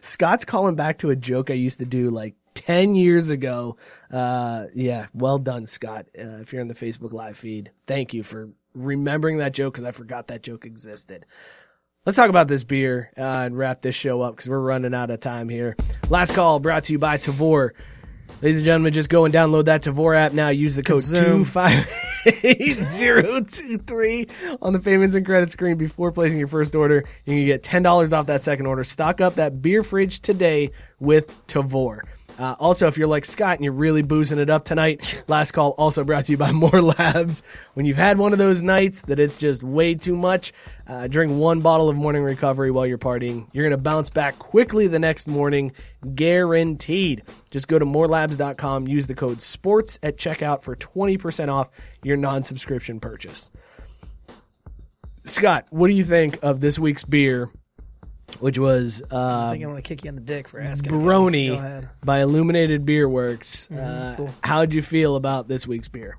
[SPEAKER 1] Scott's calling back to a joke I used to do like 10 years ago. Uh, yeah, well done, Scott. Uh, if you're in the Facebook live feed, thank you for remembering that joke because I forgot that joke existed. Let's talk about this beer uh, and wrap this show up because we're running out of time here. Last call brought to you by Tavor. Ladies and gentlemen, just go and download that Tavor app now. Use the code two
[SPEAKER 2] Consume.
[SPEAKER 1] five eight zero two three on the payments and credit screen before placing your first order. You can get ten dollars off that second order. Stock up that beer fridge today with Tavor. Uh, also, if you're like Scott and you're really boozing it up tonight, last call also brought to you by *laughs* More Labs. When you've had one of those nights that it's just way too much, uh, drink one bottle of morning recovery while you're partying. You're going to bounce back quickly the next morning, guaranteed. Just go to morelabs.com, use the code SPORTS at checkout for 20% off your non subscription purchase. Scott, what do you think of this week's beer, which was uh,
[SPEAKER 2] I think I want to kick you in the dick for asking. again. Go
[SPEAKER 1] Brony
[SPEAKER 2] ahead.
[SPEAKER 1] by Illuminated Beer Works? uh,
[SPEAKER 2] cool.
[SPEAKER 1] How'd you feel about this week's beer?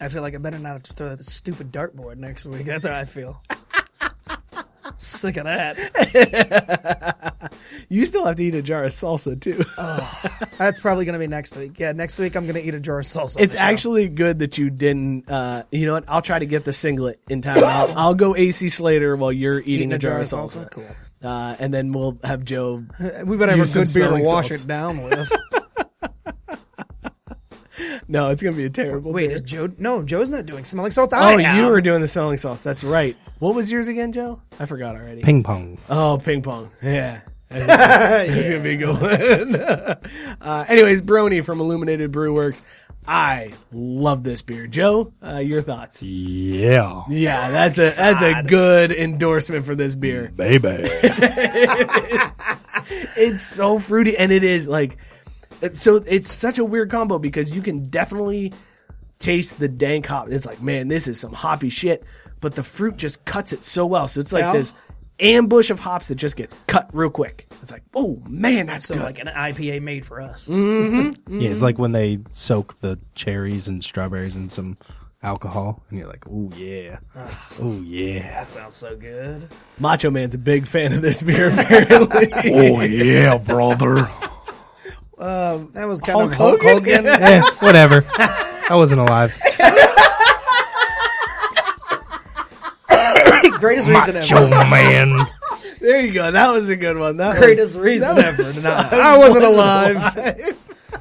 [SPEAKER 2] I feel like I better not have to throw that stupid dartboard next week. That's how
[SPEAKER 1] *laughs*
[SPEAKER 2] I feel. Sick of that.
[SPEAKER 1] You still have to eat a jar of salsa too. *laughs*
[SPEAKER 2] That's probably going to be next week. Yeah, next week I'm going to eat a jar of salsa. on
[SPEAKER 1] it's
[SPEAKER 2] the show.
[SPEAKER 1] actually good that you didn't. Uh, you know what? I'll try to get the singlet in time. *coughs* I'll, I'll go AC Slater while you're eating, a, jar, of salsa.
[SPEAKER 2] Cool.
[SPEAKER 1] Uh, and then we'll have Joe. *laughs*
[SPEAKER 2] We better have
[SPEAKER 1] Use
[SPEAKER 2] a
[SPEAKER 1] some
[SPEAKER 2] good beer
[SPEAKER 1] smelling
[SPEAKER 2] to wash
[SPEAKER 1] salts.
[SPEAKER 2] it
[SPEAKER 1] *laughs*
[SPEAKER 2] down with.
[SPEAKER 1] No, it's gonna be a terrible.
[SPEAKER 2] Wait,
[SPEAKER 1] beer.
[SPEAKER 2] is Joe? No, Joe's not doing smelling salts.
[SPEAKER 1] oh,
[SPEAKER 2] I am.
[SPEAKER 1] you were doing the smelling sauce. That's right. What was yours again, Joe? I forgot already.
[SPEAKER 3] Ping pong.
[SPEAKER 1] Oh, ping pong. *laughs* Yeah. That's gonna be a *laughs* good one. *laughs* uh, anyways, Brony from Illuminated Brew Works. I love this beer. Joe, uh, your thoughts?
[SPEAKER 3] Yeah,
[SPEAKER 1] Yeah, that's a that's a good endorsement for this beer.
[SPEAKER 3] baby.
[SPEAKER 1] It's so fruity, and it is like, it's so it's such a weird combo because you can definitely taste the dank hop. It's like, man, this is some hoppy shit, but the fruit just cuts it so well. So it's like
[SPEAKER 2] Yeah.
[SPEAKER 1] this ambush of hops that just gets cut real quick. It's like, oh man, that's
[SPEAKER 2] So
[SPEAKER 1] good. Mm.
[SPEAKER 2] like an IPA made for us.
[SPEAKER 3] Yeah,
[SPEAKER 2] Mm-hmm.
[SPEAKER 3] it's like when they soak the cherries and strawberries in some alcohol, and you're like, oh yeah, oh yeah,
[SPEAKER 2] That sounds so good.
[SPEAKER 1] Macho Man's a big fan of this beer, *laughs* apparently.
[SPEAKER 3] oh
[SPEAKER 2] *laughs*
[SPEAKER 3] yeah, brother.
[SPEAKER 2] That was kind of Hulk Hogan.
[SPEAKER 3] eh,
[SPEAKER 2] *laughs*
[SPEAKER 3] whatever. I wasn't alive.
[SPEAKER 2] *laughs* Greatest reason ever.
[SPEAKER 3] man.
[SPEAKER 1] *laughs*
[SPEAKER 2] *laughs*
[SPEAKER 1] there you go. That was a good one. That was,
[SPEAKER 2] Greatest reason ever. No, I wasn't alive.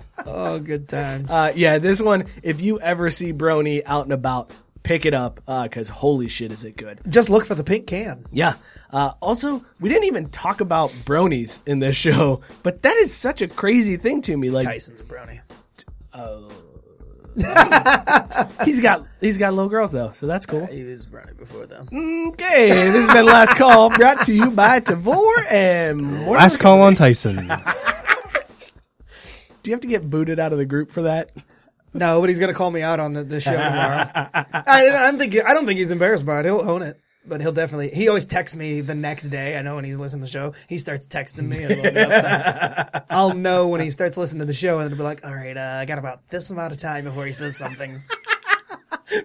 [SPEAKER 1] *laughs*
[SPEAKER 2] oh, good times.
[SPEAKER 1] uh, yeah, this one, if you ever see Brony out and about, pick it up because holy shit is it good.
[SPEAKER 2] Just look for the pink can.
[SPEAKER 1] Yeah. Uh, also, we didn't even talk about bronies in this show, but that is such a crazy thing to me. Like
[SPEAKER 2] Tyson's a brownie.
[SPEAKER 1] he's got he's got little girls though, so that's cool.
[SPEAKER 2] He was brownie before though.
[SPEAKER 1] Okay, this has been last call brought to you by Tavor and Mortimer.
[SPEAKER 3] Last call on Tyson.
[SPEAKER 1] Do you have to get booted out of the group for that?
[SPEAKER 2] No, but he's gonna call me out on the, the
[SPEAKER 1] *laughs*
[SPEAKER 2] show tomorrow. I, I don't think I don't think he's embarrassed by it. He'll own it, but he'll definitely. He always texts me the next day. I know when he's listening to the show, he starts texting me. And it'll
[SPEAKER 1] *laughs*
[SPEAKER 2] be upset. I'll know when he starts listening to the show, and it'll be like, all right, uh, I got about this amount of time before he says
[SPEAKER 1] *laughs*
[SPEAKER 2] something.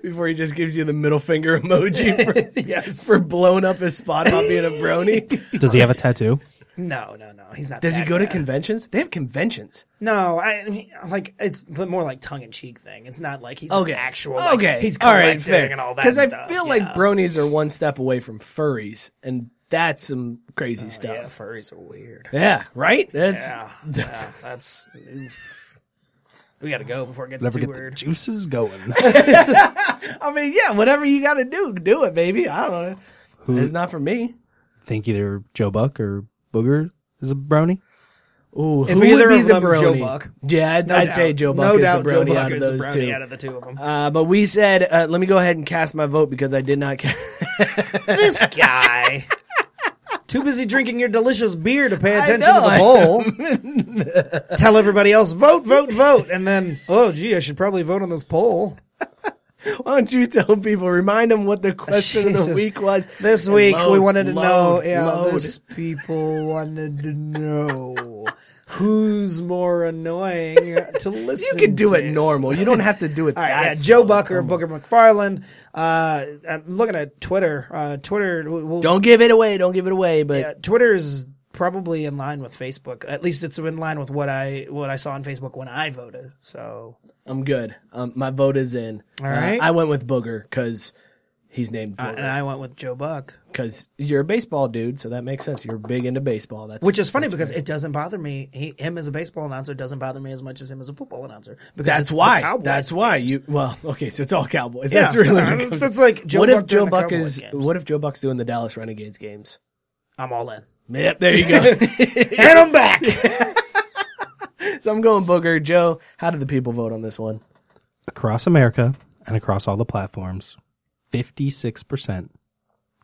[SPEAKER 1] before he just gives you the middle finger emoji for,
[SPEAKER 2] Yes.
[SPEAKER 1] for blowing up his spot about being a brony.
[SPEAKER 3] Does he have a tattoo?
[SPEAKER 2] No, no, no. He's not.
[SPEAKER 1] Does he
[SPEAKER 2] that
[SPEAKER 1] go to
[SPEAKER 2] guy.
[SPEAKER 1] conventions? They have conventions.
[SPEAKER 2] No, I I mean, like it's the more like tongue in cheek thing. It's not like he's an actual. like,
[SPEAKER 1] okay.
[SPEAKER 2] he's
[SPEAKER 1] all
[SPEAKER 2] collecting
[SPEAKER 1] right. Fair.
[SPEAKER 2] and all that.
[SPEAKER 1] Because I
[SPEAKER 2] stuff,
[SPEAKER 1] feel like
[SPEAKER 2] yeah.
[SPEAKER 1] bronies are one step away from furries, and that's some crazy
[SPEAKER 2] Yeah,
[SPEAKER 1] stuff.
[SPEAKER 2] furries are weird.
[SPEAKER 1] Yeah. Right. That's
[SPEAKER 2] Oh, Yeah, yeah, that's. oof. We gotta go before it gets
[SPEAKER 3] Never
[SPEAKER 2] too
[SPEAKER 3] get the
[SPEAKER 2] weird. *laughs*
[SPEAKER 3] juices going.
[SPEAKER 1] I mean, yeah. Whatever you got to do, do it, baby. I don't know. It's not for me.
[SPEAKER 3] Think either Joe Buck or Booger is a brownie.
[SPEAKER 1] Ooh,
[SPEAKER 2] If
[SPEAKER 1] who would
[SPEAKER 2] either
[SPEAKER 1] be
[SPEAKER 2] of
[SPEAKER 1] the
[SPEAKER 2] them are Joe
[SPEAKER 1] brony?
[SPEAKER 2] Buck.
[SPEAKER 1] Yeah, I'd, *laughs*
[SPEAKER 2] No
[SPEAKER 1] I'd
[SPEAKER 2] doubt.
[SPEAKER 1] say Joe Buck
[SPEAKER 2] no
[SPEAKER 1] is
[SPEAKER 2] doubt
[SPEAKER 1] the brony
[SPEAKER 2] Joe Buck
[SPEAKER 1] out of
[SPEAKER 2] is the
[SPEAKER 1] those
[SPEAKER 2] brownie
[SPEAKER 1] two.
[SPEAKER 2] out of the two of
[SPEAKER 1] *laughs*
[SPEAKER 2] them.
[SPEAKER 1] uh, but we said, uh, let me go ahead and cast my vote because I did not. Ca- *laughs*
[SPEAKER 2] this guy. Too busy drinking your delicious beer to pay attention
[SPEAKER 1] know, I
[SPEAKER 2] to the
[SPEAKER 1] *laughs*
[SPEAKER 2] poll. *laughs* Tell everybody else, vote, vote, vote. And then, oh, gee, I should probably vote on this poll.
[SPEAKER 1] Why don't you tell people? Remind them what the question of the
[SPEAKER 2] Jesus.
[SPEAKER 1] week was
[SPEAKER 2] This
[SPEAKER 1] And
[SPEAKER 2] week we
[SPEAKER 1] load,
[SPEAKER 2] wanted to know.
[SPEAKER 1] load,
[SPEAKER 2] Yeah,
[SPEAKER 1] load.
[SPEAKER 2] this people wanted to know who's more annoying to
[SPEAKER 1] you
[SPEAKER 2] listen.
[SPEAKER 1] can do it
[SPEAKER 2] to.
[SPEAKER 1] normal. You don't have to do it.
[SPEAKER 2] *laughs* All right, yeah,
[SPEAKER 1] that
[SPEAKER 2] Joe
[SPEAKER 1] slow. Um,
[SPEAKER 2] Bucker, Booker McFarland. Uh, I'm looking at Twitter. Uh, Twitter. we we'll-
[SPEAKER 1] Don't give it away. Don't give it away. But
[SPEAKER 2] yeah, Twitter is probably in line with Facebook. At least it's in line with what I what I saw on Facebook when I voted. So
[SPEAKER 1] I'm good. Um, my vote is in. All
[SPEAKER 2] right. Uh,
[SPEAKER 1] I went with Booger because he's named
[SPEAKER 2] and I went with Joe Buck,
[SPEAKER 1] because you're a baseball dude, so that makes sense. You're big into baseball. That's
[SPEAKER 2] which is funny because it doesn't bother me. He, him as a baseball announcer doesn't bother me as much as him as a football announcer. Because it's
[SPEAKER 1] That's
[SPEAKER 2] the
[SPEAKER 1] why.
[SPEAKER 2] Cowboys
[SPEAKER 1] That's why
[SPEAKER 2] games.
[SPEAKER 1] you. Well, *laughs* okay, so it's all Cowboys.
[SPEAKER 2] Yeah.
[SPEAKER 1] That's
[SPEAKER 2] *laughs*
[SPEAKER 1] really
[SPEAKER 2] Uh,
[SPEAKER 1] what it comes
[SPEAKER 2] it's-
[SPEAKER 1] to.
[SPEAKER 2] it's like Joe
[SPEAKER 1] what
[SPEAKER 2] Buck
[SPEAKER 1] if Joe
[SPEAKER 2] during the
[SPEAKER 1] Buck
[SPEAKER 2] Cowboys
[SPEAKER 1] is?
[SPEAKER 2] games.
[SPEAKER 1] What if Joe Buck's doing the Dallas Renegades games?
[SPEAKER 2] I'm all in, *laughs*
[SPEAKER 1] Yep, there you go. *laughs*
[SPEAKER 2] and I'm back.
[SPEAKER 1] I'm going Booger. Joe, how did the people vote on this one?
[SPEAKER 3] across America and across all the platforms, 56%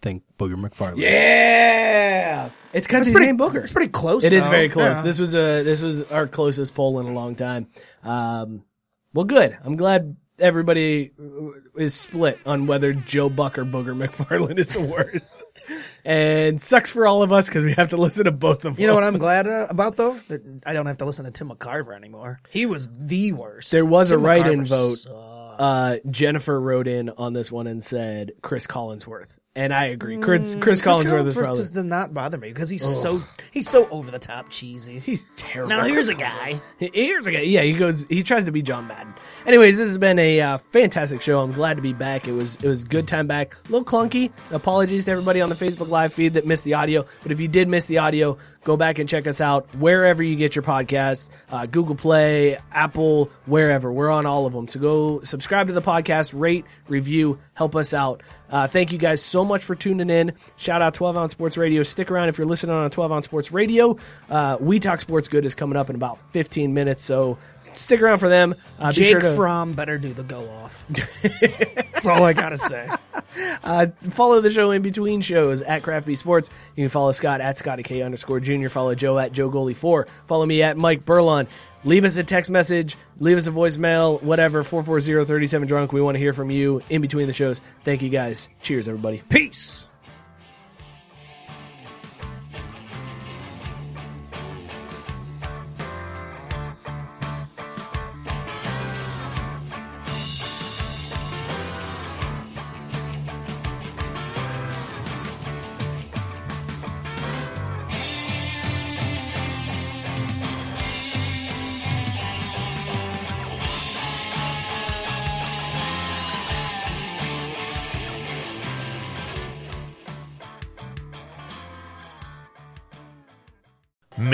[SPEAKER 3] think Booger McFarlane.
[SPEAKER 1] Yeah, it's because he's
[SPEAKER 2] pretty-
[SPEAKER 1] named Booger.
[SPEAKER 2] it's pretty close,
[SPEAKER 1] It is
[SPEAKER 2] though.
[SPEAKER 1] very close.
[SPEAKER 2] Yeah.
[SPEAKER 1] This was a this was our closest poll in a long time. Um, well, good. I'm glad everybody is split on whether Joe Buck or Booger McFarland is the worst, and sucks for all of us because we have to listen to both of them.
[SPEAKER 2] You know what I'm glad uh, about though? That I don't have to listen to Tim McCarver anymore. He was the worst.
[SPEAKER 1] There was
[SPEAKER 2] Tim
[SPEAKER 1] a write-in
[SPEAKER 2] McCarver
[SPEAKER 1] vote.
[SPEAKER 2] sucked.
[SPEAKER 1] Uh, Jennifer wrote in on this one and said Chris Collinsworth, and I agree. Chris, Chris, Collinsworth, is probably
[SPEAKER 2] Mm, just did not bother me because he's so he's so over the top cheesy.
[SPEAKER 1] he's terrible.
[SPEAKER 2] Now here's a guy.
[SPEAKER 1] He- Here's a guy. Yeah, he goes. He tries to be John Madden. Anyways, this has been a uh, fantastic show. I'm glad to be back. It was it was a good time back. A little clunky. Apologies to everybody on the Facebook live feed that missed the audio. But if you did miss the audio, go back and check us out wherever you get your podcasts. Uh, Google Play, Apple, wherever. We're on all of them. So go subscribe to the podcast, rate, review, help us out. Uh, thank you guys so much for tuning in. Shout out 12 Ounce Sports Radio. Stick around if you're listening on 12 Ounce Sports Radio. Uh, we Talk Sports Good is coming up in about 15 minutes, so stick around for them. Uh, be
[SPEAKER 2] Jake
[SPEAKER 1] sure to-
[SPEAKER 2] Fromm better do the go off.
[SPEAKER 1] *laughs*
[SPEAKER 2] That's all I gotta say.
[SPEAKER 1] Uh, follow the show in between shows at Crafty Sports. You can follow Scott at Scotty K underscore Junior. Follow Joe at Joe Goalie Four. Follow me at Mike Burlon. Leave us a text message. Leave us a voicemail. Whatever. 440-37 drunk. We want to hear from you in between the shows. Thank you guys. Cheers, everybody.
[SPEAKER 2] Peace.